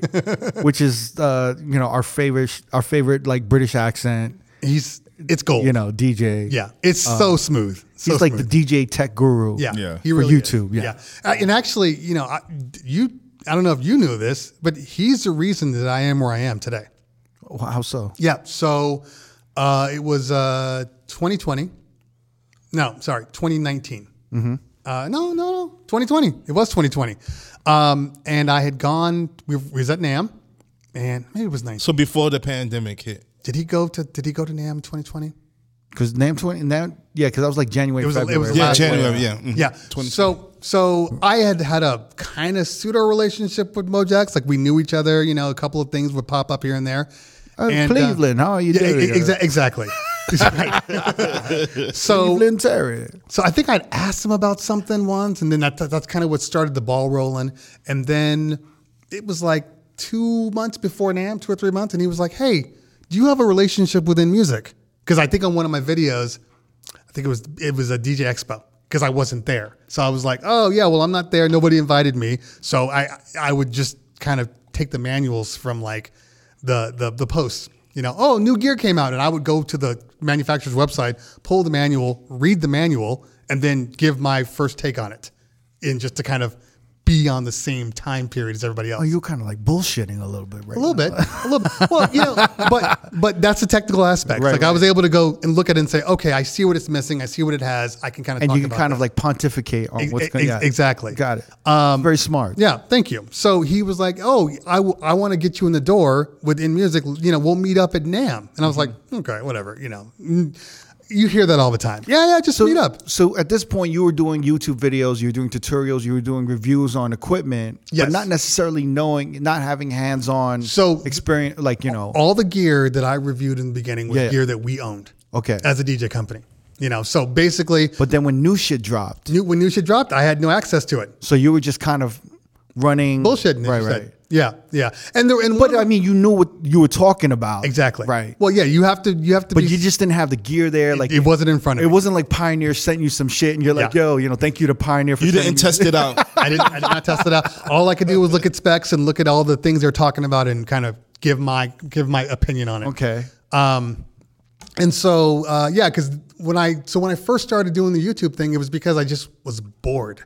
S1: Which is uh, you know, our favorite our favorite like British accent,
S3: He's it's gold.
S1: you know, DJ.
S3: Yeah. It's so smooth. So
S1: He's like
S3: smooth.
S1: the DJ tech guru.
S3: Yeah,
S5: Yeah.
S3: He
S1: For
S3: really is.
S1: YouTube, yeah.
S3: Uh, and actually, you know, I, you I don't know if you knew this, but he's the reason that I am where I am today.
S1: Wh- How so?
S3: Yeah. So uh, it was uh, 2020. No, sorry, 2019.
S1: Mm-hmm.
S3: Uh, no, no, no, 2020. It was 2020. Um, and I had gone. We, we was at Nam, and maybe it was 19.
S2: So before the pandemic hit,
S3: Did he go to Did he go to Nam 2020?
S1: Mm-hmm. Because name twenty now yeah, because that was like January.
S3: It was- it
S1: February.
S3: was
S2: yeah,
S3: last
S2: January, yeah, mhm.
S3: Yeah. So so I had had a kind of pseudo relationship with Mojax. Like we knew each other. You know, a couple of things would pop up here and there.
S1: Oh, Cleveland, how are you
S3: yeah,
S1: doing?
S3: e- exa- exactly. so
S1: Uh, Cleveland Terry.
S3: So I think I'd asked him about something once, and then that, that's kind of what started the ball rolling. And then it was like two months before NAM, two or three months, and he was like, "Hey, do you have a relationship within music?" Because I think on one of my videos, I think it was it was a DJ Expo because I wasn't there, so I was like, "Oh yeah, well I'm not there. Nobody invited me, so I I would just kind of take the manuals from like the the the posts." You know, oh, new gear came out, and I would go to the manufacturer's website, pull the manual, read the manual, and then give my first take on it, in just to kind of be on the same time period as everybody else.
S1: Oh, you're kind of like bullshitting a little bit, right?
S3: A little bit, a little bit. Well, you know, but but that's the technical aspect.
S1: Right,
S3: like I was able to go and look at it and say, okay, I see what it's missing. I see what it has. I can kind of
S1: And
S3: talk
S1: you can
S3: about
S1: kind
S3: that.
S1: of like pontificate on
S3: Ex- e-,
S1: what's
S3: ex-
S1: going on.
S3: exactly. Um,
S1: Got it. Very smart.
S3: Yeah, thank you. So he was like, "Oh, I, w- I want to get you in the door within music. You know, we'll meet up at Nam." And I was
S1: Mm-hmm.
S3: like, "Okay, whatever." You know, Mm, you hear that all the time. Yeah, yeah, just meet up.
S1: So at this point, you were doing YouTube videos, you were doing tutorials, you were doing reviews on equipment,
S3: Yes.
S1: but not necessarily knowing, not having hands-on
S3: So-
S1: experience, like you know.
S3: all the gear that I reviewed in the beginning was
S1: Yeah.
S3: gear that we owned.
S1: Okay.
S3: As a DJ company. You know, so basically
S1: But then when new shit dropped,
S3: new, when new shit dropped, I had no access to it.
S1: so you were just kind of running
S3: Bullshit. and it
S1: right?
S3: just
S1: Right.
S3: said- Yeah, yeah. And there and
S1: But
S3: one-
S1: I mean, you knew what you were talking about,
S3: exactly.
S1: Right.
S3: Well, yeah, you have to you have to
S1: but
S3: be
S1: you just didn't have the gear there, like
S3: it wasn't in front of
S1: It
S3: me.
S1: wasn't like Pioneer sent you some shit, and you're like,
S3: Yeah.
S1: "Yo, you know, thank you to Pioneer for
S2: you
S1: sending
S2: didn't
S1: me
S2: test it out.
S3: I didn't I did not test it out. All I could do was look at specs and look at all the things they're talking about and kind of give my give my opinion on it.
S1: Okay.
S3: Um, and so uh, yeah, because when I so when I first started doing the YouTube thing, it was because I just was bored.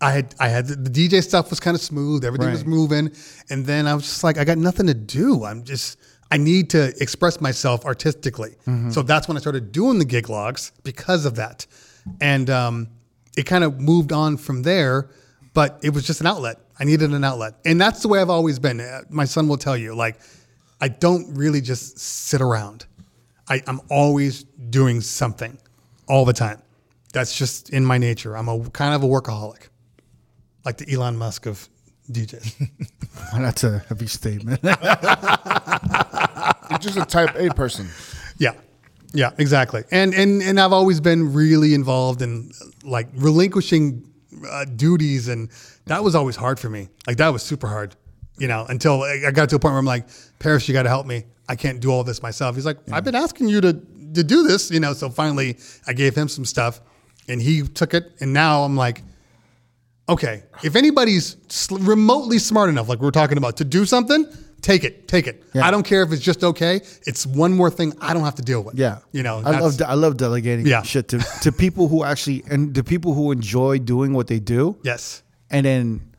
S3: I had I had the DJ stuff was kind of smooth, everything was
S1: Right.
S3: moving, and then I was just like, I got nothing to do. I'm just I need to express myself artistically. So that's when I started doing the gig logs because of that, and um, it kind of moved on from there. But it was just an outlet. I needed an outlet, and that's the way I've always been. Uh, My son will tell you, like, I don't really just sit around. I, I'm always doing something, all the time. That's just in my nature. I'm a kind of a workaholic like the Elon Musk of DJs.
S1: Well, That's a heavy statement.
S4: You're just a type A person.
S3: yeah, yeah, exactly. And and and I've always been really involved in like relinquishing uh, duties, and that was always hard for me. Like that was super hard, you know. Until I I got to a point where I'm like, Paris, you got to help me. I can't do all this myself. He's like, I've been asking you to to do this, you know. So finally, I gave him some stuff, and he took it, and now I'm like. okay, if anybody's sl- remotely smart enough, like we we're talking about, to do something, take it, take it. I don't care if it's just okay. It's one more thing I don't have to deal with.
S1: Yeah,
S3: you know,
S1: I
S3: that's-
S1: love de- I love delegating
S3: Yeah.
S1: shit to to people who actually and to people who enjoy doing what they do.
S3: Yes,
S1: and then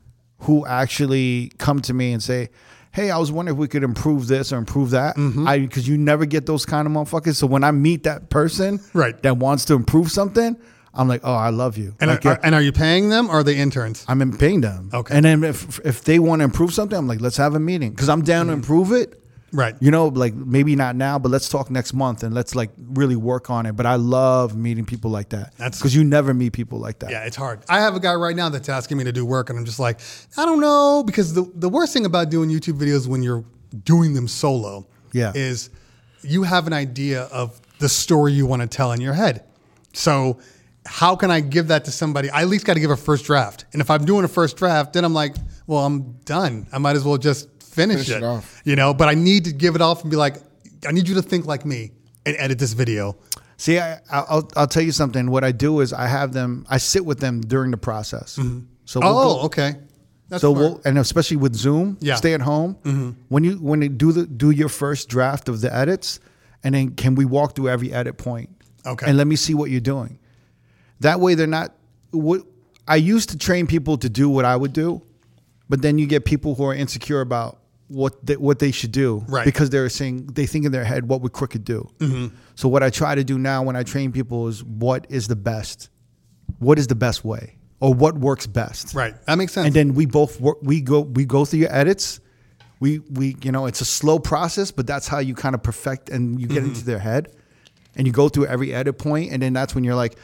S1: who actually come to me and say, hey, I was wondering if we could improve this or improve that.
S3: Mm-hmm.
S1: I because you never get those kind of motherfuckers. So when I meet that person
S3: Right.
S1: that wants to improve something, I'm like, oh, I love you.
S3: And,
S1: Like,
S3: are, and are you paying them or are they interns?
S1: I'm in paying them.
S3: Okay.
S1: And then if if they want to improve something, I'm like, let's have a meeting because I'm down to improve it.
S3: Mm-hmm. Right.
S1: You know, like maybe not now, but let's talk next month and let's like really work on it. But I love meeting people like that.
S3: That's-
S1: because you never meet people like that.
S3: Yeah, it's hard. I have a guy right now that's asking me to do work, and I'm just like, I don't know, because the the worst thing about doing YouTube videos when you're doing them solo,
S1: Yeah.
S3: is you have an idea of the story you want to tell in your head. So how can I give that to somebody? I at least got to give a first draft, and if I'm doing a first draft, then I'm like, well, I'm done. I might as well just finish,
S4: Finish
S3: it
S4: it off.
S3: you know. But I need to give it off and be like, I need you to think like me and edit this video.
S1: See, I, I'll I'll tell you something. What I do is I have them. I sit with them during the process. So we'll go-
S3: Oh, okay. That's
S1: so
S3: smart.
S1: we'll, and especially with Zoom,
S3: Yeah. Mm-hmm.
S1: stay at home. When you when you do the do your first draft of the edits, and then can we walk through every edit point?
S3: Okay.
S1: and let me see what you're doing. That way, they're not. What I used to train people to do what I would do, but then you get people who are insecure about what they, what they should do,
S3: Right. Mm-hmm.
S1: Because they're saying they think in their head, what would Crooked do? So what I try to do now when I train people is what is the best, what is the best way, or what works best,
S3: right. That makes sense.
S1: and then we both work, we go we go through your edits we we you know it's a slow process but that's how you kind of perfect and you get
S3: Mm-hmm.
S1: into their head and you go through every edit point and then that's when you're like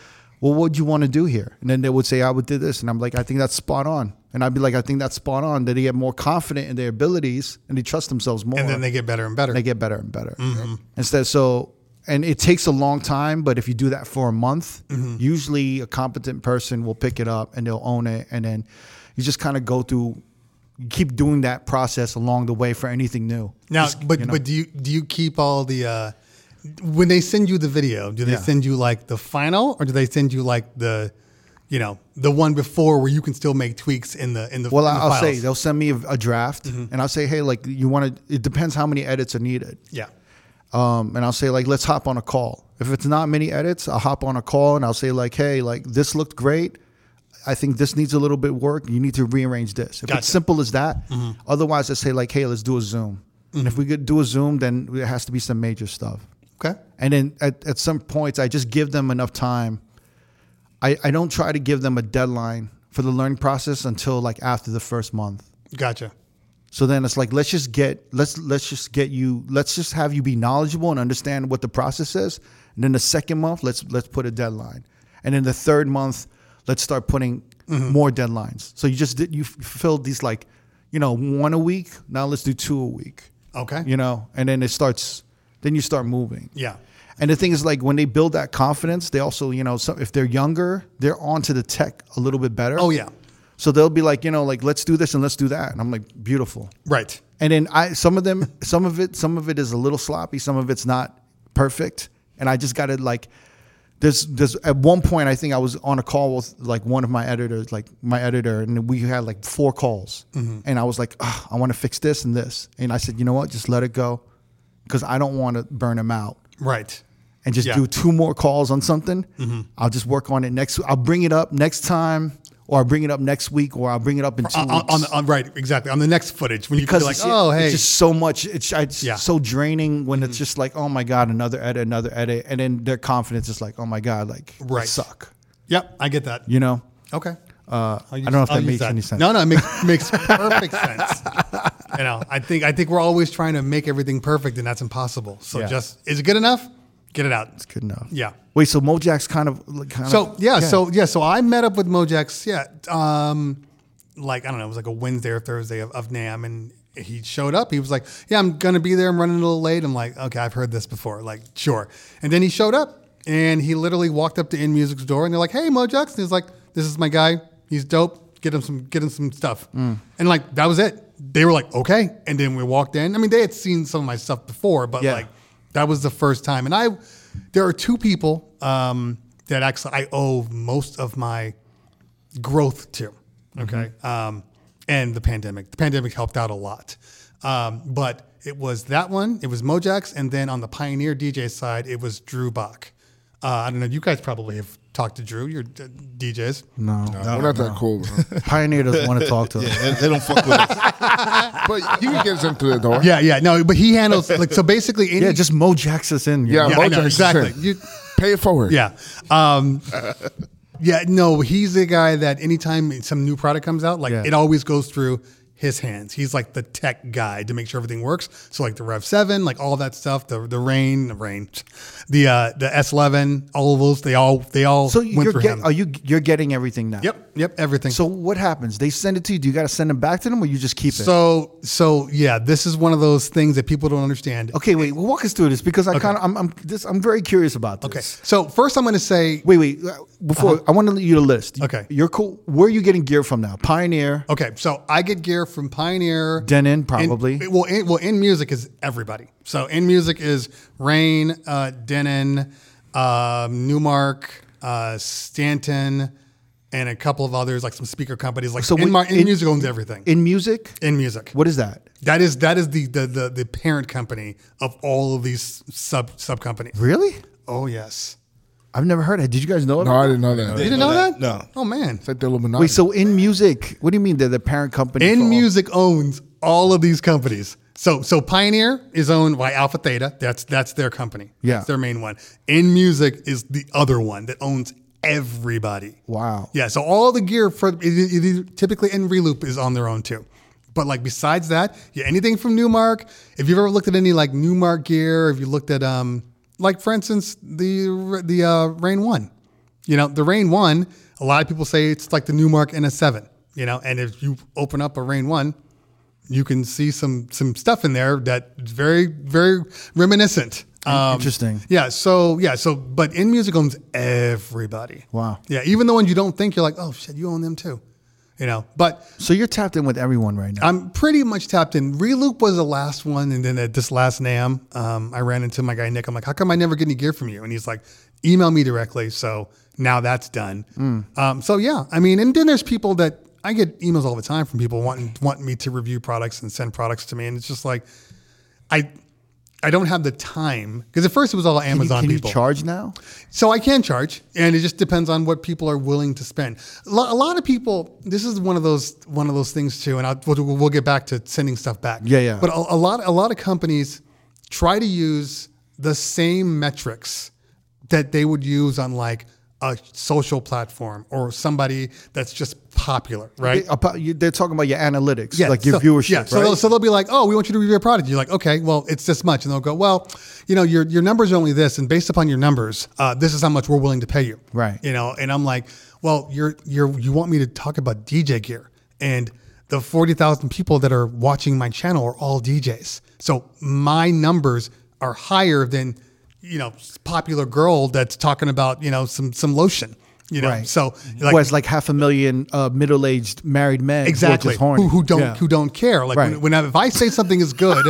S1: well what would you want to do here and then they would say i would do this and i'm like i think that's spot on and i'd be like i think that's spot on that they get more confident in their abilities and they trust themselves more
S3: and then they get better and better.
S1: they get better and better.
S3: Mm-hmm.
S1: Instead, so and it takes a long time, but if you do that for a month,
S3: Mm-hmm.
S1: usually a competent person will pick it up and they'll own it, and then you just kind of go through, you keep doing that process along the way for anything new.
S3: now, but but do you do you keep all the uh, when they send you the video? Do they
S1: Yeah.
S3: send you like the final, or do they send you like the you know the one before where you can still make tweaks in the in the
S1: Well,
S3: in the
S1: I'll say
S3: files? Mm-hmm.
S1: they'll send me a, a draft, and I'll say, hey, like you want to. It depends how many edits are needed.
S3: yeah
S1: um, and I'll say like, let's hop on a call. If it's not many edits, I'll hop on a call and I'll say like, hey, like this looked great. I think this needs a little bit work. You need to rearrange this. If it's
S3: Gotcha.
S1: simple as that, otherwise I say like, hey, let's do a Zoom. And if we could do a Zoom, then it has to be some major stuff.
S3: okay
S1: And then at, at some points, I just give them enough time. I, I don't try to give them a deadline for the learning process until like after the first month.
S3: gotcha
S1: So then it's like let's just get let's let's just get you let's just have you be knowledgeable and understand what the process is. And then the second month, let's let's put a deadline. And then the third month, let's start putting
S3: Mm-hmm.
S1: more deadlines. So you just did you f- filled these like, you know, one a week. Now let's do two a week.
S3: okay
S1: You know, and then it starts then you start moving.
S3: yeah
S1: And the thing is, like when they build that confidence, they also, you know, so if they're younger, they're onto the tech a little bit better.
S3: Oh, yeah.
S1: So they'll be like, you know, like let's do this and let's do that, and I'm like, beautiful.
S3: right
S1: And then I, some of them, some of it, some of it is a little sloppy, some of it's not perfect, and I just got to like. There's, there's at one point I think I was on a call with like one of my editors, like my editor, and we had like four calls, and I was like, "Ugh, I want to fix this and this, and I said, you know what, just let it go, because I don't want to burn them out
S3: right
S1: and just
S3: Yeah. Mm-hmm.
S1: do two more calls on something. I'll just work on it next. I'll bring it up next time, or I'll bring it up next week, or I'll bring it up in two
S3: on,
S1: weeks.
S3: on, on, on right exactly on the next footage when you can
S1: because
S3: be like
S1: it's,
S3: oh hey
S1: it's just so much. It's, it's
S3: Yeah. Mm-hmm.
S1: so draining when it's just like, oh my god, another edit, another edit, and then their confidence is like, oh my god, like we
S3: Right.
S1: suck,
S3: yep I get that
S1: you know.
S3: okay
S1: Uh, I
S3: I'll
S1: don't know if
S3: use-
S1: that
S3: I'll use
S1: makes any sense.
S3: No, no, it makes, makes perfect sense. You know, I think I think we're always trying to make everything perfect, and that's impossible. So
S1: Yeah.
S3: just is it good enough? Get it out.
S1: good enough.
S3: Yeah.
S1: Wait, so Mojack's kind of like, kind
S3: So
S1: of
S3: yeah, so yeah, so I met up with Mojax. Yeah, um, like I don't know, it was like a Wednesday or Thursday of, of Nam, and he showed up. He was like, "Yeah, I'm gonna be there. I'm running a little late." I'm like, "Okay, I've heard this before." Like, sure. And then he showed up, and he literally walked up to In Music's door, and they're like, "Hey, Mojax," and he's like, "This is my guy. He's dope. Get him some, get him some stuff." And like that was it. They were like, "Okay," and then we walked in. I mean, they had seen some of my stuff before, but
S1: Yeah.
S3: like that was the first time. And I, there are two people um, that actually I owe most of my growth to.
S1: Mm-hmm.
S3: Okay. Um, and the pandemic. The pandemic helped out a lot. Um, but it was that one, it was Mojax. And then on the Pioneer DJ side, it was Drew Bach. Uh, I don't know, you guys probably have talk to Drew. You're d- DJs.
S1: Oh, No,
S4: We're not that cool, bro.
S1: Pioneer doesn't want to talk to us.
S2: They, they don't fuck with us.
S4: but you can get us in through the door.
S3: Yeah, yeah. No, but he handles like so basically. Any,
S1: Yeah, just Mo jacks us in.
S4: Yeah,
S3: Yeah,
S4: Bo
S3: I know,
S4: Jackson's
S3: exactly.
S4: in.
S3: You-
S4: Pay it forward.
S3: yeah, um, yeah. No, he's the guy that anytime some new product comes out, like
S1: Yeah.
S3: it always goes through his hands. He's like the tech guy to make sure everything works. So like the Rev Seven, like all that stuff, the the rain, the rain, the uh, the S Eleven, all of those, they all they all
S1: So
S3: went
S1: you're
S3: through
S1: get,
S3: him.
S1: are you you're getting everything now?
S3: yep, yep, everything.
S1: So what happens? They send it to you. Do you got to send them back to them, or you just keep it?
S3: So so yeah, this is one of those things that people don't understand.
S1: okay, wait. Well, walk us through this because I kind of I'm I'm this I'm very curious about this.
S3: Okay. So first, I'm going to say
S1: Wait, wait. uh, Before I want to let you to list.
S3: Okay.
S1: You're cool. Where are you getting gear from now? Pioneer,
S3: okay. So I get gear from Pioneer,
S1: Denon, probably.
S3: In, well, in, well, in music is everybody. So in music is Rain, uh, Denon, um, Newmark, uh, Stanton, and a couple of others like some speaker companies. Like
S1: So
S3: so, in,
S1: we-
S3: my, in,
S1: in-
S3: music owns everything. In,
S1: in music.
S3: music,
S1: What is that?
S3: that is that is the the the, the parent company of all of these sub sub companies.
S1: Really?
S3: Oh yes.
S1: I've never heard of it. Did you guys know it?
S4: No, I didn't know that.
S3: You
S4: It's
S3: didn't
S2: know
S3: know that?
S2: that? No.
S3: Oh man.
S4: like the Illuminati.
S1: Wait, so in music, what do you mean they're the parent company? for all-
S3: In Music owns all of these companies. So so Pioneer is owned by Alpha Theta. That's that's their company.
S1: Yeah.
S3: That's their main one. In Music is the other one that owns everybody.
S1: Wow.
S3: Yeah, so all the gear for it, it, it- typically in Reloop is on their own too. But like besides that, yeah, anything from Newmark. If you've ever looked at any like Newmark gear, if you looked at um like for instance the the uh, Rain One, you know the Rain One. A lot of people say it's like the Newmark NS7, you know. And if you open up a Rain One, you can see some some stuff in there that's very very reminiscent. Um,
S1: Interesting.
S3: Yeah. So yeah. So but in music owns everybody.
S1: Wow.
S3: Yeah, even the ones you don't think you're like, oh shit, you own them too, you know. But
S1: So you're tapped in with everyone right now.
S3: I'm pretty much tapped in. Reloop was the last one, and then at this last NAM, um, I ran into my guy Nick. I'm like, how come I never get any gear from you? And he's like, email me directly. So now that's done.
S1: Hmm.
S3: Um, so yeah, I mean, and then there's people that I get emails all the time from people wanting wanting me to review products and send products to me, and it's just like, I. I don't have the time because at first it was all
S1: Can you-
S3: Amazon
S1: can you,
S3: people.
S1: charge now?
S3: So I can charge, and it just depends on what people are willing to spend. Lo- A lot of people, this is one of those one of those things too, and I'll, we'll, we'll get back to sending stuff back.
S1: Yeah, yeah.
S3: But a, a lot a lot of companies try to use the same metrics that they would use on like a social platform or somebody that's just popular, right?
S1: They, about, you, they're talking about your analytics, like your
S3: so-
S1: viewership,
S3: Yeah, so,
S1: right?
S3: they'll, so they'll be like, "Oh, we want you to review a product." You're like, "Okay, well, it's this much," and they'll go, "Well, you know, your your numbers are only this, and based upon your numbers, uh, this is how much we're willing to pay you."
S1: Right.
S3: You know, and I'm like, "Well, you're you're you want me to talk about DJ gear, and the forty thousand people that are watching my channel are all DJs, so my numbers are higher than." You know, popular girl that's talking about you know some some lotion. You know,
S1: Right.
S3: so
S1: like, Whereas like half a million uh, middle-aged married men who are
S3: exactly
S1: just horny.
S3: who, who don't
S1: Yeah.
S3: who don't care like
S1: Right.
S3: when, when I- if i say something is good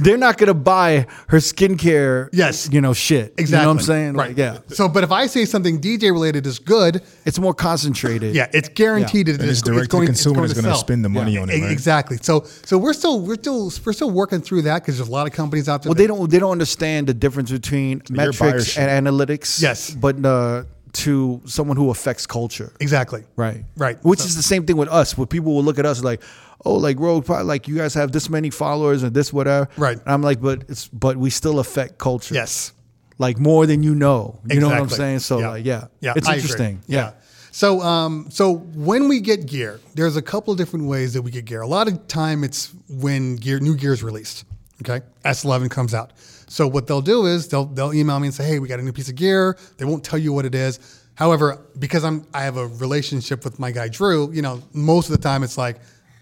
S1: they're not gonna buy her skincare.
S3: Yes.
S1: you know shit.
S3: exactly
S1: you know what I'm saying.
S3: right
S1: Like, yeah,
S3: so but if i say something dj related is good
S1: it's more concentrated.
S3: yeah it's guaranteed that
S5: And
S3: it's,
S5: it's direct
S3: it's going
S5: to consumer is
S3: it's
S5: going to
S3: sell.
S5: spend the money on it.
S3: E-
S5: right?
S3: exactly so so we're still we're still we're still working through that because there's a lot of companies out there
S1: Well,
S3: that-
S1: they don't they don't understand the difference between metrics
S5: buyership.
S1: and analytics.
S3: Yes.
S1: but uh, to someone who affects culture.
S3: exactly
S1: Right.
S3: Right.
S1: Which
S3: So-
S1: is the same thing with us, where people will look at us like, oh, like Rogue, Pro- like you guys have this many followers and this whatever.
S3: Right.
S1: And I'm like, but it's but we still affect culture.
S3: yes
S1: Like more than you know. You know what I'm saying? So
S3: yeah.
S1: like yeah.
S3: yeah,
S1: It's
S3: I agree.
S1: interesting. Yeah.
S3: So, um, so when we get gear, there's a couple of different ways that we get gear. A lot of time, it's when gear, new gear is released. Okay, S11 comes out. So what they'll do is they'll they'll email me and say, "Hey, we got a new piece of gear." They won't tell you what it is. However, because I'm I have a relationship with my guy Drew, you know, most of the time it's like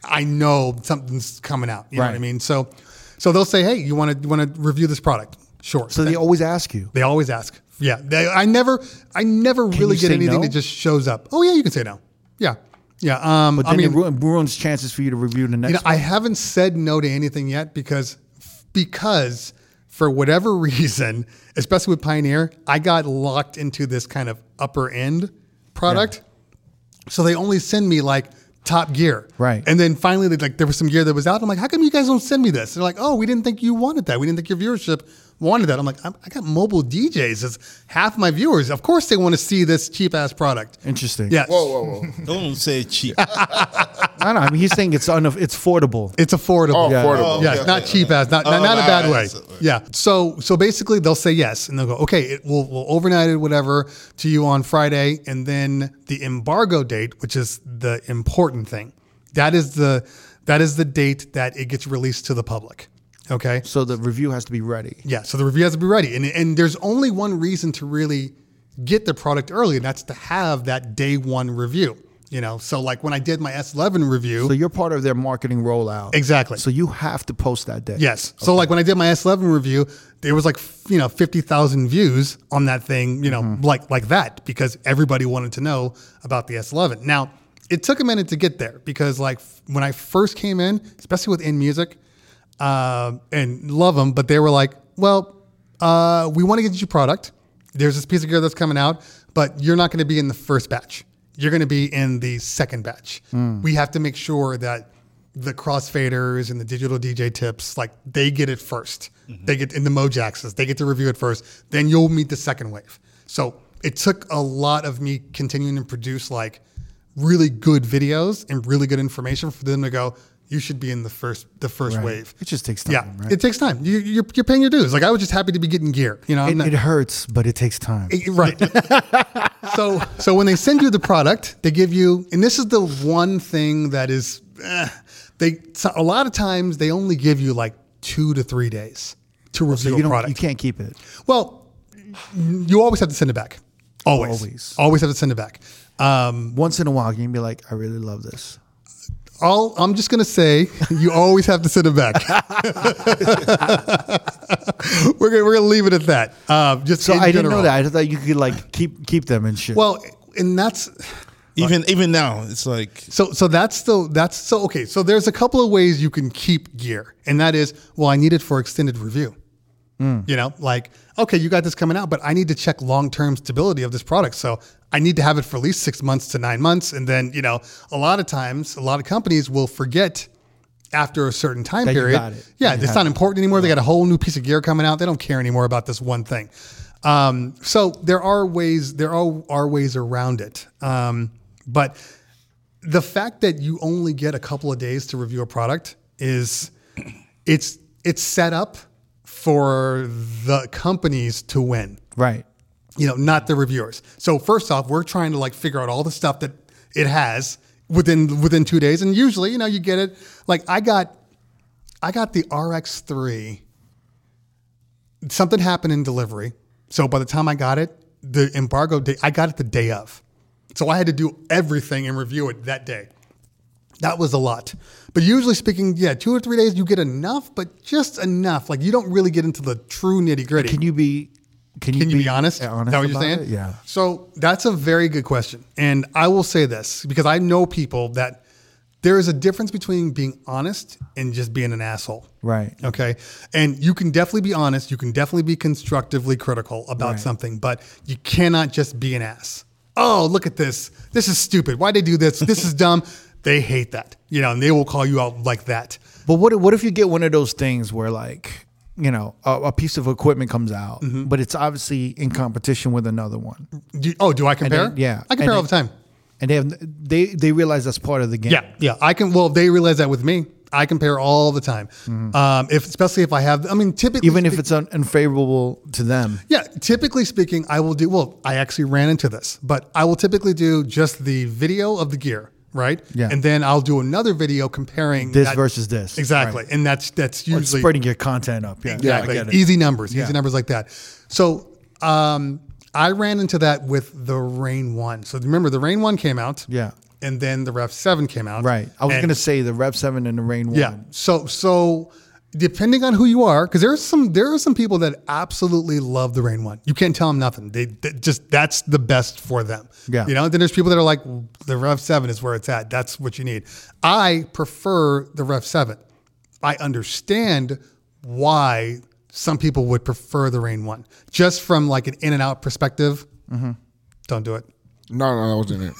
S3: I know something's coming out. You know what I
S1: Right.
S3: mean? So, so they'll say, "Hey, you want to you want to review this product?" Sure.
S1: So they always ask you.
S3: They always ask. Yeah, they, I never, I never really
S1: you
S3: get
S1: say
S3: anything
S1: no?
S3: that just shows up. Oh yeah, you can say no. Yeah, yeah. Um,
S1: But
S3: I
S1: then
S3: mean,
S1: it ruin- ruins chances for you to review the next
S3: you know, I haven't said no to anything yet because because for whatever reason, especially with Pioneer, I got locked into this kind of upper end product. So they only send me like top gear.
S1: Right.
S3: And then finally they like there was some gear that was out. I'm like, how come you guys don't send me this? They're like, oh, we didn't think you wanted that. We didn't think your viewership wanted that. I'm like, I'm, I got mobile DJs as half my viewers. Of course, they want to see this cheap ass product.
S1: Interesting.
S3: Yeah,
S4: Whoa, whoa, whoa.
S2: Don't say cheap.
S1: I know. I mean, he's saying it's unaff it's affordable.
S3: It's affordable.
S4: Oh, Yeah. affordable.
S3: Yeah,
S2: Okay,
S3: it's not
S2: okay,
S3: cheap ass, not,
S2: Oh,
S3: not, not in a bad
S2: alright,
S3: way.
S2: so-
S3: Yeah. So so basically they'll say yes and they'll go, okay, it, we'll, we'll overnight it, whatever, to you on Friday. And then the embargo date, which is the important thing, that is the that is the date that it gets released to the public. Okay.
S1: So the review has to be ready.
S3: Yeah, so the review has to be ready, and and there's only one reason to really get the product early, and that's to have that day one review. You know, so like when I did my S11 review,
S1: So you're part of their marketing rollout.
S3: Exactly.
S1: So you have to post that day.
S3: yes. So like when I did my S11 review, there was like f- you know fifty thousand views on that thing, you know, like like that because everybody wanted to know about the S11. Now it took a minute to get there because like f- when I first came in, especially with in music, uh, and love them, but they were like, well, uh, we want to get you product. There's this piece of gear that's coming out, but you're not going to be in the first batch. You're going to be in the second batch. We have to make sure that the crossfaders and the digital DJ tips, like they get it 1st They get in the Mojaxes, they get to review it first. Then you'll meet the second wave. So it took a lot of me continuing to produce like really good videos and really good information for them to go. You should be in the first the first wave.
S1: It just takes time,
S3: Yeah,
S1: right?
S3: it takes time. You, you're, you're paying your dues. Like I was just happy to be getting gear. You know, I'm
S1: It,
S3: not-
S1: it hurts, but it takes time.
S3: it- right. so so when they send you the product, they give you, and this is the one thing that is, eh, they so a lot of times they only give you like two to three days to review
S1: you
S3: a
S1: don't.
S3: product.
S1: You can't keep it.
S3: Well, you always have to send it back. Always,
S1: Always.
S3: always, always have to send it back. Um,
S1: Once in a while, you can be like, I really love this.
S3: all I'm just gonna say, you always have to send it back. we're gonna we're gonna leave it at that. Um, just
S1: So
S3: in
S1: I didn't
S3: general.
S1: know that. I thought you could like keep keep them and shit.
S3: Well, and that's
S2: even even now, it's like
S3: So so that's the that's so okay. So there's a couple of ways you can keep gear, and that is well, I need it for extended review.
S1: Mm.
S3: You know, like okay, you got this coming out, but I need to check long term stability of this product. So I need to have it for at least six months to nine months, and then you know, a lot of times, a lot of companies will forget after a certain time
S1: That you
S3: period.
S1: got it.
S3: Yeah, it's not important anymore. They got a whole new piece of gear coming out. They don't care anymore about this one thing. Um, so there are ways there are, are ways around it. Um, but the fact that you only get a couple of days to review a product is it's it's set up for the companies to win
S1: right.
S3: you know not the reviewers so first off we're trying to like figure out all the stuff that it has within within two days and usually you know you get it like i got i got the rx3 something happened in delivery so by the time i got it the embargo day i got it the day of so i had to do everything and review it that day that was a lot. But usually speaking, yeah, two or three days you get enough, but just enough. Like you don't really get into the true nitty gritty.
S1: Can you be? Can you,
S3: Can you be, honest? Is that what you're
S1: about
S3: saying?
S1: it? Yeah.
S3: So that's a very good question. And I will say this because I know people that there is a difference between being honest and just being an asshole.
S1: Right.
S3: Okay. And you can definitely be honest. You can definitely be constructively critical about something, but you cannot just be an ass. Oh, look at this. This is stupid. Why'd they do this? This is dumb. They hate that. You know, and they will call you out like that.
S1: But what what if you get one of those things where like you know a, a piece of equipment comes out,
S3: Mm-hmm.
S1: but it's obviously in competition with another one.
S3: Do, oh, do I compare?
S1: then- yeah.
S3: I compare
S1: And
S3: all the
S1: then-
S3: time.
S1: and they have they they realize that's part of the game.
S3: Yeah, yeah. I can. Well, they realize that with me. I compare all the time. Um, if especially if I have, I mean, typically,
S1: Mm-hmm. Even if
S3: spe-
S1: it's un- unfavorable to them.
S3: yeah, typically speaking, I will do. Well, I actually ran into this, but I will typically do just the video of the gear, right?
S1: Yeah.
S3: and then I'll do another video comparing
S1: This versus this.
S3: Exactly, and that's that's
S1: Or
S3: usually
S1: spreading your content up. Yeah.
S3: Exactly.
S1: I get it.
S3: easy numbers, easy numbers like that. So um, I ran into that with the Rain One. So remember, the Rain One came out.
S1: Yeah.
S3: And then the Ref Seven came out.
S1: Right. I was
S3: And-
S1: going to say the Rev 7 and the Rain 1.
S3: Yeah. So so depending on who you are, because there's some there are some people that absolutely love the rain one. You can't tell them nothing. They, they just that's the best for them.
S1: Yeah.
S3: You know. Then there's people that are like the Rev Seven is where it's at. That's what you need. I prefer the Rev Seven. I understand why some people would prefer the rain one just from like an in and out perspective. Don't do it.
S4: No, no, that wasn't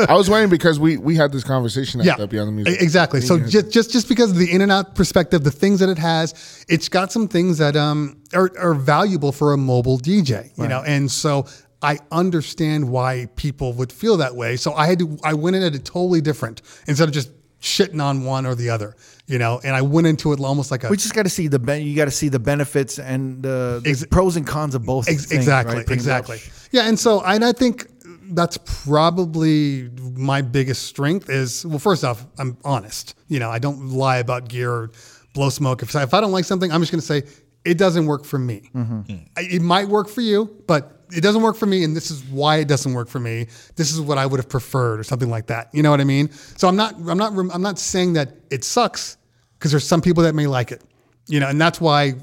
S4: it. I was waiting because we we had this conversation at
S3: yeah,
S4: the Beyond the Music.
S3: e- exactly. So
S4: Yeah.
S3: just just just because of the in and out perspective, the things that it has, it's got some things that um are, are valuable for a mobile DJ, you know. And so I understand why people would feel that way. So I had to I went in at it totally different instead of just shitting on one or the other, you know. And I went into it almost like a
S1: We just got to see the ben- you got to see the benefits and the, the
S3: Ex-
S1: pros and cons of both.
S3: Ex-
S1: things, right?
S3: exactly,
S1: Pretty
S3: exactly.
S1: much.
S3: Yeah, and so and I think that's probably my biggest strength is well, first off, I'm honest. You know, I don't lie about gear or blow smoke. If, if I don't like something, I'm just going to say it doesn't work for me.
S1: Mm-hmm.
S3: I, it might work for you, but it doesn't work for me, and this is why it doesn't work for me. This is what I would have preferred, or something like that. You know what I mean? So I'm not, I'm not, I'm not saying that it sucks because there's some people that may like it. You know, and that's why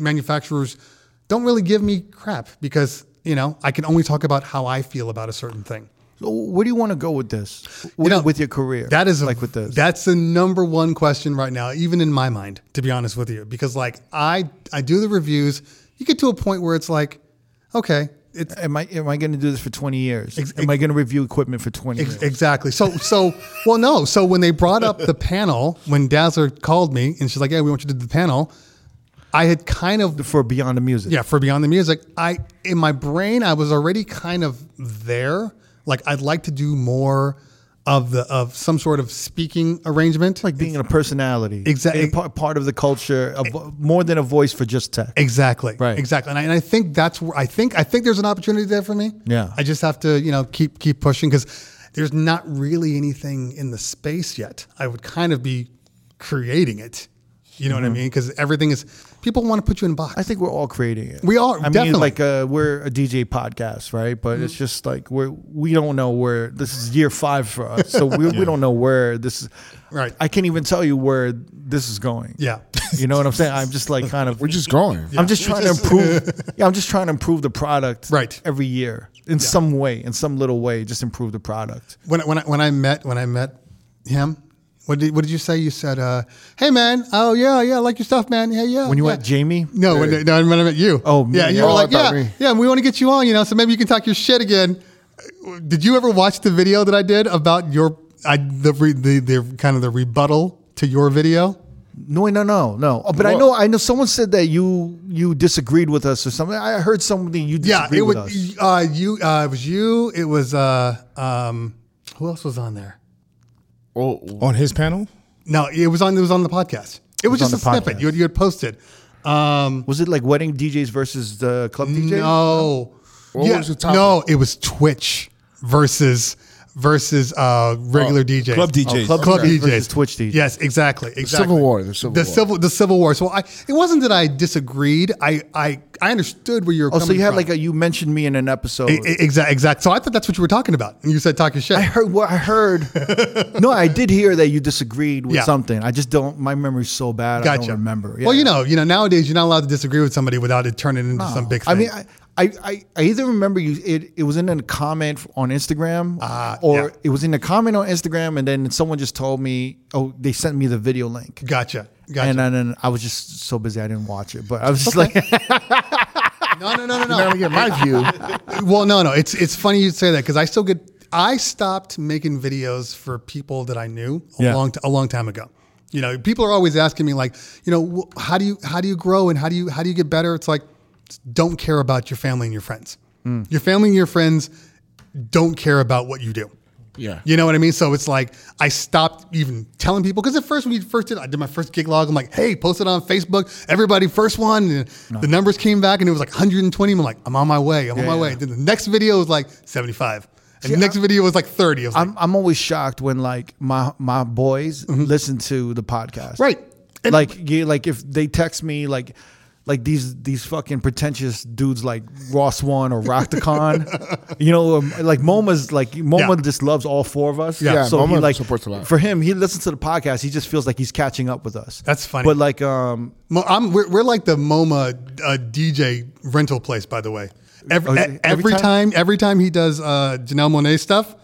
S3: manufacturers don't really give me crap because you know I can only talk about how I feel about a certain thing.
S1: So where do you want to go with this? With,
S3: You know,
S1: with your career,
S3: That is a,
S1: like with this.
S3: That's the number one question right now, even in my mind, to be honest with you, because like I I do the reviews. You get to a point where it's like, okay, it's
S1: am I am I going to do this for twenty years?
S3: Ex-
S1: am I going to review equipment for twenty
S3: Ex-
S1: years?
S3: Exactly. So, so well, no. So when they brought up the panel, when Dazzler called me and she's like, "Yeah, we want you to do the panel," I had kind of
S1: for Beyond the Music,
S3: Yeah, for Beyond the Music, I in my brain I was already kind of there. Like I'd like to do more of the of some sort of speaking arrangement.
S1: like being a personality,
S3: Exactly.
S1: being part, part of the culture, a vo- more than a voice for just tech.
S3: exactly,
S1: Right.
S3: Exactly, and I, and I think that's where I think I think there's an opportunity there for me.
S1: Yeah.
S3: I just have to you know keep keep pushing because there's not really anything in the space yet. I would kind of be creating it. You know what I mean? Because everything is people want to put you in a box.
S1: Mm-hmm. I think we're all creating it.
S3: We are,
S1: I mean,
S3: definitely. Mm-hmm.
S1: like uh, we're a DJ podcast, right? But it's just like we're we don't know where this is year five for us, so we, we don't know where this is.
S3: Right.
S1: I can't even tell you where this is going.
S3: Yeah.
S1: You know what I'm saying? I'm just like kind of.
S4: We're just going.
S1: I'm just trying to improve. Yeah, I'm just trying to improve the product.
S3: Right.
S1: Every year, in some way, in some little way, just improve the product.
S3: when I- when I, when I met when I met him, what did what did you say? You said, uh, "Hey man, oh yeah, yeah, I like your stuff, man. Hey yeah."
S1: When you
S3: yeah.
S1: met Jamie,
S3: No, when, no, when I met you.
S1: Oh, me.
S3: yeah, you were
S4: Oh, I
S3: like, yeah,
S4: thought me.
S3: yeah, we want to get you on, you know, so maybe you can talk your shit again. Did you ever watch the video that I did about your, I the re, the, the kind of the rebuttal to your video?
S1: No, no, no, no. Oh, but I
S4: What?
S1: know, I know. Someone said that you you disagreed with us or something. I heard something you
S3: Yeah,
S1: disagreed
S3: it
S1: with us.
S3: was uh, you. Uh, it was you. It was uh, um, who else was on there?
S4: Oh,
S5: On his panel?
S3: No, it was on. It was on the podcast. It was,
S1: was
S3: just a
S1: on the
S3: snippet
S1: podcast.
S3: you had, you had posted. Um,
S1: Was it like wedding DJs versus the club DJs?
S3: No.
S4: What was the topic?
S3: No, it was Twitch versus versus uh,
S4: Oh,
S3: regular DJs.
S5: Club DJs.
S1: Oh, club
S3: Club
S1: DJs
S3: DJs.
S1: versus Twitch DJs.
S3: Yes, exactly. exactly.
S4: Civil War, the Civil
S3: the
S4: War.
S3: Civil, the Civil War. So I, it wasn't that I disagreed. I, I, I understood where you were
S1: Oh,
S3: coming
S1: so you had
S3: from.
S1: like a you mentioned me in an episode.
S3: Exact, exact. So I thought that's what you were talking about, and you said talk your shit.
S1: I heard what I heard. no, I did hear that you disagreed with
S3: Yeah.
S1: something. I just don't. My memory's so bad. I
S3: gotcha.
S1: don't remember.
S3: Well, you
S1: Yeah.
S3: know, you know, nowadays you're not allowed to disagree with somebody without it turning into some big. Thing.
S1: I mean, I, I, I, I either remember you. It, it was in a comment on Instagram,
S3: Ah,
S1: or
S3: yeah.
S1: it was in a comment on Instagram, and then someone just told me, "Oh, they sent me the video link."
S3: gotcha. Gotcha.
S1: And then and I was just so busy I didn't watch it, but I was just like,
S3: no, no, no, no, no.
S4: now I get my view.
S3: well, no, no. It's it's funny you say that because I still get. I stopped making videos for people that I knew a
S1: Yeah.
S3: long t- a long time ago. You know, people are always asking me like, you know, wh- how do you how do you grow and how do you how do you get better? It's like, don't care about your family and your friends.
S4: Mm.
S3: Your family and your friends don't care about what you do.
S4: Yeah.
S3: You know what I mean? So it's like I stopped even telling people because at first when we first did, I did my first gig log. I'm like, hey, post it on Facebook. Everybody, first one. And The numbers came back and it was like 120. I'm like, I'm on my way. I'm on my way. Then the next video was like 75. And the next video was like 30. I was like,
S1: I'm, I'm always shocked when like my my boys listen to the podcast,
S3: Mm-hmm. Right. And-
S1: like, yeah, like if they text me like. Like these these fucking pretentious dudes like Ross One or Rocktacon, you know, um, like Moma's like Moma
S3: Yeah.
S1: just loves all four of us.
S4: Yeah,
S1: so he
S4: Moma
S1: like
S4: supports a lot.
S1: for him, he listens to the podcast. He just feels like he's catching up with us.
S3: That's funny.
S1: But like, um,
S3: Mo- I'm, we're, we're like the MoMA uh, DJ rental place, by the way. Every, e,
S1: Oh, is it
S3: every,
S1: every
S3: time?
S1: time?
S3: every time he does uh, Janelle Monet stuff,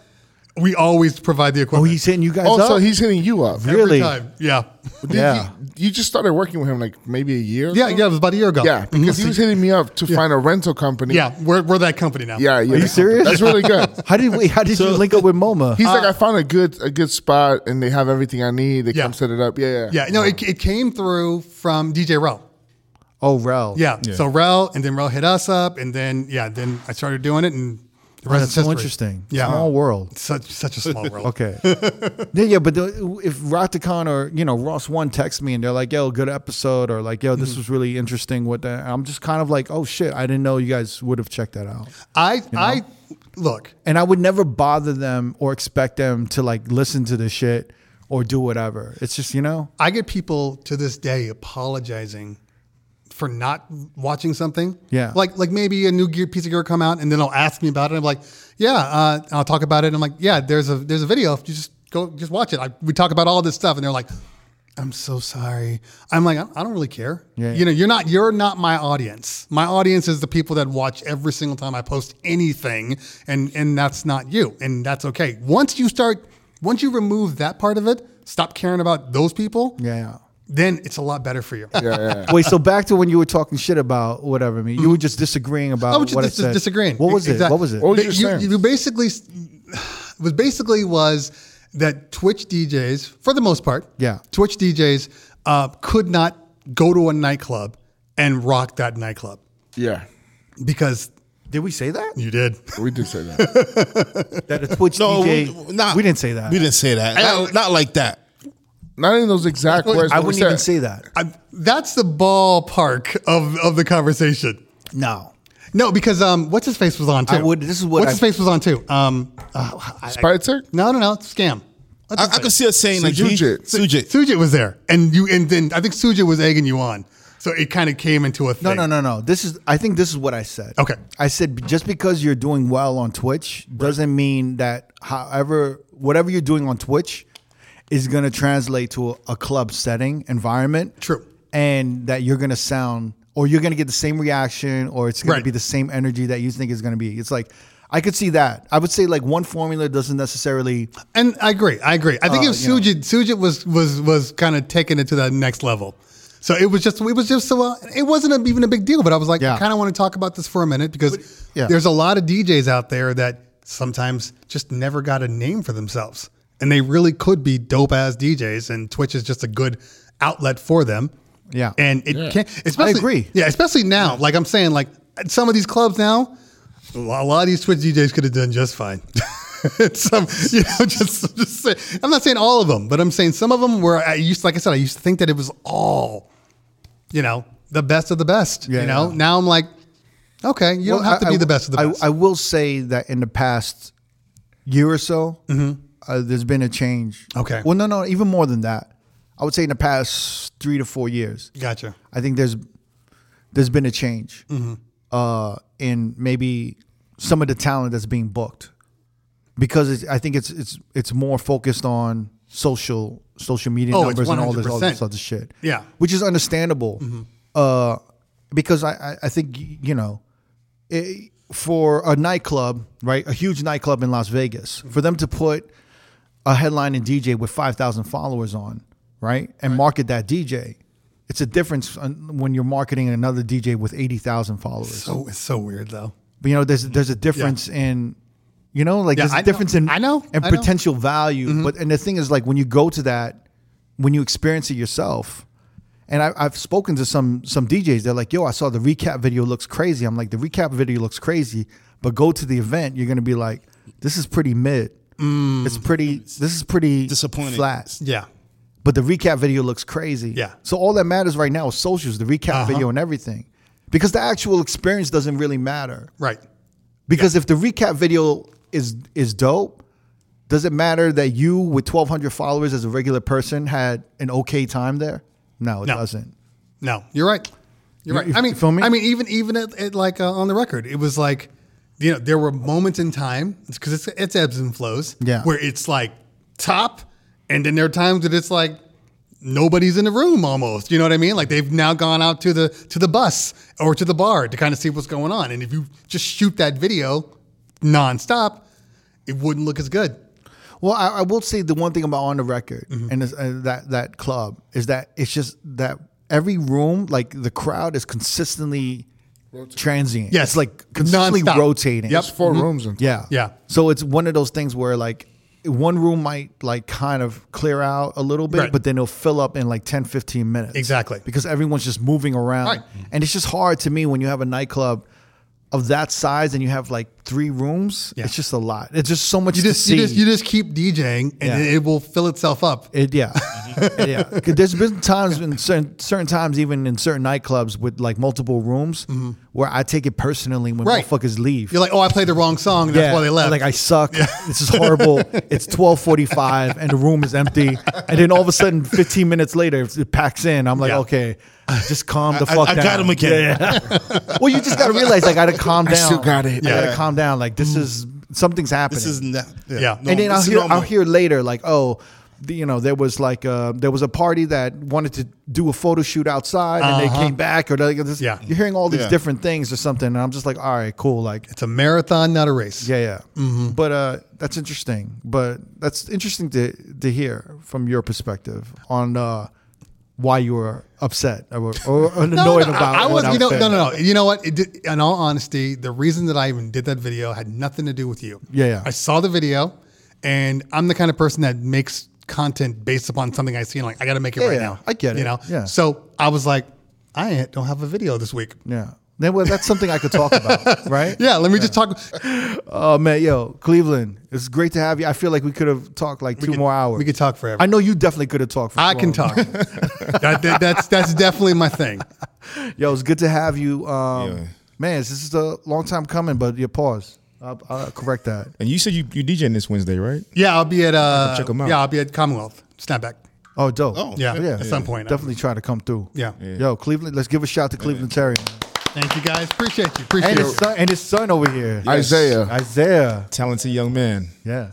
S3: we always provide the
S1: Oh,
S3: equipment.
S1: he's hitting you guys
S4: Oh,
S1: up.
S4: so he's hitting you up.
S3: every
S1: really?
S3: time. Yeah.
S4: Did
S1: Yeah.
S4: You, you just started working with him like maybe a year. or
S3: Yeah,
S4: so?
S3: yeah, it was about a year ago. Mm-hmm.
S4: yeah. Because he was hitting me up to find a rental company.
S3: Yeah, we're, we're that company now.
S4: yeah, yeah.
S1: Are you serious?
S4: That's really good.
S1: How did wait, How did you link up with MoMA?
S4: He's like, I found a good a good spot, and they have everything I need. They
S3: Yeah.
S4: come set it up. Yeah, yeah.
S3: Yeah, no, it, it came through from DJ Rel.
S1: oh, Rel.
S3: Yeah. So Rel, and then Rel hit us up, and then yeah, then I started doing it, and the
S1: Oh,
S3: rest
S1: that's
S3: is
S1: so
S3: history.
S1: interesting.
S3: Yeah.
S1: Small world.
S3: Such such a small world.
S1: Okay. yeah, yeah, but the, if Rotacon or you know Ross One texts me and they're like, "Yo, good episode," or like, "Yo, this was really interesting," what the, I'm just kind of like, "Oh shit, I didn't know you guys would have checked that out."
S3: I I look.
S1: And I would never bother them or expect them to like listen to the shit or do whatever. It's just you know,
S3: I get people to this day apologizing for not watching something.
S1: Yeah.
S3: Like like maybe a new gear piece of gear come out and then they'll ask me about it. I'm like, yeah, uh, I'll talk about it. I'm like, yeah, there's a there's a video. If you just go just watch it. I, we talk about all this stuff and they're like, I'm so sorry. I'm like, I I don't really care.
S1: Yeah.
S3: You know, you're not you're not my audience. My audience is the people that watch every single time I post anything, and and that's not you, and that's okay. Once you start, once you remove that part of it, stop caring about those people
S1: yeah.
S3: then it's a lot better for you.
S1: Wait, so back to when you were talking shit about whatever me, you were just disagreeing about
S3: I was
S1: uh,
S3: just
S1: what I
S3: dis-
S1: said.
S3: disagreeing.
S1: What was
S3: Exact-
S1: it? What was it?
S4: What was your
S3: you,
S4: stance?
S3: you basically s- was basically was that Twitch DJs, for the most part,
S1: Yeah.
S3: Twitch DJs uh, could not go to a nightclub and rock that nightclub
S4: Yeah.
S3: because
S1: Did we say that?
S3: you did.
S4: We did say that.
S1: That a Twitch
S2: No,
S1: DJ?
S2: we, not,
S1: E we didn't say that.
S2: We didn't say that. Not, not like that.
S4: Not in those exact words.
S1: I
S4: but we
S1: wouldn't
S4: said-
S1: even say that.
S3: I, that's the ballpark of of the conversation.
S1: No.
S3: No, because um, what's his face was on too.
S1: I would- this is what
S3: what's
S1: I-
S3: his face was on too. Um, uh, I-
S4: Spitzer?
S3: no, no, no, scam.
S2: I, I could see us saying like he-
S4: Sujit.
S2: Sujit.
S3: Suja was there, and you, and then I think Suja was egging you on, so it kind of came into a thing.
S1: No, no, no, no. This is. I think this is what I said.
S3: Okay.
S1: I said just because you're doing well on Twitch doesn't mean that however whatever you're doing on Twitch is going to translate to a, a club setting environment.
S3: True.
S1: And that you're going to sound or you're going to get the same reaction or it's going
S3: Right.
S1: to be the same energy that you think it's going to be. It's like I could see that. I would say like one formula doesn't necessarily.
S3: And I agree, I agree. I think it was
S1: Uh, you know.
S3: Suja. Suja was was was kind of taking it to that next level. So it was just it was just so uh, it wasn't a, even a big deal, but I was like, I
S1: Yeah.
S3: kind of want to talk about this for a minute because
S1: yeah.
S3: there's a lot of DJs out there that sometimes just never got a name for themselves, and they really could be dope ass DJs, and Twitch is just a good outlet for them.
S1: Yeah.
S3: and it can especially
S1: agree.
S3: Yeah, especially now. Like I'm saying, like at some of these clubs now, a lot a lot of these Twitch DJs could have done just fine. some, you know, just, just say, I'm not saying all of them, but I'm saying some of them where I used, like I said, I used to think that it was all, you know, the best of the best.
S1: Yeah,
S3: you know,
S1: yeah.
S3: now I'm like, okay, you don't
S1: Well,
S3: have to
S1: I-
S3: be
S1: I-
S3: the best of the
S1: I-
S3: best.
S1: I, will say that in the past year or so, uh, there's been a change.
S3: Mm-hmm. Okay.
S1: Well, no, no, even more than that. I would say in the past three to four years,
S3: gotcha.
S1: I think there's there's been a change
S3: Mm-hmm.
S1: uh, in maybe some of the talent that's being booked because it's, I think it's it's it's more focused on social social media
S3: Oh, it's
S1: numbers and all this all this
S3: 100%.
S1: other shit.
S3: Yeah. Mm-hmm.
S1: which is understandable, uh, because I, I I think you know, it, eh, for a nightclub, right, a huge nightclub in Las Vegas, for them to put a headlining DJ with five thousand followers on, right, and market that DJ. It's a difference on- when you're marketing another DJ with eighty thousand followers.
S3: So it's so weird though.
S1: But you know, there's there's a difference in, you know, like
S3: Mm-hmm.
S1: there's
S3: Yeah,
S1: a
S3: I know.
S1: difference in
S3: I know.
S1: and
S3: I know. Mm-hmm.
S1: potential value. But and the thing is, like when you go to that, when you experience it yourself, and I, I've spoken to some some DJs, they're like, "Yo, I saw the recap video looks crazy." I'm like, "The recap video looks crazy," but go to the event, you're gonna be like, "This is pretty mid. It's pretty. This is pretty
S2: Disappointing.
S1: flat."
S3: Mm. Yeah.
S1: but the recap video looks crazy.
S3: Yeah. Uh-huh.
S1: So all that matters right now is socials, the recap video, and everything, because the actual experience doesn't really matter.
S3: Right.
S1: Because if the recap video is is dope, does it matter that you with twelve hundred followers as a regular person had an okay time there? No, it
S3: No.
S1: doesn't.
S3: No, you're right. You're
S1: You-
S3: right.
S1: you
S3: I mean,
S1: feel me?
S3: I mean, even even at, at like uh, on the record, it was like, you know, there were moments in time because it's, it's ebbs and flows.
S1: Yeah.
S3: where it's like top, and then there are times that it's like nobody's in the room almost. You know what I mean? Like they've now gone out to the to the bus or to the bar to kind of see what's going on. And if you just shoot that video nonstop, it wouldn't look as good.
S1: Well, I, I will say the one thing about on the record
S3: Mm-hmm.
S1: and, it's, and that that club is that it's just that every room, like the crowd, is consistently transient.
S3: Yes.
S1: it's like consistently
S3: Nonstop.
S1: rotating.
S3: Yep.
S4: It's 4 rooms. In.
S1: Yeah.
S3: Yeah.
S1: So it's one of those things where like one room might like kind of clear out a little bit,
S3: Right.
S1: but then it'll fill up in like 10, 15 minutes.
S3: Exactly.
S1: Because everyone's just moving around.
S4: Right.
S1: And it's just hard to me when you have a nightclub of that size and you have like three rooms.
S3: Yeah.
S1: It's just a lot. It's just so much
S3: You just,
S1: to
S3: you
S1: see.
S3: just you just keep DJing and
S1: Yeah.
S3: it, it will fill itself up.
S1: It, yeah, yeah. 'Cause There's been times in certain, certain times, even in certain nightclubs with like multiple rooms, where I take it personally when
S3: Mm-hmm. Right.
S1: motherfuckers leave.
S3: You're like, oh, I played the wrong song. And That's why they left.
S1: Like I suck. This is horrible. it's twelve forty five, and the room is empty. And then all of a sudden, fifteen minutes later, it packs in. I'm like,
S3: Yeah.
S1: okay, just calm the
S2: I-
S1: fuck
S2: I
S1: down.
S2: got him again.
S1: Yeah, yeah. well, you just gotta realize, like, I gotta calm down.
S4: still got
S1: I
S4: it.
S1: gotta
S2: Yeah. Mm.
S1: calm down. Like this is something's happening.
S2: This is not.
S3: Yeah.
S2: no,
S1: and then
S2: this
S1: I'll
S2: is
S1: hear,
S2: normal.
S1: I'll hear later, like, oh, the, you know, there was like a, there was a party that wanted to do a photo shoot outside, and they came back, or like, this,
S3: Yeah.
S1: you're hearing all these
S2: Uh-huh. Yeah.
S1: different things or something, and I'm just like, all right, cool, like,
S3: it's a marathon, not a race.
S1: yeah, yeah.
S3: Mm-hmm.
S1: But uh, that's interesting. But that's interesting to to hear from your perspective on uh, why you were upset or, or annoyed about.
S3: I, I was,
S1: what
S3: you know,
S1: said.
S3: no, no, no. You know what? It did, in all honesty, the reason that I even did that video had nothing to do with you.
S1: Yeah, yeah.
S3: I saw the video, and I'm the kind of person that makes content based upon something I see, and like I got to make it
S1: Yeah,
S3: right
S1: yeah.
S3: now.
S1: I get it.
S3: You know.
S1: Yeah.
S3: So I was like, I don't have a video this week.
S1: Yeah. Then, well, that's something I could talk about, right?
S3: Yeah, let me just talk.
S1: Oh man, yo, Cleveland, it's great to have you. I feel like we could have talked like two more hours.
S3: We could talk forever.
S1: I know you definitely could have talked. For
S3: I can
S1: two hours.
S3: talk. that, that- that's that's definitely my thing.
S1: Yo, it's good to have you. Um,
S5: Yeah.
S1: Man, this is a long time coming, but your pause. I'll, I'll correct that.
S5: And you said you you DJing this Wednesday, right?
S3: Yeah, I'll be at uh,
S5: check 'em out.
S3: yeah, I'll be at Commonwealth Snapback.
S1: Oh, dope. Oh,
S3: Yeah, at some point.
S1: Definitely try to come through.
S3: Yeah.
S1: Yo, Cleveland, let's give a shout to Cleveland Terry.
S3: Thank you guys. Appreciate you. Appreciate
S1: And
S3: you.
S1: his son and his son over here.
S4: Isaiah.
S1: Isaiah.
S5: Talented young man.
S1: Yeah.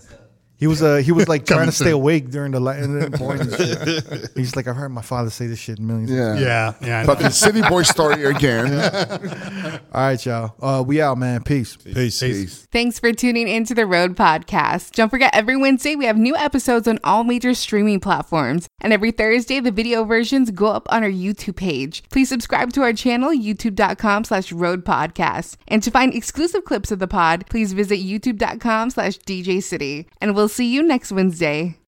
S1: He was uh, he was like trying to stay
S3: soon.
S1: awake during the light and the morning. shit. He's like, I've heard my father say this shit millions of
S4: Yeah.
S3: Yeah, yeah. I know.
S4: Fucking city boy story again.
S1: All right, y'all. Uh, we out, man. Peace.
S2: Peace.
S6: Thanks for tuning into the Road Podcast. Don't forget, every Wednesday we have new episodes on all major streaming platforms. And every Thursday, the video versions go up on our YouTube page. Please subscribe to our channel, youtube.com slash road podcast. And to find exclusive clips of the pod, please visit youtube.com slash DJ City. And we'll see you next Wednesday.